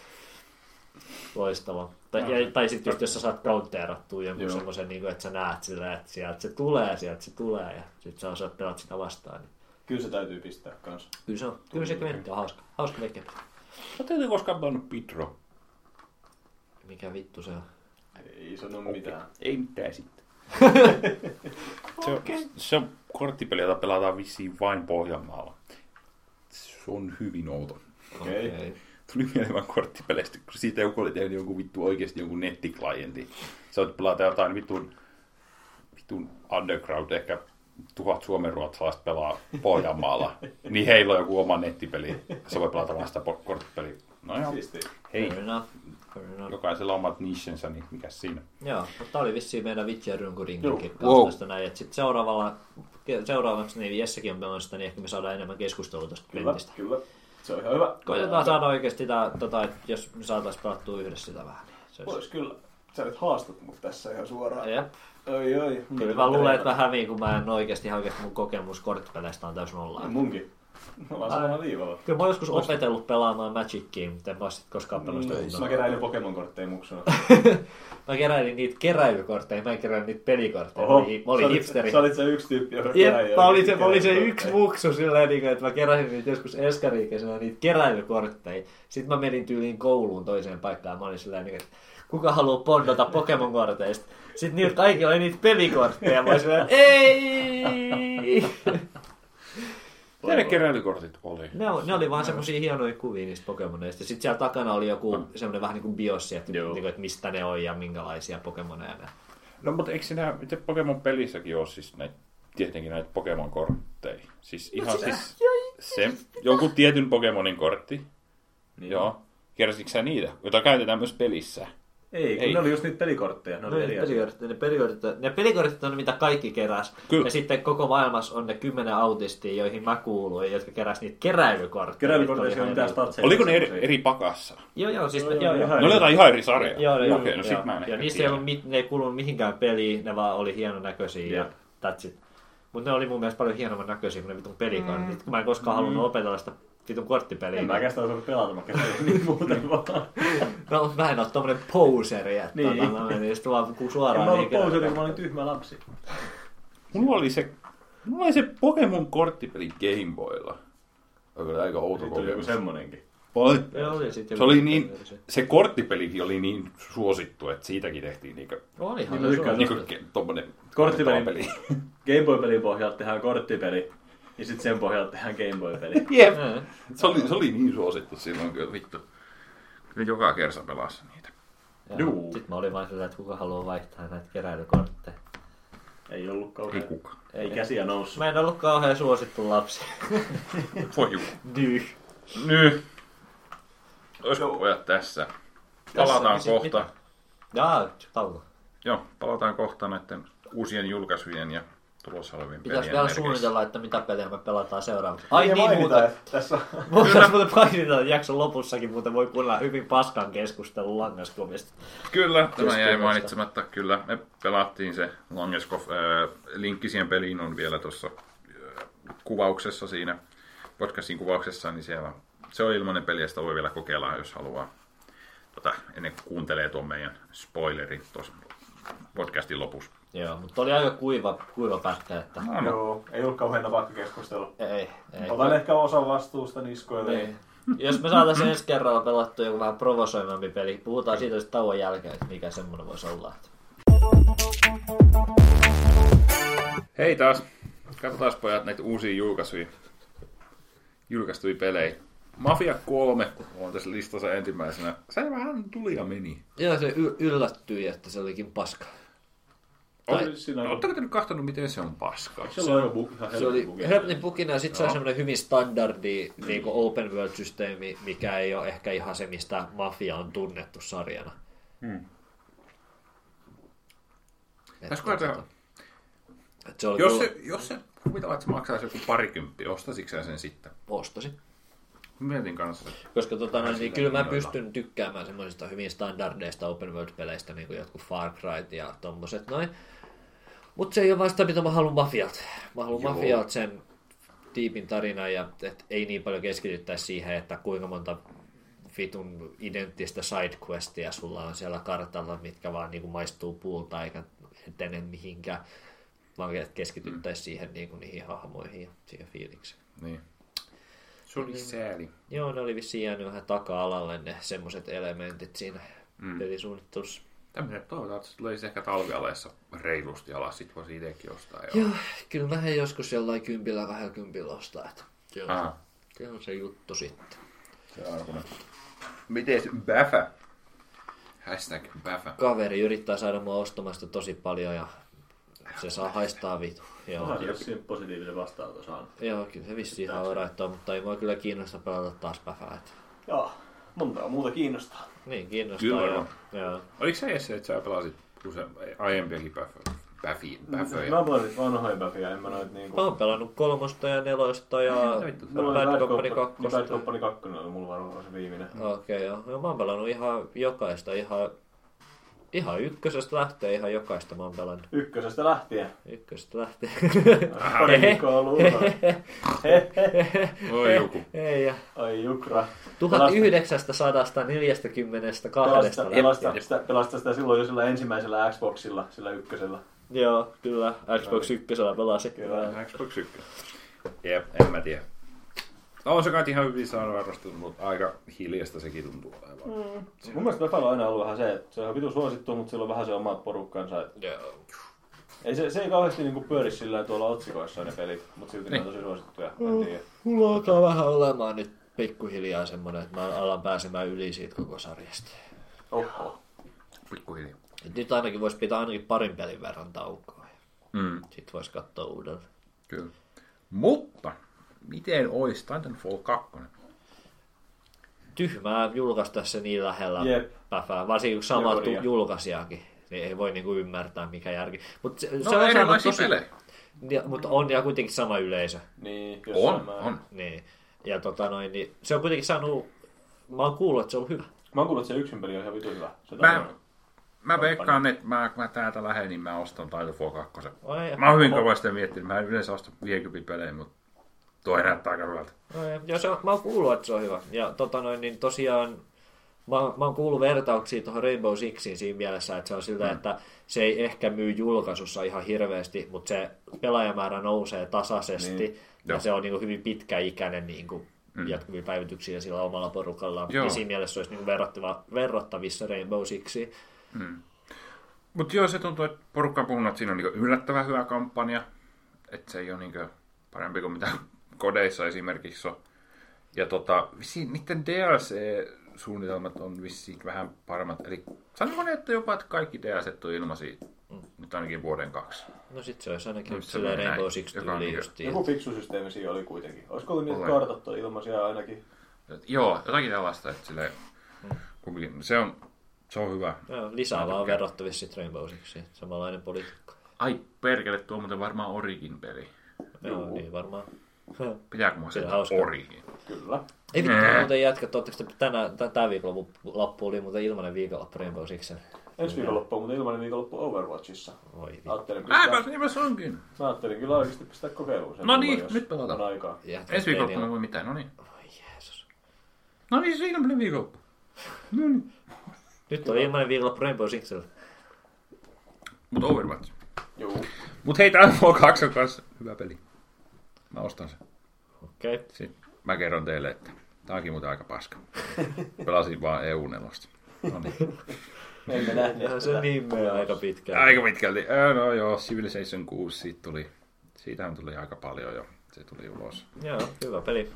Loistava. Tai, ja, tai sitten just, jos sä saat counterattua jonkun
Joo.
semmoisen, niin kuin, että sä näet sillä, että sieltä se tulee, sieltä se tulee, ja sitten sä osaat pelata sitä vastaan. Niin.
Kyllä se täytyy pistää kanssa.
Kyllä se on, kyllä se kventti on hauska. Hauska veke.
Mä tein koskaan pelannut Pitro.
Mikä vittu se on?
Ei sano mitään.
Ei mitään sitten. <laughs> se, on, se on korttipeli, jota pelataan vissiin vain Pohjanmaalla. Se on hyvin outo.
Okei.
Okei.
Tuli mieleen vaan korttipeleistä, kun siitä joku oli tehnyt jonkun vittu oikeasti jonkun nettiklientin. Sä oot pelata jotain vitun, vitun underground, ehkä tuhat suomen ruotsalaista pelaa
<laughs>
Pohjanmaalla. niin heillä on joku oma nettipeli. Se voi pelata vaan sitä po- korttipeliä. No joo,
Siisti.
hei.
Fair enough. Fair enough.
Jokaisella on omat nichensä, niin mikä siinä?
Joo, mutta tää oli vissiin meidän Witcherin kuin
Joo.
rinkin wow. näin. Et sit seuraavalla, ke- seuraavaksi niin Jessekin on pelannut sitä, niin ehkä me saadaan enemmän keskustelua tästä
Kyllä,
pelistä.
kyllä. Se on ihan hyvä.
Koitetaan saada oikeasti tää, tota, et jos me saatais pelattua yhdessä sitä vähän. Niin se olisi...
Vois kyllä. Sä nyt haastat mut tässä ihan suoraan.
Jep.
Oi, oi.
Kyllä mä luulen, että mä häviin, kun mä en oikeasti ihan oikeasti mun kokemus korttipeleistä on täysin nollaa.
Munkin. Mä oon samalla viivalla.
Kyllä mä oon joskus opetellut pelaamaan Magicia, mutta en mä oon sit
Niin,
koskaan pelannut sitä
Mä
kunnolla.
keräilin Pokemon-kortteja muksuna.
Mä keräilin niitä keräilykortteja, mä en keräillyt niitä pelikortteja. Mä
Oho,
olin, hi- mä olin
sä olit-
hipsteri.
Sä olit se yksi tyyppi, joka keräili
Jep, mä olin se,
oikein
mä olin se
keräilykortteja.
yksi muksu sillä niin että mä keräsin niitä joskus eskariikäisenä niitä keräilykortteja. Sitten mä menin tyyliin kouluun toiseen paikkaan. Mä olin sillä niin että kuka haluaa pondata Pokemon-korteista. Sitten niillä kaikki oli niitä pelikortteja. Mä olin sillä että ei!
Mitä ne keräilykortit oli?
Ne, o- ne oli vaan semmosia hienoja kuvia niistä Pokemoneista. Sitten siellä takana oli joku semmoinen vähän niin kuin biossi, että, niin kuin, että mistä ne on ja minkälaisia Pokemoneja ne.
No mutta eikö sinä, itse Pokemon-pelissäkin ole siis näitä, tietenkin näitä Pokemon-kortteja? Siis ihan siis se, joku tietyn Pokemonin kortti. Niin. Joo. Keräsitkö sä niitä, joita käytetään myös pelissä?
Ei, kun
Ei.
ne oli just niitä pelikortteja. Ne
No,
oli
ne,
eri asia.
pelikortit, ne, pelikortit, ne pelikortit on mitä kaikki keräs.
Kyllä.
Ja sitten koko maailmassa on ne kymmenen autistia, joihin mä kuuluin, jotka keräs niitä keräilykortteja.
Keräilykortteja
Mitkä
on
oli
mitään
ihan eri-
statseja.
Oliko ne eri, eri pakassa?
Joo, joo, siis
Joo,
me-
joo,
joo, joo.
ihan
Ne oli jotain ihan eri sarjaa.
Joo, joo,
Okei, no
joo.
sit mä en
Ja
ehkä
niissä ei,
tiedä.
ollut, mit- ne ei kuulunut mihinkään peliin, ne vaan oli hienon näköisiä ja that's it. Mutta ne oli mun mielestä paljon hienomman näköisiä kuin ne vitun pelikortit. Kun mä en koskaan halunnut opetella sitä vitun korttipeliä.
Mm. En mä käsitä osannut pelata, mä käsin
<laughs>
niin muuten vaan.
No, mut mä en ole tommonen poseri, että
Niin.
tota, mä menin sitten vaan ku-
En
suoraan
mä ollut
niinkään.
pouseri, kun mä olin tyhmä lapsi.
Mulla oli se, mulla oli se Pokemon-korttipeli Gameboylla. Onko aika outo
Sitten oli joku
kokemus?
semmonenkin.
Oli.
Joo, oli sit
Se
joku
oli niin,
versio.
se korttipelikin oli niin suosittu, että siitäkin tehtiin niinkö
Olihan
Niin
se
mä tykkään
suosittu.
Niin kuin tommonen
Korttipeli.
peli.
<laughs> Gameboy-pelin pohjalta tehdään korttipeli. Ja sitten sen pohjalta tehdään <laughs> Gameboy-peli.
Jep.
Mm.
<laughs> Se oli, se oli niin suosittu silloin kyllä vittu. Kyllä joka kerta pelasi niitä.
Juu.
Sitten mä olin vaan sillä, että kuka haluaa vaihtaa näitä keräilykortteja.
Ei ollut
Ei
kauhean.
kukaan.
Ei käsiä noussut.
Mä en ollut kauhean suosittu <laughs> lapsi.
Voi juu.
Dyh.
Nyt. Olisiko pojat tässä? Palataan
Tässä,
kohta.
mitä? Jaa, pallo.
Joo, palataan kohta näiden uusien julkaisujen ja tulossa olevien
Pitäis
pelien
vielä
merkeissä.
suunnitella, että mitä pelejä me pelataan seuraavaksi. Ai
Ja
niin
mainita,
muuta.
että Tässä on
Voitaisiin muuten painita että jakson lopussakin, muuten voi kuunnella hyvin paskan keskustelun langaskomista.
Kyllä, tämä jäi
Keskuudesta.
mainitsematta. Kyllä, me pelattiin se Langeskov. Äh, linkki siihen peliin on vielä tuossa äh, kuvauksessa siinä, podcastin kuvauksessa, niin siellä se on ilmainen peli ja sitä voi vielä kokeilla, jos haluaa. Tota, ennen kuin kuuntelee tuon meidän spoilerin tuossa podcastin lopussa.
Joo, mutta oli aika kuiva, kuiva pätkä, että
No, no.
Joo, ei ollut kauhean napakka keskustelu.
ei, ei.
Otan ehkä osa vastuusta niskoille.
Niin. Jos me saataisiin ensi kerralla pelattua joku vähän provosoivampi peli, puhutaan siitä sitten tauon jälkeen, että mikä semmoinen voisi olla.
Hei taas. Katsotaan pojat näitä uusia julkaisuja. Julkaistui pelejä. Mafia 3 on tässä listassa ensimmäisenä. Se vähän tuli ja meni.
Joo, se y- yllättyi, että se olikin paska. Tai-
Tai... Siinä on,
Oletteko te nyt kahtanut, miten se on paskaa?
se on joku ihan
Se oli
helppo
Helpnin pukina ja sitten se on semmoinen hyvin standardi niin open world-systeemi, mikä ei ole ehkä ihan se, mistä mafia on tunnettu sarjana. Hmm.
Olisiko se-
se oli
Jos se, jos se kuvitellaan, että se maksaisi joku parikymppiä, ostasitko sä sen sitten?
ostosi.
Mä Mietin kanssa. että
Koska tota, noin, niin kyllä mä
hinnoilla.
pystyn tykkäämään semmoisista hyvin standardeista open world-peleistä, niin kuin jotkut Far Cry ja tommoset noin. Mutta se ei ole vaan sitä, mitä mä haluan mafiat. Mä haluan
Joo.
mafiat sen tiipin tarina ja et ei niin paljon keskityttäisi siihen, että kuinka monta vitun identtistä sidequestia sulla on siellä kartalla, mitkä vaan niin kuin maistuu puulta eikä etene mihinkään, vaan keskityttäisiin siihen niin kuin niihin hahmoihin ja siihen fiilikseen.
Niin. Se oli sääli.
Joo, ne oli vissiin jäänyt vähän taka-alalle ne semmoiset elementit siinä mm. pelisuunnittelussa.
Tämmöinen toivotaan, että se tulisi ehkä talvialeessa reilusti alas, sit voisi itsekin ostaa.
Joo, kyllä mä he joskus jollain kympillä, kahdella kympillä ostaa. Että se, on,
Ah,
se on se juttu sitten.
Se Arkunen.
Mites Bäfä? Hashtag Bäfä.
Kaveri yrittää saada mua ostamasta tosi paljon ja se saa haistaa vitu. Joo,
Onhan se jos siinä positiivinen vastaanotto saanut.
Joo kyllä se vissiin ihan oraittaa, mutta ei mua kyllä kiinnosta pelata taas päfää. että-
Joo, montaa muuta kiinnostaa.
Niin, kiinnostaa.
Kyllä
joo.
varmaan.
Joo.
Oliko se edes se, että sä pelasit usein aiempiakin Bäföjä? Bäfiä, Bäföjä.
Mä pelasin vanhoja bäfiä, en mä noit
Mä
niinku...
oon pelannut kolmosta ja nelosta ja
Mitä vittu se on?
oli
Bad
Bad
Company
Company- Bad
kakkosta.
Company 2 oli mulla varmaan se viimeinen.
Okei, joo. No, mä oon pelannut ihan jokaista, ihan, ihan ykkösestä lähtee ihan jokaista mä oon pelannut.
Ykkösestä lähtien.
Ykkösestä <laughs> lähtee.
Pari viikkoa ollut ulkona.
Oi joku.
Ei, ja
Ai jukra.
1942
Pelasta, pelasta,
lähtien.
sitä, pelasta sitä silloin jo sillä ensimmäisellä Xboxilla, sillä ykkösellä.
Joo, kyllä. Xbox 1 pelasi.
Kyllä.
Xbox 1. Jep, en mä tiedä. No, On se kai ihan hyvin saanut arvostelun, mutta aika hiljasta sekin tuntuu olevan. Mm.
Mun mielestä Bäfällä on aina ollut vähän se, että se on ihan vitu suosittu, mutta sillä on vähän se omat porukkansa. et
Joo.
Ei se, se ei kauheasti niinku pyöri sillä lailla tuolla otsikoissa ne pelit, mutta silti
Niin.
ne on tosi suosittuja.
Mm.
En tiedä.
Mulla alkaa vähän olemaan nyt pikkuhiljaa semmonen, että mä alan pääsemään yli siitä koko sarjasta.
Oho.
Pikkuhiljaa.
Et nyt ainakin voisi pitää ainakin parin pelin verran taukoa.
Mm.
Sitten voisi katsoa uudelleen.
Kyllä. Mutta, miten ois Titanfall 2?
Tyhmää julkaista se niin lähellä
Jep.
päfää, varsinkin kun sama
Joo,
tu-
niin.
julkaisijakin. Niin ei voi niinku ymmärtää mikä järki. Mutta se,
No,
se on saanut
erilaisia
tosi...
pelejä.
Ja, mutta on ja kuitenkin sama yleisö.
Niin,
On, on.
Niin. Ja tota noin, niin se on kuitenkin saanut, mä oon kuullut, että se on hyvä.
Mä oon kuullut, että se yksin peli on ihan vitu hyvä. Se
Mä,
on-
mä veikkaan, että mä, kun mä täältä lähden, niin mä ostan Titanfall 2.
Ai,
Mä oon hyvin kauan sitä miettinyt. Mä en yleensä osta 50 pelejä, mutta toi näyttää aika hyvältä.
Joo, No Ja se on, mä oon kuullut, että se on hyvä. Ja tota noin, niin tosiaan mä, oon- mä oon kuullut vertauksia tuohon Rainbow Sixiin siinä mielessä, että se on
Mm.
siltä, että se ei ehkä myy julkaisussa ihan hirveästi, mutta se pelaajamäärä nousee tasaisesti niin. ja
Joo.
se on niin kuin hyvin pitkäikäinen niin kuin mm. jatkuvia päivityksiä sillä omalla porukallaan.
Joo.
Niin siinä mielessä se olisi niin verrattava, verrattavissa Rainbow Sixiin.
Mutta joo, se tuntuu, että porukka on puhunut, että siinä on niinku yllättävän hyvä kampanja. Että se ei ole niinku parempi kuin mitä kodeissa esimerkiksi on. Ja tota, vissiin niiden DLC-suunnitelmat on vissiin vähän paremmat. Eli sanoiko ne, että jopa että kaikki DLC on ilmaisia nyt ainakin vuoden kaksi.
No sit se olisi ainakin
Just
just sillä
semmoinen
Rainbow
näin,
Six
joka on
tyyli
niin-
justiin.
Joku fiksu systeemi siinä oli kuitenkin. Olisiko
niin,
ollut niitä
Olen.
kartat on ilmaisia ainakin?
Et Joo, jotakin tällaista, että silleen, kumminkin, se on, se on hyvä.
Joo, lisää
tykkään.
vaan verrattavissa sit Rainbow Sixiin. Samanlainen politiikka.
Ai perkele, tuo on muuten varmaan Origin peli.
Joo, niin varmaan.
Pitääkö mua
Kyllä,
sen
hauska.
Origin?
Kyllä.
Ei vittu, mm. muuten jätkät, ootteko te tänään, tän- tää viikonloppu oli muuten ilmainen viikonloppu Rainbow Sixen.
Niin.
Ensi viikonloppu on, mutta ilmainen viikonloppu Overwatchissa.
Voi vittu.
Ajattelin
Äipä,
pistää,
niinpä se onkin.
mä ajattelin kyllä oikeasti pistää kokeiluun sen.
No niin,
mulla, jos
nyt pelataan.
on aikaa.
Jätkät
Ensi viikonloppuna
meni-
voi mitään, no niin.
Voi Jeesus.
No niin, siinä meni viikonloppu.
Nyt on ilmainen viikonloppu Rainbow Sixellä.
Mutta Overwatch.
Juu.
Mut hei, tää on 2 on kanssa hyvä peli. Mä ostan sen.
Okei. Okay.
Sitten mä kerron teille, että tää onkin muuten aika <laughs> paska. Pelasin vaan E EU4. No niin.
Me emme nähneet
Ja se nimeä aika pitkään.
Aika pitkälti. Ää, No joo, Civilization 6 siitä tuli. Siitähän tuli aika paljon jo. Se tuli ulos.
Joo, hyvä peli.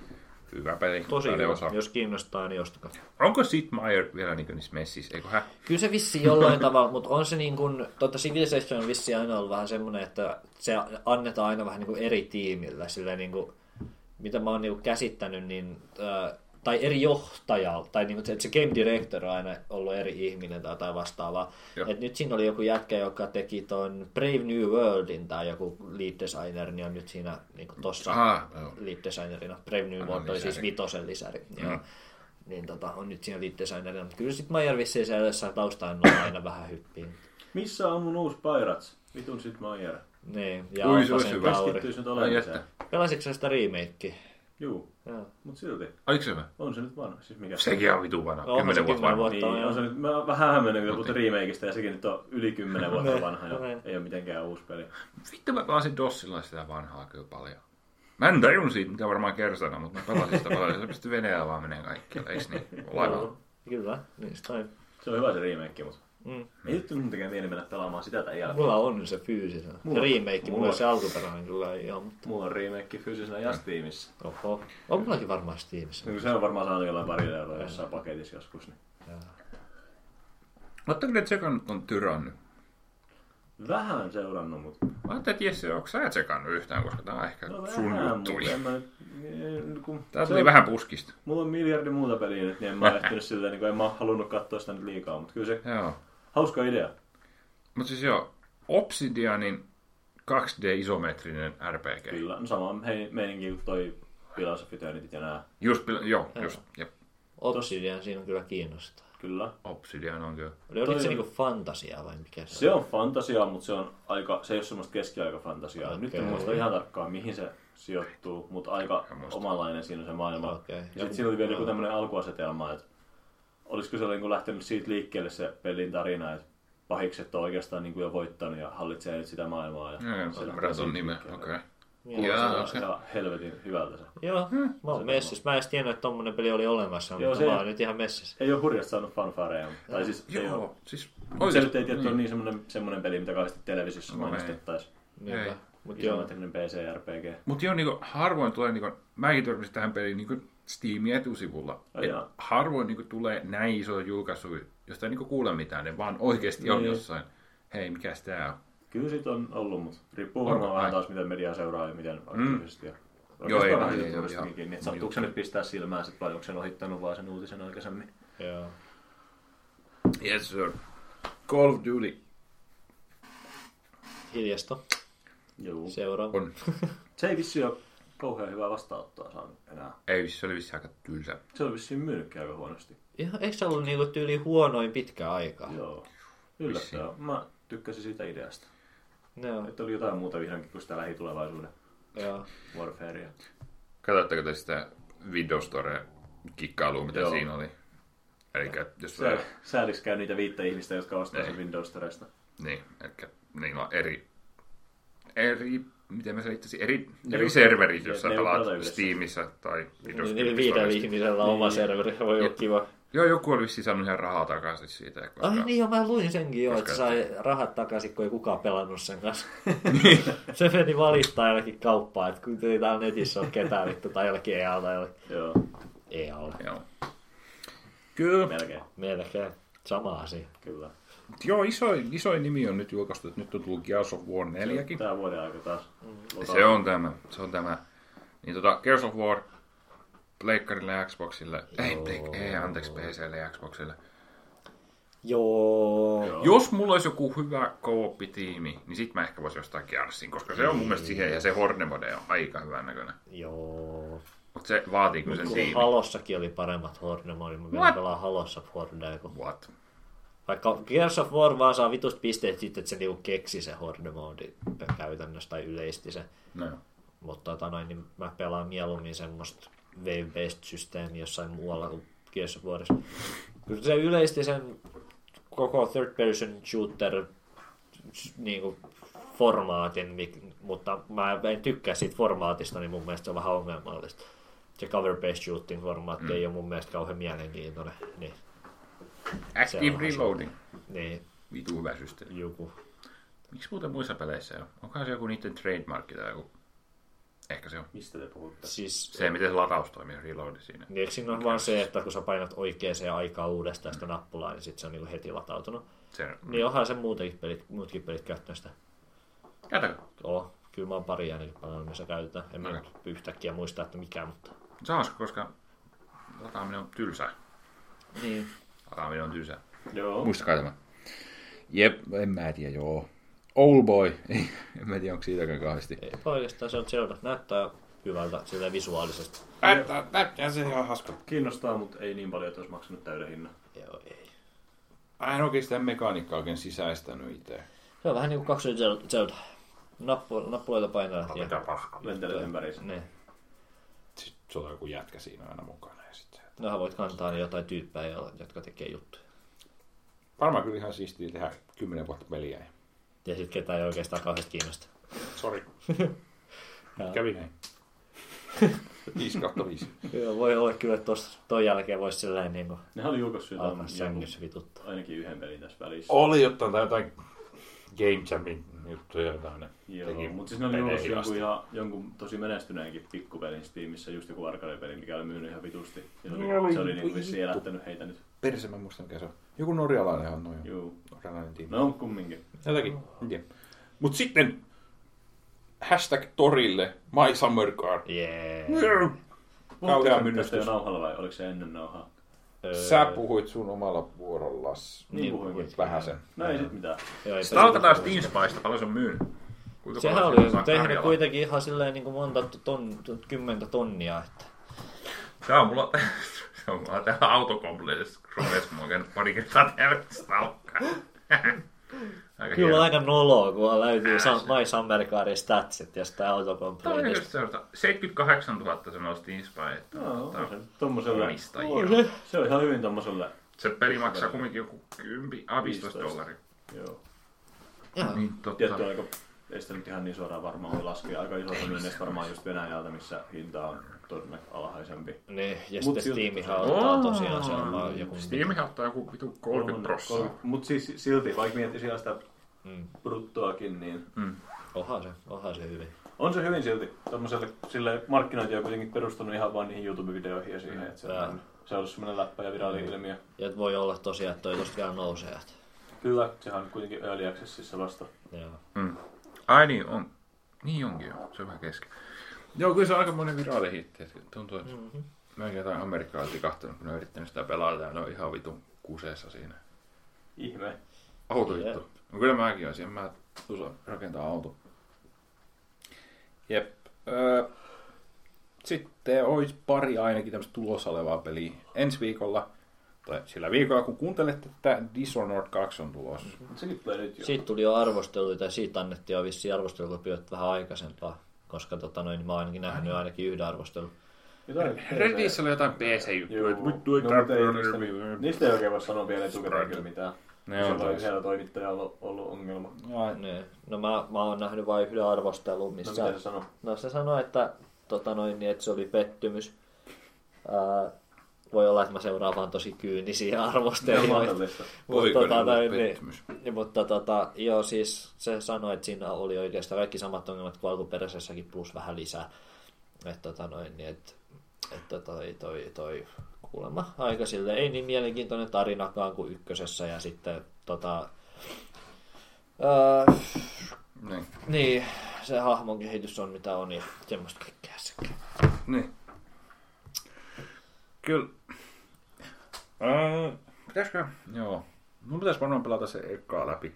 Hyvä peli.
Tosi
hyvä.
hyvä.
Osa.
Jos kiinnostaa, niin ostakaa.
Onko Sid Meier vielä niin niissä messissä? Eikö hän?
Kyllä se vissi jollain tavalla, mutta on se niin kuin, tota Civilization on vissi aina ollut vähän semmoinen, että se annetaan aina vähän niin kuin eri tiimillä, sillä niin kuin, mitä mä oon niin kuin käsittänyt, niin, ää, tai eri johtajalla, tai niin kuin, että se game director on aina ollut eri ihminen tai jotain vastaavaa.
Joo.
Et nyt siinä oli joku jätkä, joka teki ton Brave New Worldin tai joku lead designer, niin on nyt siinä niin kuin tossa
Aha, joo.
lead designerina. no, Brave New World oli
lisäri.
siis vitosen lisäri. Joo. Niin tota, on nyt siinä lead designerina. Mutta kyllä sit Majer vissiin siellä jossain taustaan on aina vähän hyppiin.
Missä on mun uusi Pirates? Vitun sit Maier.
Niin, ja
Ui,
Ui,
se olisi
sen
hyvä.
Tauri.
Keskittyis nyt
Ai
olemiseen.
että.
Pelasitko sä sitä remakea?
Juu,
Joo.
mutta silti.
Oliko se hyvä?
On se nyt vanha. Siis mikä?
Sekin on vitu vanha.
No, onhan se
Kymmenen vuotta
kymmenen
vanha.
vuotta.
Niin, on se nyt, mä vähän hämmennyn, kun te puhutte remakeista ja sekin nyt on yli 10 vuotta
Ne,
vanha jo.
ne.
Ei ole mitenkään uusi peli.
Vittu mä pelasin Dossilla sitä vanhaa kyllä paljon. Mä en tajunnut siitä, mikä varmaan kersana, mutta mä pelasin sitä paljon. Se pystyi veneellä vaan menee kaikkialle, eikö niin? Laivalla.
Joo. Kyllä, niin niistä on.
Se on hyvä se remake, mutta
Mm.
ei nyt tunnu tekee mieli mennä pelaamaan sitä tai jälkeen.
Mulla on se fyysinen. Mulla, remake, mulla,
mulla-
se alkuperäinen kyllä ei ole, mutta
Mulla on remake fyysisenä
Mm.
ja Steamissa.
oho. On mullakin varmaan Steamissa.
Niin kun se on varmaan saanut jollain parilla euroa
Mm.
jossain paketissa joskus. Niin.
Oletteko ne tsekannut on tyrannut?
Vähän seurannut, mutta...
Mä ajattelin, että Jesse, onko sä tsekannut yhtään, koska tää on ehkä
No
sun
vähän,
juttu.
mutta en mä... en- Kun...
Tää
se
tuli
on-
vähän puskista.
Mulla on miljardi muuta peliä nyt, niin en
<laughs>
mä ehtinyt silleen, niin kun en mä oo halunnut katsoa sitä nyt liikaa, mutta kyllä se
Joo.
hauska idea.
Mutta siis joo, Obsidianin 2D-isometrinen RPG.
Kyllä, no sama hei- meininki kuin toi Pillars of Eternityt ja nää.
Just, pil- joo, just, jep.
Obsidian siinä on kyllä kiinnostaa.
Kyllä.
Obsidian on kyllä.
Oli oliko
Toi
se
on-
niinku fantasiaa vai mikä se,
Se on fantasiaa, mutta se, on aika, se ei ole semmoista keskiaikafantasiaa. Okay. Nyt en
Okei.
muista ihan tarkkaan, mihin se sijoittuu, mutta aika
En muista.
omanlainen siinä on se maailma.
Okei.
Ja sitten siinä oli vielä joku tämmöinen alkuasetelma, että olisiko se niinku lähtenyt siitä liikkeelle se pelin tarina, että pahikset on oikeastaan niinku jo voittanut ja hallitsee nyt sitä maailmaa. Ja
Joo,
se lähtee
Braton
siitä
nime,
liikkeelle.
okei.
Joo,
Jaa,
Se
okei.
on helvetin hyvältä se.
Joo, mä oon messissä. Mä en edes tiennyt, että tommonen peli oli olemassa,
Joo,
mutta
se-
mä oon nyt ihan messissä.
Ei ole hurjasti saanut fanfareja, tai siis ei ole.
Joo, siis
Se nyt
oikeesti.
ei tietty ole niin semmoinen, semmoinen peli, mitä kauheasti
No
televisiossa mainostettaisiin.
Niinpä. Mut
Iso
joo,
tämmöinen PC-RPG.
Mutta joo, niinku, harvoin tulee, niinku, mäkin törmäsin tähän peliin niinku Steamin etusivulla.
Ai
Et
jaa.
harvoin niinku, tulee näin iso julkaisu, josta ei niinku, kuule mitään, ne vaan oikeasti on
Niin.
jossain. Hei, mikäs tää on?
Kyllä siitä on ollut, mutta riippuu
Varmaan
varmaan vähän
näin.
taas, miten media seuraa ja miten aktiivisesti. Mm.
Joo, ei, ei, ei,
ei,
joo,
Niin, että sattuuko se nyt pistää silmään sit vai onko sen ohittanut vaan sen uutisen aikaisemmin.
joo.
Yes, sir. Call of Duty
Hiljasto.
Joo. Se,
Seuraava.
<laughs>
on.
se ei vissiin ole kauhean hyvää vastaanottoa saanut enää.
ei, se oli vissiin aika tylsä.
Se on vissiin myynytkin aika huonosti.
Ihan, eikö se ollut niinku tyyli huonoin pitkä aika?
Joo. Yllättävää. Mä tykkäsin siitä ideasta.
Joo.
Että oli jotain muuta vihdoinkin kuin sitä lähitulevaisuuden
Joo.
Warfarea.
Katsotteko te sitä Videostore-kikkailua, mitä
Joo.
siinä oli? Eli jos
Sä,
se...
säädiks käy niitä viittä ihmistä, jotka ostaa
Ei.
sen Windows Teresta?
Niin, eli niillä on eri, eri miten mä selittäisin, eri, eri serverit, jos sä
ne Niin,
pelaat
pelaa yhdessä.
Steamissa tai Windows
Niillä viidellä Niin, ihmisellä on
Niin.
oma serveri, voi olla kiva.
Joo, joku oli vissiin saanut ihan rahaa takaisin siitä. Koska...
Ai niin joo, mä luin senkin joo,
Koska-
että se sai rahat takaisin, kun ei kukaan pelannut sen kanssa.
Niin.
<laughs> se meni valittaa jollekin kauppaan, että kun ei täällä netissä ole ketään vittu, tai jollekin E EA tai jollekin
Joo,
EAlle.
Joo. Kyllä.
melkein.
Melkein sama asia.
Kyllä.
Joo, isoin, isoin nimi on nyt julkaistu, että nyt on tullut Gears of War 4.
Tää vuoden aika taas.
Mm. Se on tämä, se on tämä. Niin tota, Gears of War, Pleikkarille ja Xboxille, ei, pleik- ei, anteeksi, PClle ja Xboxille.
Joo.
Joo.
Jos mulla olisi joku hyvä co-op-tiimi, niin sit mä ehkä voisin jostain Gearsin, koska se on mun mielestä siihen ja se Horde mode on aika hyvän näköinen.
Joo.
Mutta se vaatii kyllä sen
Kun
tiimin.
Halossakin oli paremmat horde modit, mä
What?
vielä pelaan Halossa hordea. Kun...
What?
Vaikka Gears of War vaan saa vitust pisteet siitä, että se niinku keksi se horde modi käytännössä tai yleisti sen.
No.
Mutta tota noin, niin mä pelaan mieluummin semmoista wave-based systeemiä jossain muualla kuin Gears of Warissa. Kyllä se yleisti sen koko third person shooter s- niinku formaatin, mik- mutta mä en tykkää siitä formaatista, niin mun mielestä se on vähän ongelmallista. Se cover-based shooting formaatti mm. ei ole mun mielestä kauhean mielenkiintoinen. Niin,
Active
vähän
reloading.
niin
Vitu hyvä systeemi.
joku.
Miksi muuten muissa peleissä ei ole? Onkohan se joku niiden trademark tai joku? Ehkä se on.
Mistä te puhutte?
Siis
Se, miten se lataus toimii, reloadi siinä.
Niin, eikö siinä on vaan se, että kun sä painat oikeaan aikaan uudestaan sitä nappulaa, niin sit se on niinku heti latautunut.
Se,
Niin onhan se muutenkin pelit, muutkin pelit käyttänyt sitä.
Jätäkö?
Joo, kyllä mä oon pari ainakin pelannut, missä käytetään. En mä
Okei.
nyt yhtäkkiä muista, että mikä, mutta...
Se on hauska, koska lataaminen on tylsää.
Niin.
Lataaminen on tylsää.
Joo.
Muistakaa tämä. Jep, en mä tiedä, joo. Oldboy. <laughs> Ei, en mä tiedä, onko siitäkään kauheasti.
Ei oikeastaan se on Zelda. Näyttää hyvältä sillä visuaalisesti.
Näyttää, näyttää se ihan hauska.
Kiinnostaa, mutta ei niin paljon, että olisi maksanut täyden hinnan.
Joo, ei.
Mä en oikeastaan mekaniikkaa oikein sisäistänyt itse.
Se on vähän niinku kaksonen Zel- Zelda. Nappu, nappuloita painaa. ja-
paskaa?
Lentelet ympäriinsä.
Niin.
Se- sulla on joku jätkä siinä aina mukana. Ja sit, se-
Nohan voit kantaa aina jotain tyyppejä, jo- jotka tekee juttuja.
varmaan kyllä ihan siistiä tehdä kymmenen vuotta peliä. ja-
Ja sitten ketään ei oikeastaan kauheasti kiinnosta.
<laughs> Sori,
Ja-
kävi No, näin. <laughs> 5 kautta 5.
Joo, voi olla kyllä, että tos, ton jälkeen voisi silleen niin kuin
Nehän oli julkaissut
alkaa
jotain, jonkun-
sängyssä vituttaa.
ainakin yhden pelin tässä välissä.
Oh,
Oli jotain, tai jotain Game Jamin juttuja, jotain ne
Joo, mutta siis ne oli
pelejä asti.
julkaissut jonkun, ihan, jonkun tosi menestyneenkin pikkupelin Steamissa, just joku arcade-peli, mikä oli myynyt ihan vitusti. Ja se
No,
oli, se oli
voi
niinku vissiin
vittu.
elättänyt heitä nyt.
Perse, mä muistan mikä se on. Joku norjalainen on noin.
Juu.
Norjalainen tiimi.
No on kumminkin.
Jotakin. Jep. Mut sitten hashtag torille My Summer Car.
Jee.
Niin.
Kauhea
Tästä jo
mynnistys.
nauhalla vai oliko se ennen nauhaa?
Öö,
Sä puhuit sun omalla vuorollas
Niin
Niin
puhuinkin.
puhuit.
vähän sen.
No ei sit mitään.
Joo, ei
Sitten alkaa
perustu-
Steam Spysta, paljon se on myynyt. Kuinka
Sehän
paljon
oli
sieltä saa
tehnyt
tarjolla?
kuitenkin ihan silleen niin kuin monta ton, kymmentä tonnia. Että.
Tää on mulla... <laughs> Se on mulla täällä autokompleksissa. Mä oon käynyt pari kertaa tehnyt stalkkaa. <laughs> Aika
Kyllä
hieno.
aika noloa, kun löytyy Sam, My Summer Carin statsit jostain
Tämä on
autokompleksista.
just seurata. 78 000 se nosti Inspire. että
No,
tota,
on se tommoselle.
omistajia.
Se on ihan hyvin tommoselle.
Se peli maksaa kumminkin joku 10 a 15 dollaria.
Joo.
Joo.
Niin totta.
Tietty aika, ei sitä nyt ihan niin suoraan varmaan voi laskea. Aika iso myynneistä varmaan just Venäjältä, missä hinta on todennäköisesti alhaisempi.
Niin, ja
Mut
sitten
silti-
Steamihan ottaa tosiaan se on vaan joku...
Steam ottaa joku vitu 30 prossaa.
Mutta siis silti, vaikka miettisi ihan sitä
Mm.
bruttoakin, niin
Oha se, oha se hyvin.
on se hyvin silti. Tuommoiselle sille markkinointi on kuitenkin perustunut ihan vain niihin YouTube-videoihin ja siihen, että se,
Tää.
on, se on ollut semmoinen läppä ja virallinen ilmiö.
Ja voi olla tosiaan, että toi tosta vielä nousee. Että.
Kyllä, sehän on kuitenkin early accessissa vasta.
Joo.
Ai niin, on. Niin onkin jo. Se on vähän kesken.
Joo, kyllä se on aika monen virallinen hitti. että Tuntuu, että
Mhm.
mä en jotain amerikkalaisia kahtonut, kun ne on yrittänyt sitä pelata ja ne on ihan vitun kuseessa siinä.
Ihme.
Auto
Jep.
juttu. No kyllä mäkin olisin, mä osaan rakentaa auto. Jep. Öö, sitten olisi pari ainakin tämmöistä tulossa olevaa peliä ensi viikolla. Tai sillä viikolla, kun kuuntelette tätä, Dishonored 2 on tulossa.
Mut sekin tulee nyt jo.
Siitä tuli jo arvosteluita tai siitä annettiin jo vissiin arvostelukopiot vähän aikaisempaa, koska tota noin, mä oon ainakin nähnyt ainakin yhden arvostelun.
Jotain
Redissä oli jotain PC-juttuja.
Joo.
että vittu ei
No,
tarvitse-
mutta ei niistä- Niistä ei oikein voi sanoa vielä etukäteen kyllä mitään.
Ne
Se
on
on
taas.
siellä toimittajalla ollut, ollut ongelma.
Ai,
Ne. No mä, mä oon nähnyt vain yhden arvostelun,
No
missä...
mitä se sanoo?
No se sanoi, että, tota noin, niin, että se oli pettymys. Ää, voi olla, että mä seuraan vaan tosi kyynisiä
Se on
arvostelijoita.
mahdollista.
Voiko ne olla
noin,
pettymys?
Niin, mutta tota, joo, siis se sanoi, että siinä oli oikeastaan kaikki samat ongelmat kuin alkuperäisessäkin plus vähän lisää. Että tota noin, niin et, että toi, toi, toi kuulemma aika sille ei niin mielenkiintoinen tarinakaan kuin ykkösessä ja sitten tota, öö,
Niin.
niin, se hahmon kehitys on mitä on ja semmoista kaikkea sekä.
Niin. Kyllä. Äh, pitäisikö? Joo. Mun pitäisi varmaan pelata se ekkaa läpi.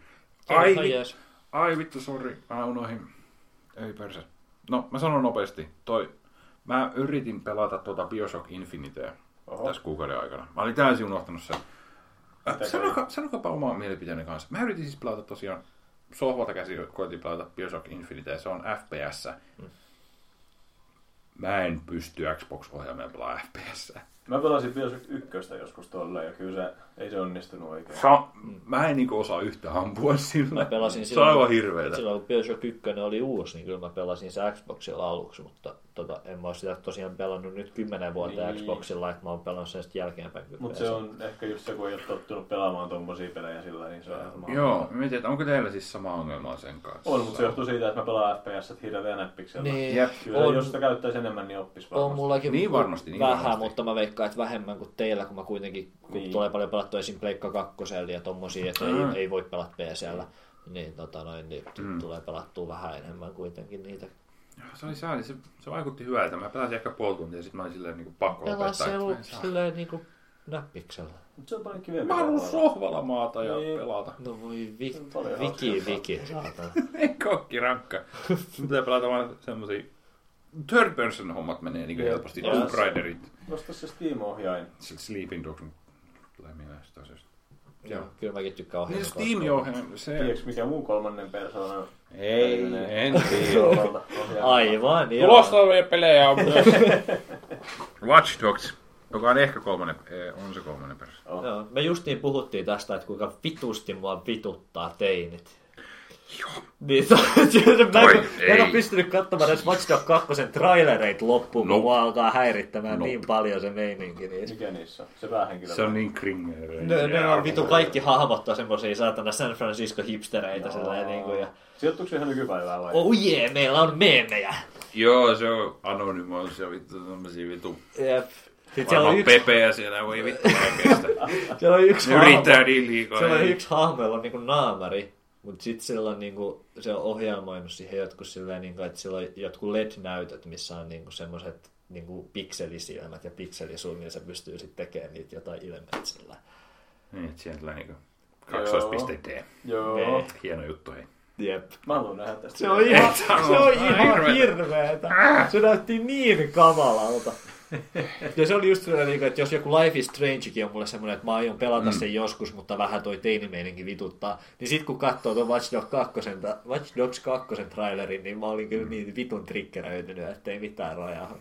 Ai,
Ihan jees.
ai vittu, sori. Mä unohin. Ei perse. No, mä sanon nopeasti. Toi, mä yritin pelata tuota Bioshock Infinitea
Oho.
tässä kuukauden aikana. Mä olin täysin unohtanut sen. Äh,
Mitä
sanokaa, sanokaapa omaa mielipiteeni kanssa. Mä yritin siis pelata tosiaan sohvalta käsi koitin pelata Bioshock Infinite, ja se on FPS. Mä en pysty Xbox-ohjaimeen pelaamaan FPS.
Mä pelasin Bioshock 1 joskus tuolla ja kyllä se ei se onnistunut oikein.
Sa- mä en niinku osaa yhtään ampua sillä.
Mä pelasin
se on
silloin-
aivan hirveetä.
Silloin kun Bioshock 1 oli uusi, niin kyllä mä pelasin se Xboxilla aluksi, mutta tota, en mä ole sitä tosiaan pelannut nyt 10 vuotta
Niin.
niin. Xboxilla, että mä oon pelannut sen sitten jälkeenpäin. kyllä
Mutta se
pääsin.
on ehkä just se, kun ei ole tottunut pelaamaan tommosia pelejä sillä, niin se on ihan
Joo, mä mietin, että onko teillä siis sama ongelma sen kanssa?
On, mutta se johtuu siitä, että mä pelaan FPS, että hirveä näppiksellä.
Niin,
Jep.
Kyllä,
on,
jos sitä käyttäisi enemmän, niin oppis varmasti.
on mullakin
Niin varmasti, niin
vähän,
varmasti.
mutta mä veikkaan, että vähemmän kuin teillä, kun mä kuitenkin, kun
Niin.
tulee paljon pelattua esim. Pleikka 2 ja tommosia, että
Mm.
ei, ei voi pelata PCllä. Niin, tota noin, niin mm. tulee pelattua vähän enemmän kuitenkin niitä.
Se oli sääli, se, se vaikutti hyvältä. Mä pelasin ehkä puoli tuntia ja sit mä olin silleen niinku pakko
Pelaa
lopettaa.
se
että mä
ollut
en saa.
silleen niinku näppiksellä.
Mut se on paljon kivempi.
Mä haluan
pelata.
sohvalla maata ja
Niin.
pelata. <laughs>
No voi vi,
Paljon
viki,
asiaa.
viki, saatana.
Ei kokki rankka. Sun pitää pelata vaan semmosia... Third person hommat menee niinku
Joo.
helposti.
Joo.
Tomb Raiderit.
Nosta se Steam-ohjain.
Sillä Sleeping Dogs nyt tulee mieleen sitä asiasta.
Joo.
Joo.
Kyllä mäkin tykkään
Niin
ohjelmasta.
Steam ohjelma, se...
Tiedätkö mikä muu kolmannen persoonan
Ei, en tiedä.
ohjaajalta ohjaa?
Aivan,
<laughs>
joo.
Tulossa olevia pelejä on myös.
Watch Dogs, joka on ehkä kolmannen, eh, on se kolmannen perässä.
Joo, me justiin puhuttiin tästä, että kuinka vitusti mua vituttaa teinit. Joo. Niin, to, <laughs> mä, en,
Voi
mä en ole
ei.
pystynyt katsomaan edes Watch Dogs 2 trailereita loppuun, kun
Nope.
mua alkaa häirittämään
Nope.
niin paljon se meininki. Niin
Mikä niissä on? Se päähenkilö.
Se on niin kringeä.
Ne, ne on vitu kaikki hahmot on semmosia saatana San Francisco hipstereitä sellainen niinku ja...
Sijoittuuko se ihan nykypäivään vai?
Oh jee, yeah, meillä on meemejä!
Joo, se on anonymoisia vittu, tämmöisiä vittu.
Jep. Sitten siellä
Varmaan
on
yksi...
yksi,
pepeä siellä, voi vittu mä en
<laughs>
kestä.
siellä on yksi
Ne
hahmo,
yrittää niin liikaa.
siellä on yksi hahmo, jolla on niinku naamari. Mut sit sillä on niinku, se on ohjelmoinut siihen jotkut silleen niinku, että sillä on jotkut LED-näytöt, missä on niinku semmoset niinku pikselisilmät ja pikselisuunnilla se pystyy sitten tekemään niitä jotain ilmeitä sillä.
Niin, että sieltä tulee niinku kaksoispiste D.
Joo.
Hieno juttu, hei.
Jep.
Mä haluan nähdä tästä.
Se on ihan, se on ihan
hirveetä.
hirveetä. Se näytti niin kamalalta. Ja se oli just sellainen, niinku, että jos joku Life is Strangekin on mulle semmoinen, että mä aion pelata sen joskus, mutta vähän toi teinimeininki vituttaa, niin sit kun katsoo tuon Watch, Dogs 2, ta- Watch Dogs 2 trailerin, niin mä olin kyllä niin vitun triggeröitynyt, että ei mitään rajaa.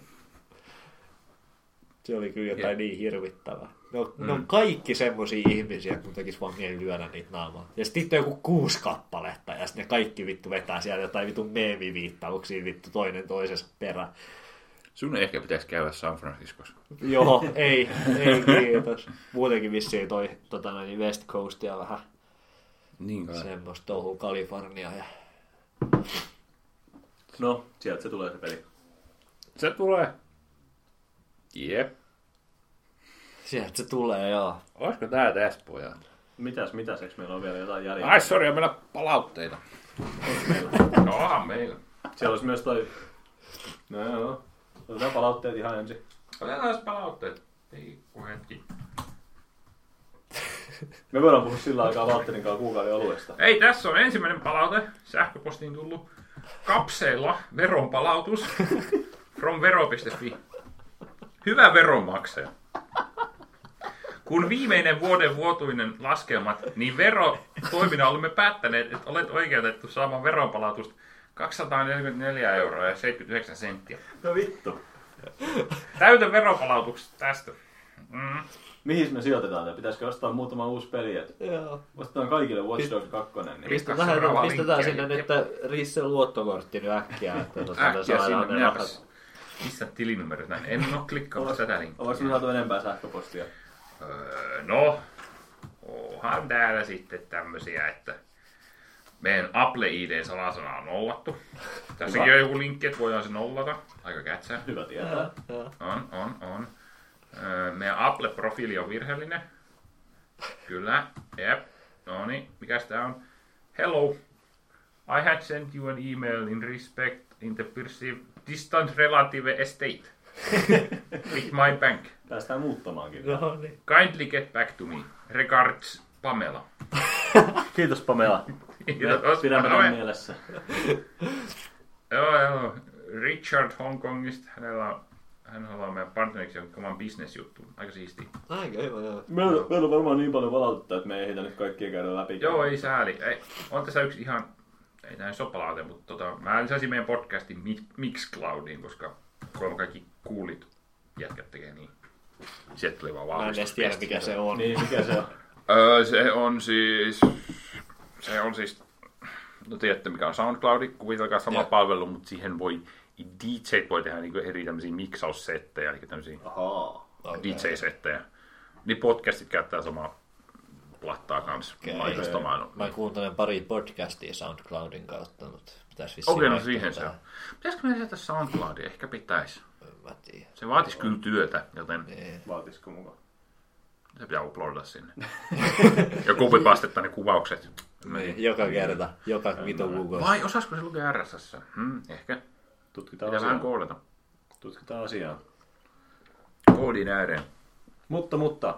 Se oli kyllä jotain
Jep.
niin hirvittävää. No, mm. ne on kaikki semmosia ihmisiä, kun tekis vaan mieli lyödä niitä naamaa. Ja sitten on joku kuusi kappaletta, ja sitten ne kaikki vittu vetää siellä jotain vittu meemiviittauksia vittu toinen toisessa perään.
Sun ei ehkä pitäisi käydä San Franciscossa. <laughs>
Joo, ei, ei kiitos. Muutenkin vissiin toi tota noin, West Coastia vähän
Niin kai.
semmoista touhuu Kaliforniaa ja
No, sieltä se tulee se peli.
Se tulee. Jep.
sieltä se tulee, joo.
Olisiko tää tässä pojat?
Mitäs, mitäs, eikö meillä on vielä jotain jäljellä?
Ai, sori, on meillä palautteita. No onhan meillä.
Siellä olisi myös toi... No joo. Otetaan palautteet ihan ensin.
Otetaan palautteet. Pikku hetki.
Me voidaan puhua sillä aikaa Valtterin kanssa kuukauden oluesta.
Ei, tässä on ensimmäinen palaute. Sähköpostiin tullut kapseilla
<laughs>
veronpalautus from vero.fi. Hyvä veronmaksaja. Kun viimeinen vuoden vuotuinen laskelmat, niin verotoimina olemme päättäneet, että olet oikeutettu saamaan veronpalautusta 244 euroa ja 79 senttiä.
No vittu.
Täytä veronpalautukset tästä. Mm.
Mihin me sijoitetaan tämä? Pitäisikö ostaa muutama uusi peli? Et
Joo.
ostetaan kaikille Watch Dogs 2. Niin
Pistä
Vähän
seuraava
pistetään
linkki.
sinne nyt Rissen luottokortti nyt äkkiä, että tota, me
Äkkiä
saadaan
sinne
ne rahat.
näpäs. Missä tilinumero tän? En oo klikkaamassa tätä
Ollaanko
linkkiä.
me saatu enempää sähköpostia?
Öö, no, onhan täällä sitten tämmösiä, että meidän Apple ID-salasana on nollattu. Tässäkin on joku linkki, että voidaan se nollata. Aika kätsää.
Hyvä tietää.
Joo, joo.
On, on, on. Öö, meidän Apple-profiili on virheellinen. Kyllä, jep. No niin, mikäs tää on? Hello. I had sent you an email in respect in the perceived distant relative estate with my bank.
Päästään muuttamaankin.
No niin.
Kindly get back to me. Regards, Pamela.
Kiitos Pamela.
<laughs> Kiitos.
Pidämme tämän mielessä.
Joo, joo. Richard Hongkongista. Hänellä on, hän haluaa meidän partneriksi jonkin oman bisnesjuttu. Aika siisti.
Aika hyvä, joo.
Meillä, meillä on varmaan niin paljon palautetta, että me ei ehditä nyt kaikkia käydä läpi.
Joo, ei sääli. Ei, on tässä yksi ihan, ei näin sopalaate, mutta tota, mä lisäsin meidän podcastin Mi- Mixcloudiin, koska kuulemma kaikki kuulit jätkät tekee niin. Sieltä tuli vaan
Mä en edes tiedä, mikä se on.
Niin, mikä se
<laughs>
on?
Öö, se on siis... Se on siis... No tiedätte mikä on SoundCloud, kuvitelkaa sama
Joo.
palvelu, mutta siihen voi... DJ voi tehdä niinku eri tämmöisiä miksaussettejä, eli tämmöisiä
Ahaa.
Okei.
DJ-settejä. Niin podcastit käyttää samaa plattaa kanssa
Okei.
okay, laittamaan.
Mä kuuntelen pari podcastia SoundCloudin kautta, mutta pitäisi vissiin...
Okei, no
vaihtaa
siihen se on.
tää.
Pitäisikö me lisätä SoundCloudia? Ehkä pitäisi.
En Mä tiedän.
Se vaatisi kyllä työtä, joten
Niin.
Vaatisiko mukaan?
se pitää uploadata
<laughs>
sinne. ja kupipastetta ne kuvaukset.
Niin. Joka kerta, joka vitu kuukausi.
Vai osaisiko se lukea RSS? Hmm, ehkä.
Tutkitaan
Pitää vähän
asiaa.
koodata.
Tutkitaan asiaa.
Koodin ääreen.
Mutta, mutta.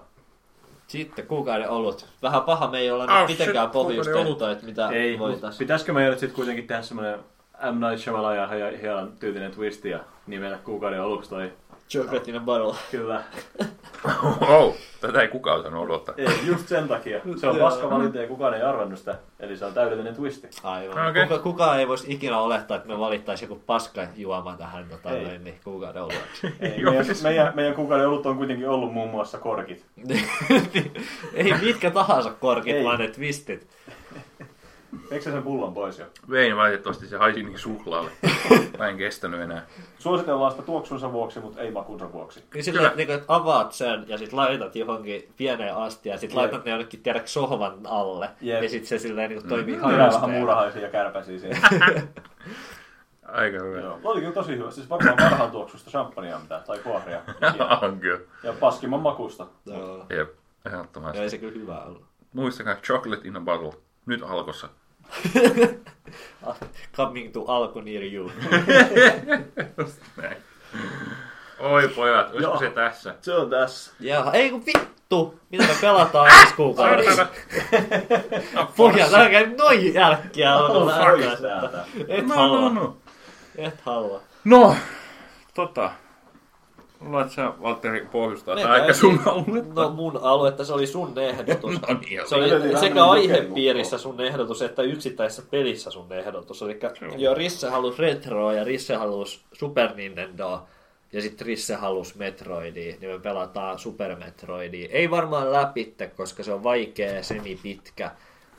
Sitten kuukauden ollut. Vähän paha, me ei olla
Ah,
nyt
shit,
mitenkään
kuukauden
pohjustettu,
olut.
että mitä
Ei,
<laughs>
mut
voitaisiin.
pitäisikö meidän nyt sitten kuitenkin tehdä semmoinen M. Night Shyamalan ja hieman tyylinen twisti ja nimellä kuukauden aluksi toi
Chocolate barolla.
Kyllä.
<laughs> Wow, tätä ei kukaan osannut odottaa.
Ei, just sen <laughs> takia. Se on paska valinta ja kukaan ei arvannut sitä. Eli se on täydellinen
<laughs>
twisti.
Aivan.
Okei.
Okay. Kuka, kukaan ei voisi ikinä olettaa, että me valittaisiin joku paska juoma tähän tota,
Ei.
noin, niin, kuukauden olueksi.
Ei,
Joo,
meidän,
siis-
meidän, meidän kuukauden olut on kuitenkin ollut muun muassa korkit.
<laughs> ei mitkä tahansa korkit,
Ei.
ei. vaan ne twistit.
Eikö sä sen pullon pois jo?
Vein valitettavasti se haisi
<laughs>
niin suklaalle. Mä en kestänyt enää.
Suositellaan sitä tuoksunsa vuoksi, mutta ei makunsa vuoksi.
Niin sillä,
Kyllä.
että, niin että avaat sen ja sit laitat johonkin pieneen astia ja sit laitat ne jonnekin tiedäkö sohvan alle.
Jep.
Ja sit se silleen niin kuin, toimii mm.
Kyllä vähän muurahaisia ja kärpäisiä siinä.
Aika hyvä.
<laughs> Joo. Oli kyllä tosi hyvä. Siis varmaan parhaan tuoksusta champagnea mitä, tai kuoria. Ja,
<laughs> On kyllä.
ja paskimman makusta.
Joo.
Jep, ehdottomasti.
Ja ei se kyllä hyvä ollut.
Muistakaa, chocolate in a bottle. Nyt alkossa.
Ah, Coming to alku near <laughs> you.
Näin. Oi pojat, olisiko
Joo.
se tässä?
Se on tässä.
Jaha, ei kun vittu! Mitä me pelataan ensi kuukaudessa? Pohja, älkää nyt noin jälkkiä
Oh,
on.
täältä.
Et
No, no,
halua,
no.
et halua.
No, tota. Luulet sä, Valtteri, pohjustaa
Me
tää aika
käytiin-
sun aluetta?
No mun aluetta, se oli sun <laughs> ehdotus.
No niin,
Se
oli.
Eli vähän
oli sekä
niinku
aihepiirissä sun ehdotus, että yksittäisessä pelissä sun ehdotus. Eli joo, Risse halusi retroa ja Risse halusi Super Nintendoa. Ja sitten Risse halusi Metroidia, niin me pelataan Super Metroidia. Ei varmaan läpitte, koska se on vaikea, semipitkä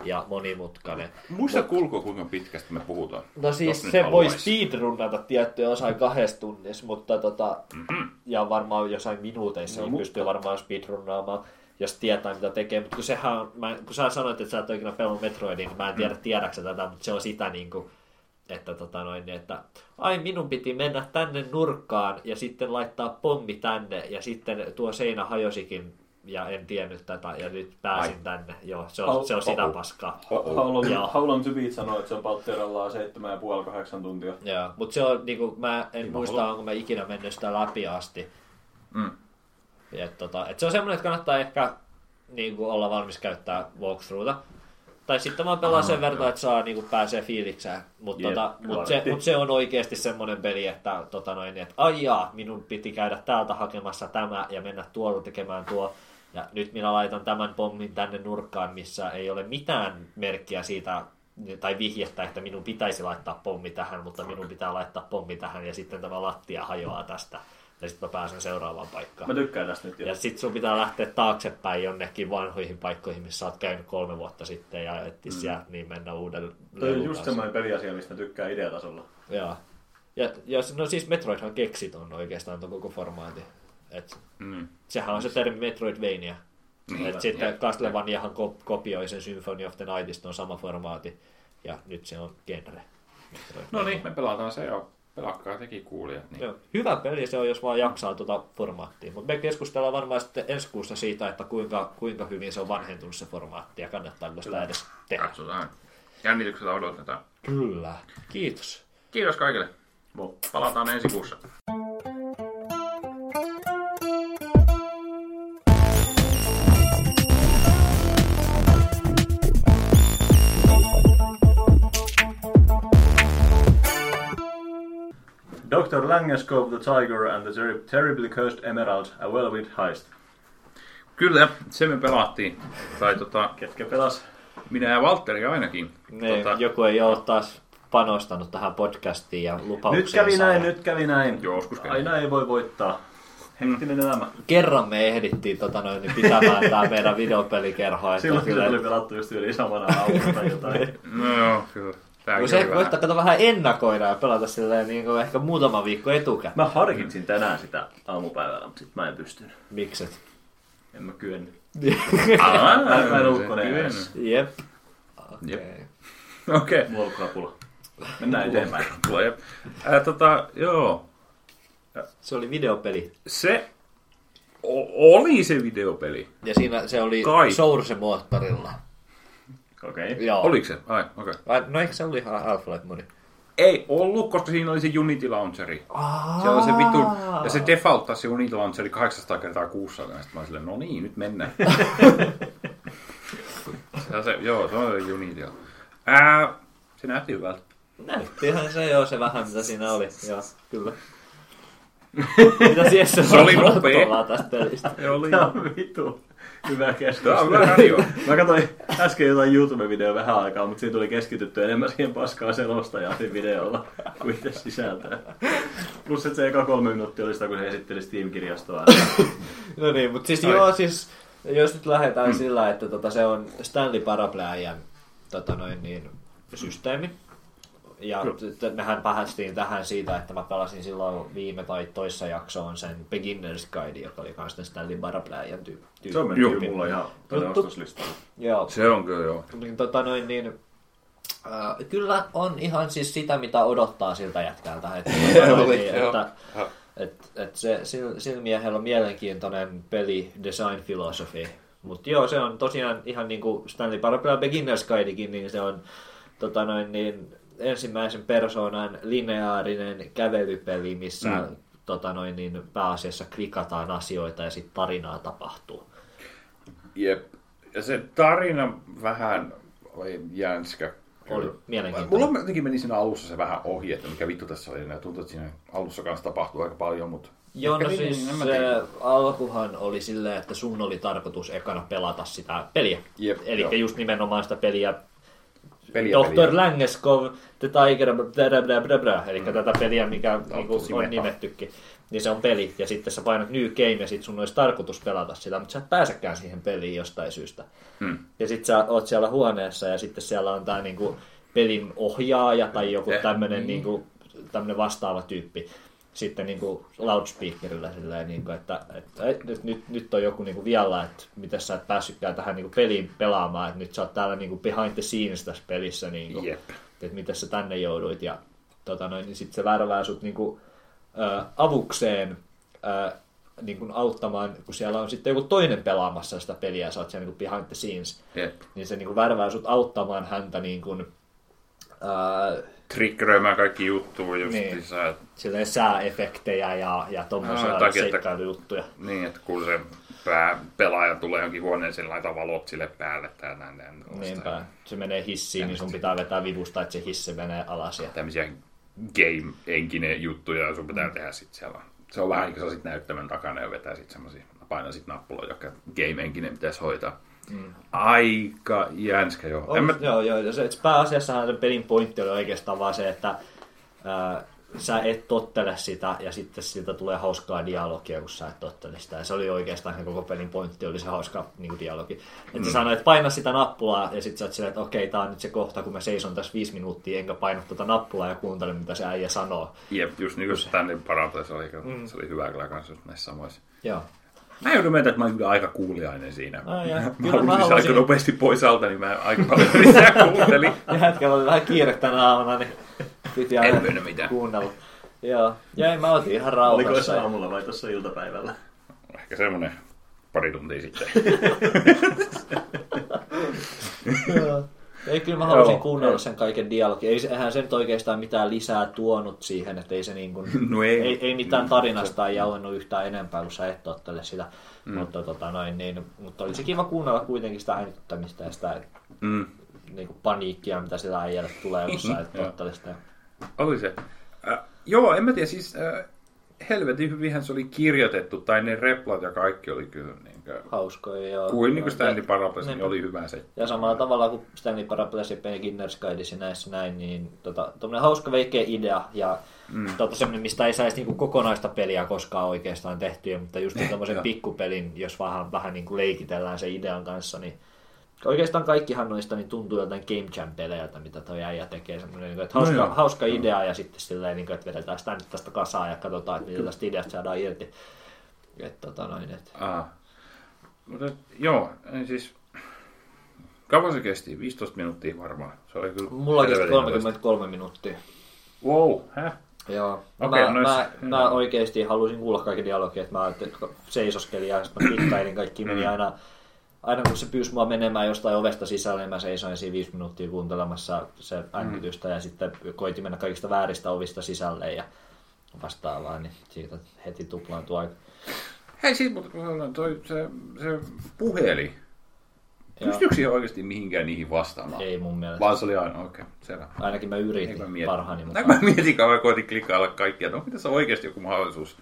ja monimutkainen.
Muista kulku, kuinka pitkästä me puhutaan.
No siis
Jos nyt
se voi
haluaisi.
speedrunnata tiettyjä osaa kahdessa tunnissa, mutta tota,
Mhm.
ja varmaan jossain minuuteissa
No,
no, niin
mutta-
pystyy varmaan speedrunnaamaan, jos tietää mitä tekee. Mutta kun sehän on, mä, kun sä sanoit, että sä et ole ikinä pelannut Metroidin, niin mä en
Mm.
tiedä tiedäksä tätä, mutta se on sitä niin kuin, että, tota noin, että ai minun piti mennä tänne nurkkaan ja sitten laittaa pommi tänne ja sitten tuo seinä hajosikin ja en tiennyt tätä ja nyt pääsin ai. tänne. Joo, se on, se on sitä paskaa.
How long,
Joo.
how long to beat sanoo, että se on Paltterallaan 7,5-8 tuntia.
Joo, mutta se on, niinku, mä en niin muista, onko mä ikinä mennyt sitä läpi asti.
Mm.
Et, tota, et se on semmoinen, että kannattaa ehkä niinku, olla valmis käyttää walkthroughta. Tai sitten vaan pelaa sen verran, että saa niinku, pääsee fiilikseen. Mutta
Jep,
tota, mut se,
varmasti.
mut se, on oikeasti semmoinen peli, että tota noin, et, aijaa, minun piti käydä täältä hakemassa tämä ja mennä tuolla tekemään tuo. Ja nyt minä laitan tämän pommin tänne nurkkaan, missä ei ole mitään merkkiä siitä tai vihjettä, että minun pitäisi laittaa pommi tähän, mutta minun pitää laittaa pommi tähän ja sitten tämä lattia hajoaa tästä. Ja sitten mä pääsen seuraavaan paikkaan.
Mä tykkään tästä nyt.
Ja
jo.
sit sun pitää lähteä taaksepäin jonnekin vanhoihin paikkoihin, missä oot käynyt kolme vuotta sitten ja etsiä mm. sieltä, niin mennä uuden
Toi on
levyn
just
kanssa.
semmoinen peliasia, mistä mä tykkään ideatasolla.
Joo. Ja, ja se- no siis Metroidhan keksit on oikeastaan tuon koko formaatin. Et,
Mm.
sehän on se termi Metroidvania.
Niin,
Niin,
jep,
Et sitten
jep.
Castlevaniahan ko- kopioi sen Symphony of the Nightista, on sama formaati. Ja nyt se on genre.
No niin, me pelataan se jo. Pelakkaa teki kuulijat. Niin.
Joo. Hyvä peli se on, jos vaan jaksaa tuota formaattia. Mutta me keskustellaan varmaan sitten ensi kuussa siitä, että kuinka, kuinka hyvin se on vanhentunut se formaatti ja kannattaako sitä edes tehdä.
Katsotaan. Jännityksellä odotetaan.
Kyllä. Kiitos.
Kiitos kaikille.
Mo.
Palataan ensi kuussa.
Dr. Langenscope, the Tiger and the Terri- Terribly Cursed Emerald, a well-wind heist.
Kyllä, se me pelattiin. Tai tota,
Ketkä pelas?
minä ja Valtteri ainakin.
Ne, tota... Joku ei ole taas panostanut tähän podcastiin ja lupaukseen.
Nyt kävi näin, nyt kävi näin.
Joskus käy.
Aina ei voi voittaa. Hektinen elämä.
Kerran me ehdittiin tota noin, niin pitämään tämä meidän videopelikerho. Että
Silloin Niin. kyllä
kyllä,
oli <laughs> pelattu just yli samana aamuna tai jotain.
No joo, kyllä. Tää
No
on
se
kyllä
koittaa
vähän.
kato vähän ennakoida ja pelata silleen niin kuin ehkä muutama viikko etukäteen.
Mä harkitsin tänään sitä aamupäivällä, mutta sit mä en pystynyt.
Mikset? <laughs>
En mä kyennyt.
Aa,
Mä en
se
ukkonen
Ah, kyllä.
edes.
Jep.
Jep.
Okei.
Okei.
Mulla on krapula. Mennään eteenpäin.
Tulee, jep. Ää, tota, joo.
Se oli videopeli.
Se o- oli se videopeli.
Ja siinä se oli
Kai.
Source-moottorilla.
Okei. Okay.
Joo.
Oliko se? Ai, okei. Okay.
Vai- No eikö se ollut ihan Half-Life Modi?
Ei ollut, koska siinä oli se Unity Launcheri. Se on se vitun, ja se defaulttaa se Unity Launcheri 800 kertaa 600, ja sitten mä oon silleen, no niin,
<laughs>
nyt mennään. se on se, joo, se on se Unity. Ää, se näytti hyvältä. <laughs>
Näyttihän se joo, se vähän mitä siinä oli. Joo, kyllä. Mitä siellä se
Se oli
on
nopea.
sanottavaa tästä pelistä?
Ei oli.
Tää on vitu hyvä keskustelu.
Tää on hyvä radio.
Mä katsoin äsken jotain YouTube-videoa vähän aikaa, mutta siinä tuli keskitytty enemmän siihen paskaan selostajaan siinä videolla kuin itse sisältöä. Plus, että se eka kolme minuuttia oli sitä, kun se esitteli Steam-kirjastoa.
No niin, mutta siis joo, siis jos nyt
Mm.
lähdetään sillä, että tota, se on Stanley Parapleajan tota noin, niin, systeemi. Ja t- mehän päästiin tähän siitä, että mä pelasin silloin viime tai toissa jaksoon sen Beginner's Guide, joka oli myös Stanley Parapleajan tyy- tyy-
Se on
Joo.
mennyt mulla
No,
ihan tuonne
Juttu.
ostoslistalla.
Joo.
Se on kyllä joo.
niin, tota noin, niin, äh, kyllä on ihan siis sitä, mitä odottaa siltä jätkältä. Että, <laughs> tota noin, niin, että, et, et se, sillä, sillä miehellä on mielenkiintoinen peli design philosophy. Mutta joo, se on tosiaan ihan niin kuin Stanley Parapella Beginner's Guidekin, niin se on tota noin, niin ensimmäisen persoonan lineaarinen kävelypeli, missä mm. tota noin, niin pääasiassa klikataan asioita ja sitten tarinaa tapahtuu.
Jep. Ja se tarina vähän oli jänskä.
Oli mielenkiintoinen.
Mulla jotenkin meni siinä alussa se vähän ohi, että mikä vittu tässä oli. Ja tuntuu, että siinä alussa kanssa tapahtuu aika paljon, mutta...
Joo, no
Ehkä niin,
siis
en mä
se
tiedä.
alkuhan oli silleen, että sun oli tarkoitus ekana pelata sitä peliä.
Jep, joo.
Eli just nimenomaan sitä peliä.
Peliä,
Dr.
peliä. Mm.
Langeskov, The Tiger, bla bla bla bla, eli tätä peliä, mikä niinku
tosi
on
meta.
nimettykin. Niin se on peli, ja sitten sä painat New Game, ja sit sun olisi tarkoitus pelata sitä, mutta sä et pääsekään siihen peliin jostain syystä. Hmm. Ja sit sä oot siellä huoneessa, ja sitten siellä on tää niinku pelin ohjaaja tai joku
Eh,
tämmönen niinku, tämmönen vastaava tyyppi sitten niin kuin loudspeakerilla silleen, niin kuin, että, että, et, nyt, nyt, nyt on joku niin kuin vialla, että miten sä et päässytkään tähän niin kuin peliin pelaamaan, että nyt sä oot täällä niin kuin behind the scenes tässä pelissä, niin kuin,
Jep.
että miten sä tänne jouduit ja tota noin, niin sitten se värvää sut niin kuin, ää, avukseen ää, niin kuin auttamaan, kun siellä on sitten joku toinen pelaamassa sitä peliä ja sä oot siellä niin kuin behind the scenes,
Jep.
niin se niin kuin värvää sut auttamaan häntä niin kuin, ää,
Triggeröimään kaikki juttuja just
Niin.
niin. lisää.
silleen sääefektejä ja, ja
No,
tuommoisia no,
jotakin, että-
seikkailujuttuja.
Niin, että kun se pää, pelaaja tulee johonkin huoneeseen, laita valot sille päälle tai näin. näin tällaista.
Niinpä. Se menee hissiin, niin sun pitää vetää vivusta, että se hissi menee alas. Ja...
Tämmöisiä game-enkinen juttuja, ja sun pitää
Mm.
tehdä sit siellä. Se on vähän niin kuin sä sit näyttämän takana ja vetää sit semmosia, painaa sit nappuloja, jotka game-enkinen pitäisi hoitaa. Mm. Aika jänskä joo.
On, mä... Joo, joo. ja Se, et pääasiassahan se pelin pointti oli oikeastaan vaan se, että ää, sä et tottele sitä ja sitten siitä tulee hauskaa dialogia, kun sä et tottele sitä. Ja se oli oikeastaan se koko pelin pointti, oli se hauska niin dialogi. Että mm. sä sanoit, että paina sitä nappulaa ja sitten sä oot silleen, että okei, tää on nyt se kohta, kun mä seison tässä viisi minuuttia enkä paina tuota nappulaa ja kuuntele, mitä se äijä sanoo.
Jep, just niin kuin Stanley Parable, se oli, mm. se oli hyvä kyllä kans just näissä samoissa.
Joo.
Mä joudun myöntää, että mä oon kyllä aika kuuliainen siinä.
Ai jaa.
mä
Kyllä mä
halusin
haluaisin-
aika nopeasti pois alta, niin mä aika paljon lisää
<laughs>
kuuntelin.
Ja hetkellä oli vähän kiire tänä aamuna, niin piti
En
aina
myynyt mitään.
kuunnella. Joo, jäi mä otin ihan
Oliko
rauhassa.
se aamulla vai tuossa iltapäivällä?
Ehkä semmonen pari tuntia
<laughs>
sitten.
Joo. Ei, kyllä mä halusin
Joo,
kuunnella
joo.
sen kaiken dialogin. Ei, se- eihän se nyt oikeastaan mitään lisää tuonut siihen, että ei se niin kuin,
<laughs> No ei.
ei, ei, mitään tarinasta ei jauhennut yhtään enempää, kun sä et tottele sitä. Mm. Mutta, tota noin, niin, mutta oli se kiva kuunnella kuitenkin sitä äänittämistä ja sitä
Mm.
niin kuin paniikkia, mitä sillä äijälle tulee,
<laughs>
jos sä et tottele sitä.
Oli se. Äh, joo, en mä tiedä, siis äh, helvetin hyvinhän se oli kirjoitettu, tai ne replat ja kaikki oli kyllä niin kuin,
Hauskoja. Joo.
kuin, niin kuin Stanley
Ja-
Parable, niin
Niinpä.
oli hyvä se.
Ja samalla tavalla kuin Stanley Paraples ja Beginner's Guideissa näissä näin, niin tota, tommonen hauska veikeä idea ja mm. tota, semmoinen, mistä ei saisi niinku kokonaista peliä koskaan oikeastaan tehtyä, mutta just tämmöisen
Eh, joo.
pikkupelin, jos vähän, vähän niinku leikitellään sen idean kanssa, niin oikeastaan kaikkihan noista niin tuntuu jotain Game Jam-peleiltä, mitä toi äijä tekee. Semmoinen, niinku, että hauska, no
joo.
hauska idea ja sitten silleen, niinku, että vedetään sitä nyt tästä kasaan ja katsotaan, että mitä tästä ideasta saadaan irti. Et, tota, noin, et.
Ah. Mutta joo, en siis kauan se kesti, 15 minuuttia varmaan. Se oli kyllä
Mulla kesti
helvetin nopeasti.
33 minuuttia.
Wow, häh?
Joo.
Okei,
mä,
no jos-
mä, mä oikeesti halusin kuulla kaiken dialogin, että mä ajattelin, että seisoskelin ja sitten mä pitkailin kaikki meni
Mm.
aina, aina kun se pyysi mua menemään jostain ovesta sisälle, niin mä seisoin siinä viisi minuuttia kuuntelemassa se äänitystä
Mm.
ja sitten koitin mennä kaikista vääristä ovista sisälle ja vastaavaa, niin siitä heti tuplaantui aika.
Hei, siis, mutta kun sanoin, toi, se, se puheli,
Joo.
pystyykö siihen oikeasti mihinkään niihin vastaamaan?
Ei mun mielestä.
Vaan se oli aina, okei, okay, selvä.
Ainakin mä
Eikö mä
yritin
mietin?
parhaani
Näin mä
mukaan.
no, mietin kauan, koitin klikkailla kaikkia, että onko tässä oikeasti joku mahdollisuus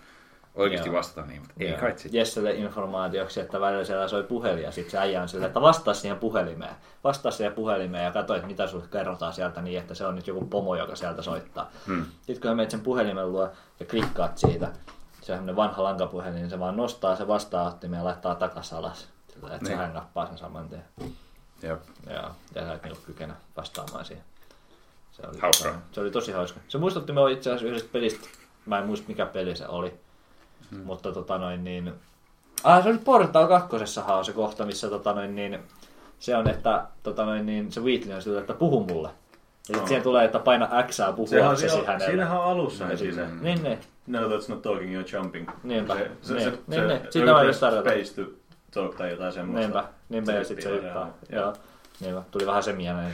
oikeasti
Joo.
vastata niin, mutta ei kai sitten.
Jesselle informaatioksi, että välillä siellä soi puhelin ja sitten se äijä on sillä, että vastaa siihen puhelimeen. Vastaa siihen puhelimeen ja katso, että mitä sulle kerrotaan sieltä niin, että se on nyt joku pomo, joka sieltä soittaa. Hmm. Sitten kun sä menet sen puhelimen luo ja klikkaat siitä, se on semmoinen vanha lankapuhelin, niin se vaan nostaa se vastaanottimen ja laittaa takas alas. Sillä, että
Niin.
se hän nappaa sen saman tien.
Jep.
Joo, ja sä et niinku kykene vastaamaan siihen. Se oli,
Hauskaa.
se oli tosi hauska. Se muistutti minua itse asiassa yhdestä pelistä. Mä en muista mikä peli se oli. Hmm. Mutta tota noin niin... Ah, se oli Portal 2. on se kohta, missä tota noin niin... Se on, että tota noin niin, se Wheatley on sillä, että puhu mulle. Ja sit siihen tulee, että paina X puhuaksesi hänelle.
siinähän on alussa
ja
heti
sit,
se.
Niin, niin.
No, that's not talking, you're jumping.
Niinpä.
Se, se,
Niin.
se,
Niin,
se,
niin. Sitä mä just tarkoitan.
Space to talk tai jotain semmoista.
Niinpä, niinpä ja sitten se
Selitti
yppää.
joo, joo.
Joo. Niinpä. Tuli vähän se
<laughs>
mieleen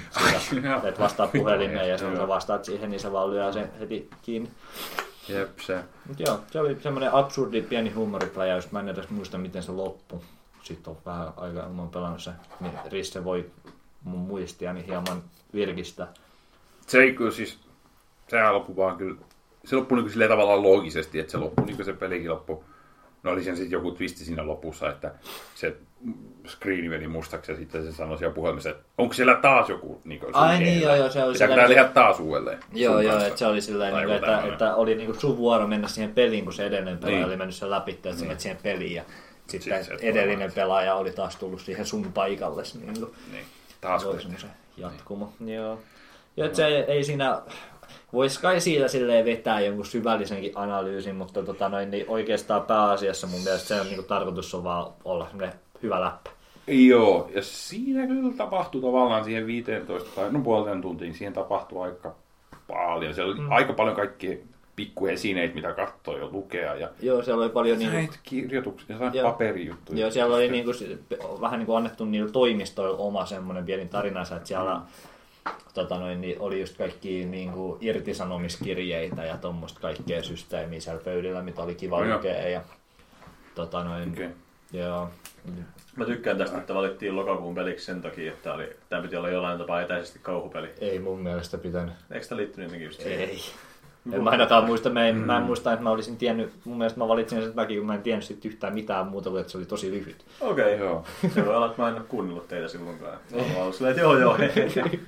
siitä, että vastaa puhelimeen ja sitten kun sä vastaat siihen, niin se vaan lyö sen heti kiinni.
Jep, se.
Mut joo, se oli semmoinen absurdi pieni huumoripläjäys. Mä en edes muista, miten se loppui. Sitten on vähän aikaa, kun mä oon pelannut se, niin Risse voi mun muistiani hieman virkistä.
Se ei kyllä siis, sehän loppui vaan kyllä, se loppui niin silleen tavallaan loogisesti, että se loppui niin kuin se pelikin loppui. No oli sen sitten joku twisti siinä lopussa, että se screeni meni mustaksi ja sitten se sanoi siellä puhelimessa, että onko siellä taas joku niin kuin
Ai niin, joo, joo, se oli
Pitääkö
sillä-
tää tehdä taas uudelleen?
Joo,
sun
joo,
kanssa?
että se oli sillä
Tai
niin
joku
että,
tämmönen.
että, oli niin sun vuoro mennä siihen peliin, kun se edellinen pelaaja
Niin.
oli mennyt sen läpi, että niin. siihen peliin ja sitten
Sit se
edellinen pelaaja oli taas tullut siihen sun paikalle. Niin kuin.
Niin, taas
se oli
tehtiin.
semmoisen jatkumo. Niin. Joo. Ja et se ei, ei siinä, vois kai siitä silleen vetää jonkun syvällisenkin analyysin, mutta tota noin, niin oikeastaan pääasiassa mun mielestä se on, niin tarkoitus on vaan olla semmoinen hyvä läppä.
Joo, ja siinä kyllä tapahtui tavallaan siihen 15 tai no puolen tuntiin, siihen tapahtui aika paljon. Siellä oli mm. aika paljon kaikki pikkuesineitä, mitä katsoo ja lukea ja
Joo, siellä oli paljon niin
näitä kirjoituksia, jotain
Joo.
paperijuttuja.
Joo, siellä oli niinku, si- pe- vähän niinku annettu niillä toimistoilla oma semmoinen pieni tarinansa, että siellä tota noin, niin oli just kaikki niinku irtisanomiskirjeitä ja tuommoista kaikkea systeemiä siellä pöydillä, mitä oli kiva
Joo, joo.
lukea. Ja, tota noin,
Okei.
joo.
Mä tykkään tästä, että valittiin lokakuun peliksi sen takia, että tää, oli, tää piti olla jollain tapaa etäisesti kauhupeli.
Ei mun mielestä pitänyt.
Eikö tää liittynyt jotenkin just siihen?
Ei. En mä ainakaan muista, mä en, mä en muista, että mä olisin tiennyt, mun mielestä mä valitsin sen takia, kun mä en tiennyt sit yhtään mitään muuta kuin, että se oli tosi lyhyt.
Okei, okay.
Joo.
se voi olla, että mä en oo kuunnellut teitä silloinkaan. Mä oon ollut silleen, että joo joo, hei, hei. hei.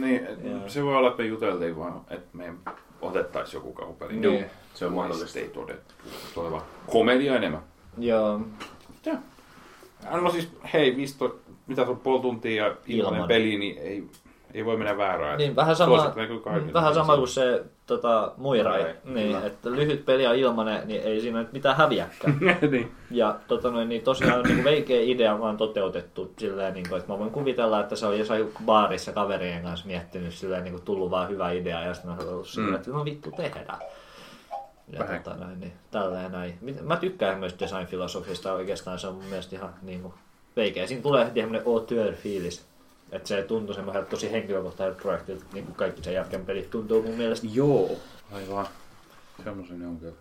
Niin, et se voi olla, että me juteltiin vaan, että me otettaisiin joku kauhupeli.
Niin.
Joo.
Se on mahdollista.
Ei todettu. Tuleva komedia enemmän.
Joo,
Joo. No siis, hei, 15, mitä se on puoli tuntia ja ilmainen
Ilman.
peli, niin ei, ei voi mennä väärään.
Niin, vähän sama,
Suosittelen kyllä kaikille.
vähän sama kuin se tota, Muirai.
Muirai,
niin,
kyllä.
että lyhyt peli on ilmanen, niin ei siinä nyt mitään häviäkään. <laughs>
niin.
ja tota, noin, niin tosiaan niin veikeä idea vaan toteutettu silleen, niin kuin, että mä voin kuvitella, että se on jossain baarissa kaverien kanssa miettinyt silleen, niin kuin tullut vaan hyvä idea ja sitten on ollut silleen, että no vittu tehdään. Ja
Mm. Vähän.
tota, noin, niin, tälleen näin. Mit- Mä tykkään myös design-filosofista oikeastaan, se on mun mielestä ihan niin kuin, veikeä. Siinä tulee heti semmoinen auteur-fiilis. Että se tuntuu semmoiselta tosi henkilökohtaiselta projektilta, niin kuin kaikki sen jälkeen pelit tuntuu mun mielestä.
Joo. Aivan. Semmoisen on kyllä.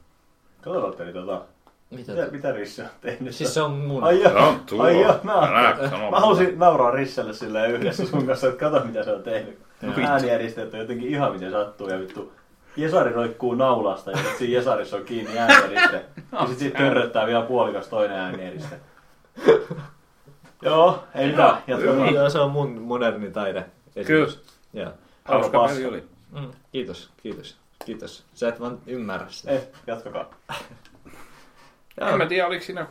Katsotaan, että eli tota,
Mitä?
mitä, mitä Risse on tehnyt?
Siis se on mun.
Ai
Se
joo,
on tuo.
ai joo, mä,
Älä
mä,
sano
mä halusin nauraa Risselle silleen yhdessä sun kanssa, että kato mitä se on tehnyt.
No
Joo.
Äänieristeet on jotenkin ihan miten sattuu ja vittu. Jesari roikkuu naulasta ja sit siinä Jesarissa on kiinni äänieriste. Ja sit siitä törröttää vielä puolikas toinen äänieriste. Joo, ei mitään, jatka
Hyvä.
vaan.
Joo, se on mun moderni taide.
Kyllä.
Joo.
Hauska
Paska.
peli oli.
Mm, kiitos, kiitos, kiitos. Sä et vaan ymmärrä sitä.
Eh, jatkakaa.
En mä tiedä, oliko siinä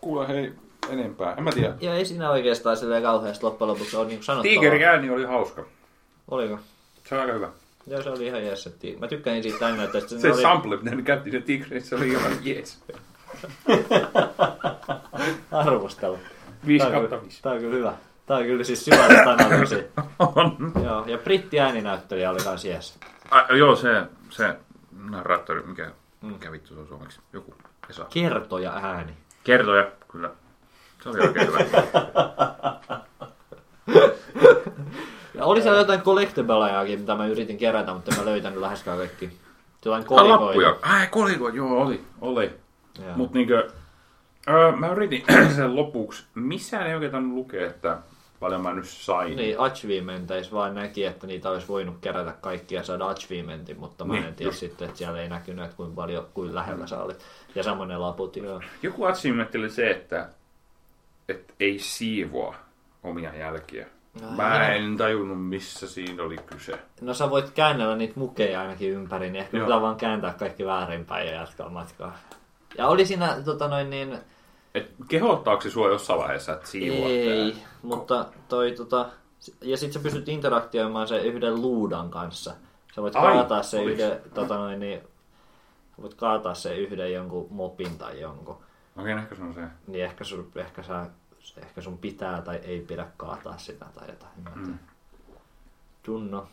kuule hei enempää. En mä tiedä.
Joo, ei siinä oikeastaan silleen kauheasti loppujen lopuksi ole niin sanottavaa.
Tigerin ääni oli hauska.
Oliko?
Se on aika hyvä.
Joo, se oli ihan jees. se tiig- Mä tykkäsin siitä aina, että se,
Se
oli...
sample, mitä ne käytti se tigri, se oli ihan jees.
arvostelu.
5
Tää on
kautta
kyllä-
5.
Tää on kyllä hyvä. Tää on kyllä siis syvällistä analyysiä. Joo, ja britti ääninäyttelijä oli kans jees.
Ah, joo, se, se narraattori, mikä, mikä vittu se on suomeksi? Joku Esa.
Kertoja ääni.
Kertoja, kyllä. Se oli oikein <laughs> hyvä.
Ja oli siellä jotain collectiblejakin, mitä mä yritin kerätä, mutta en mä löytänyt läheskään kaikki. Jotain
Ah,
kolikoita.
lappuja. Ai, koliko? Joo, oli. Oli. <clears throat>
Joo.
Mut niinkö, öö, mä yritin sen lopuksi, missään ei oikein tainnut lukea, että paljon mä nyt sain.
Niin, achievementeissä vaan näki, että niitä olisi voinut kerätä kaikki ja saada achievementin, mutta mä
Niin,
niin, en tiedä
just.
sitten, että siellä ei näkynyt, että kuinka paljon, kuin lähellä sä olit. Ja samoin ne laput, joo.
Joku achievementti oli se, että, että ei siivoa omia jälkiä.
No,
Mä
joo.
en tajunnut, missä siinä oli kyse.
No sä voit käännellä niitä mukeja ainakin ympäri, niin ehkä
Joo.
pitää vaan kääntää kaikki väärinpäin ja jatkaa matkaa. Ja oli siinä tota noin niin,
Et kehottaako se sua jossain vaiheessa, että siivoa
ei, mutta toi tota, ja sit sä pystyt interaktioimaan sen yhden luudan kanssa. Sä voit
Ai,
kaataa sen
oliks?
yhden, tota noin niin, sä voit kaataa sen yhden jonkun mopin tai jonkun.
Okei, ehkä se on se.
niin ehkä sun, ehkä, sä, ehkä sun pitää tai ei pidä kaataa sitä tai jotain. Mm. Tunno.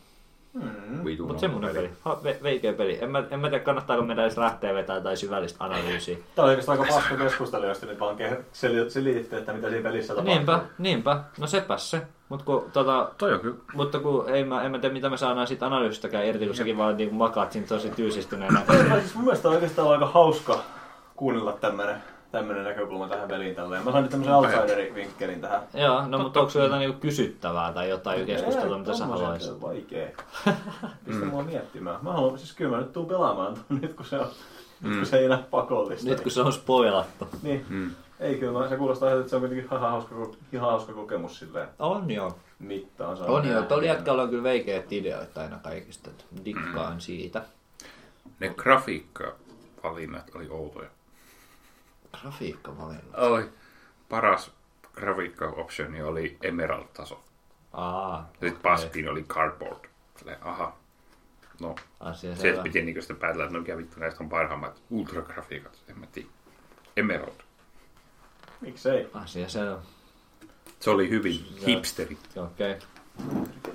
Vitun
Mutta semmonen peli. Ha, ve, veikeä peli. En mä, en mä tiedä, kannattaako meidän edes lähteä vetää tai syvällistä analyysiä.
Tää oli oikeastaan aika paska keskustelu, jos te nyt vaan ker- sel- selitte, että mitä siinä pelissä tapahtuu.
niinpä, niinpä. No sepäs se. Mut kun, tota,
Toi on kyllä.
mutta kun ei mä, en mä tiedä, mitä me saadaan siitä analyysistäkään irti, kun säkin vaan niin makaat siinä tosi tyysistyneenä. <laughs>
Tai siis mun mielestä on oikeastaan aika hauska kuunnella tämmönen, tämmönen näkökulma tähän peliin tälleen. Mä sain nyt tämmösen outsider-vinkkelin tähän.
Joo, no mutta onko sulla jotain niinku kysyttävää tai jotain keskustelua, mitä sä
tommoset
haluaisit?
on
<laughs>
Vaikee. Pistä mua miettimään. Mä haluan, siis kyllä mä nyt tuun pelaamaan ton nyt, kun se on. Nyt kun se ei enää pakollista.
Nyt kun se on spoilattu.
Niin. Mm. Ei kyllä, mä, se kuulostaa siltä, että se on kuitenkin ihan hauska, ko- ihan hauska kokemus silleen
On joo.
mittaan.
On joo, tuolla jätkällä on kyllä veikeät ideoita aina kaikista, että dikkaan siitä.
Ne grafiikkavalinnat oli outoja.
Grafiikka valinnut.
Oi. Paras grafiikka-optioni oli emerald-taso.
Aa,
Sitten paskin oli cardboard. Silleen, aha. No,
asia
se, että
selvä.
piti niinku sitten päätellä, että no mikä vittu näistä on parhaimmat ultragrafiikat. En mä tiedä. Emerald.
Miksei?
Asia selvä,
Se oli hyvin hipsteri.
okei. Okay.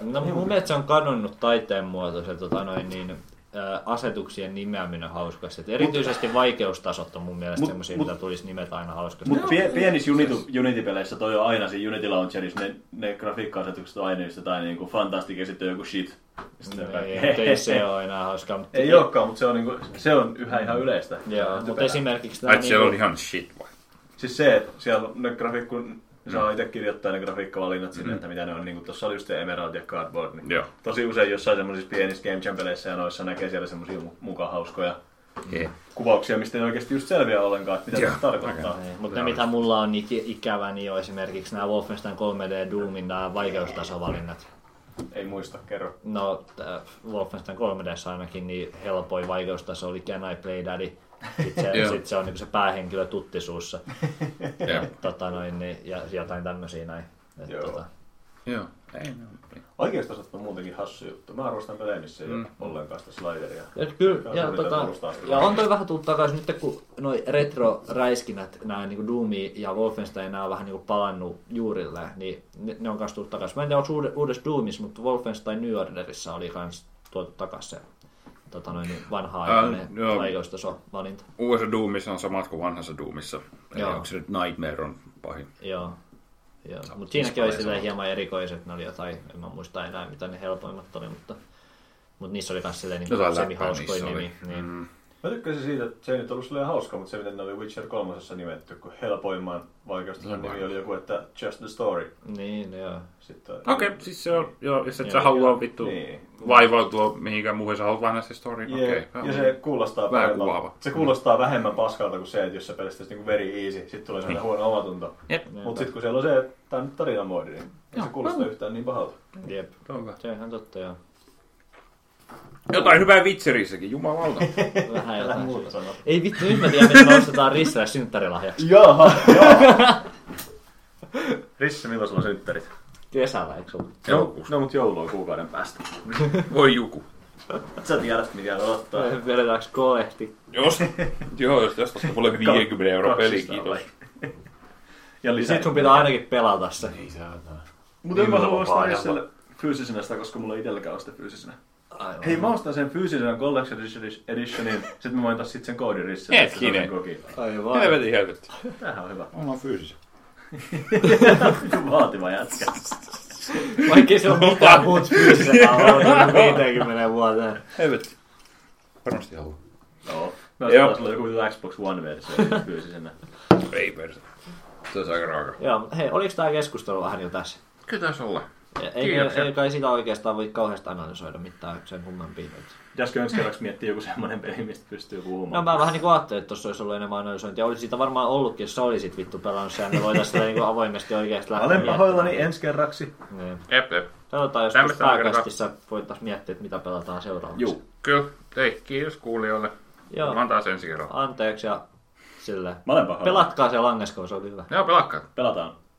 No mun mielestä se on kadonnut taiteen muoto, se tota noin niin, ää, asetuksien nimeäminen hauskasti. Et erityisesti vaikeustasot on mun mielestä
Mut-
semmoisia,
mut-
mitä tulisi nimetä aina hauskasti.
Mutta pie, pienissä Unity,
Unity-peleissä toi on aina siinä Unity Launcherissa, ne, ne grafiikka-asetukset on aina jotain niinku fantastic ja sitten on joku shit. Sitten on
Niin, Ei,
kaikki-
mut ei se ole enää hauskaa. Mutta
<laughs> ei olekaan, mutta se on, niinku, se on yhä ihan yleistä.
Joo, mutta esimerkiksi
Ai,
nämä
että siellä
niinku,
oli ihan shit vai?
Siis se, että siellä on ne grafiikku, ne
Mm.
saa itse kirjoittaa ne grafiikkavalinnat sinne, että mitä ne on. Niin kuin tuossa oli just se Emerald ja Cardboard. Niin
Joo.
Tosi usein jossain semmoisissa pienissä Game Jam-peleissä ja noissa näkee siellä semmoisia mu- mukaan hauskoja
Yeah.
kuvauksia, mistä ei oikeasti just selviä ollenkaan, että mitä
Joo.
se tarkoittaa.
Niin, Mutta ne, mitä mulla on iki- ikävä, niin on esimerkiksi nämä Wolfenstein 3D ja Doomin nämä vaikeustasovalinnat.
Ei muista, kerro.
No, tää Wolfenstein 3D ainakin niin helpoin vaikeustaso oli Can I Play Daddy. Sitten se,
Joo.
sit se on niin se päähenkilö tuttisuussa.
Joo.
tota noin, niin, ja jotain tämmöisiä näin. Et,
Joo.
tota,
Joo. Ei, no.
Oikeastaan on muutenkin hassu juttu. Mä arvostan pelejä, missä
Mm.
ei ole ollenkaan sitä slideria.
et kyllä,
Joo,
ja,
se
tota,
kuulostaa siltä.
ja on toi vähän tullut takaisin nyt, kun noi retro-räiskinät, nämä niin Doomi ja Wolfenstein, nämä on vähän niin kuin palannut juurille, niin ne, ne on kanssa tullut takaisin. Mä en tiedä, onko uudessa, uudessa Doomissa, mutta Wolfenstein New Orderissa oli kans tuotu takaisin se tota noin, niin vanha aikainen
Ah, joo.
vaikeustaso-valinta.
Uudessa Doomissa on samat kuin vanhassa Doomissa. Eli
Joo.
onko se nyt Nightmare on pahin?
Joo. Joo. Mutta
Sä- siis
siinäkin oli
sä-
silleen
sä-
hieman erikoiset, ne oli jotain, en mä muista enää mitä ne helpoimmat oli, mutta, mutta niissä oli myös silleen niin
Jotain
semihauskoja
läppää niissä oli.
nimi. Niin. Mm.
Mä tykkäsin siitä, että se ei nyt ollut silleen hauska, mutta se miten ne oli Witcher 3 nimetty, kun helpoimman vaikeustason nimi oli joku, että Just the Story.
Niin, no joo.
Sitten äh,
Okei, okay, siis se on, joo, jos et sä
Joo,
halua vittu
Niin.
vaivautua mihinkään muuhun, sä haluat vain se story.
Jee,
Okei,
ja
okay,
se kuulostaa,
Vähän
paremmalta.
kuvaava. Mm.
se kuulostaa vähemmän paskalta kuin se, että jos sä pelistäisit niinku very easy, sit tulee sellainen huono omatunto.
Niin. Jep.
Mutta sitten kun siellä on se, että tää on nyt tarinamoodi, niin ei se kuulostaa
Mm.
yhtään niin pahalta.
Jep.
se on hyvä.
Se on ihan totta, joo.
Jotain hyvää Witcherissäkin, jumalauta.
<laughs>
Vähän <laughs>
Älä
jotain.
muuta
sillä-
sano.
Ei vittu, nyt mä tiedän, mitä me ostetaan Rissille synttärilahjaksi.
Jaha, joo. <laughs> Risse, milloin sulla on synttärit?
Kesällä, eikö sulla?
Elokuussa.
No mut joulu on kuukauden päästä.
Voi joku.
Sä tiedät mitä odottaa.
Vedetäänkö kolehti?
Jos, joo, jos tästä ostaa mulle 50 euroa peli, kiitos.
<laughs> Ja lisää.
Sitten sun pitää ainakin pelata se.
Mutta en mä
Vapaa-ajalla.
halua ostaa edes sille fyysisenä sitä, koska mulla ei itselläkään ole sitä fyysisenä.
Aivan.
Hei, mä ostan sen fyysisen Collection Edition- Editionin, sit mä voin taas sit sen koodin rissiin.
Hetkinen.
Aivan.
Helvetin helvetti.
Tämähän on hyvä.
Mä oon fyysisen.
<laughs> Vaativa jätkä.
Vaikkei se <laughs> ole mitään muut fyysisenä ollut 50 vuoteen.
Helvetti. Varmasti haluaa.
Joo. Mä
Joo.
oon sulla joku Xbox One-versio fyysisenä.
Ei perse.
Se on aika raaka.
Joo, mutta hei, oliko tämä keskustelu vähän jo tässä?
Kyllä taisi olla.
Ei, ei,
Kiitoksia.
ei kai sitä oikeastaan voi kauheasti analysoida mitään sen kummempia. nyt.
Pitäisikö ensi kerraksi miettiä joku semmoinen peli, mistä pystyy
No
puhumaan?
mä vähän niin kuin ajattelin, että tuossa olisi ollut enemmän analysointia. Olisi siitä varmaan ollutkin, jos sä olisit vittu pelannut sen, me voitaisiin sitä niin kuin avoimesti oikeasti lähteä
Olen pahoillani
miettimään.
ensi kerraksi.
Niin.
Jep, jep.
Sanotaan, jos
Tämmöistä aikaa-
pääkästissä voitaisiin miettiä, että mitä pelataan seuraavaksi.
Juu. Kyllä. Ei, kiitos kuulijoille.
Joo.
Mä taas ensi kerralla.
Anteeksi ja sille.
Mä olen pahoillani.
Pelatkaa se langasko, se on hyvä.
Joo, pelakkaa.
Pelataan.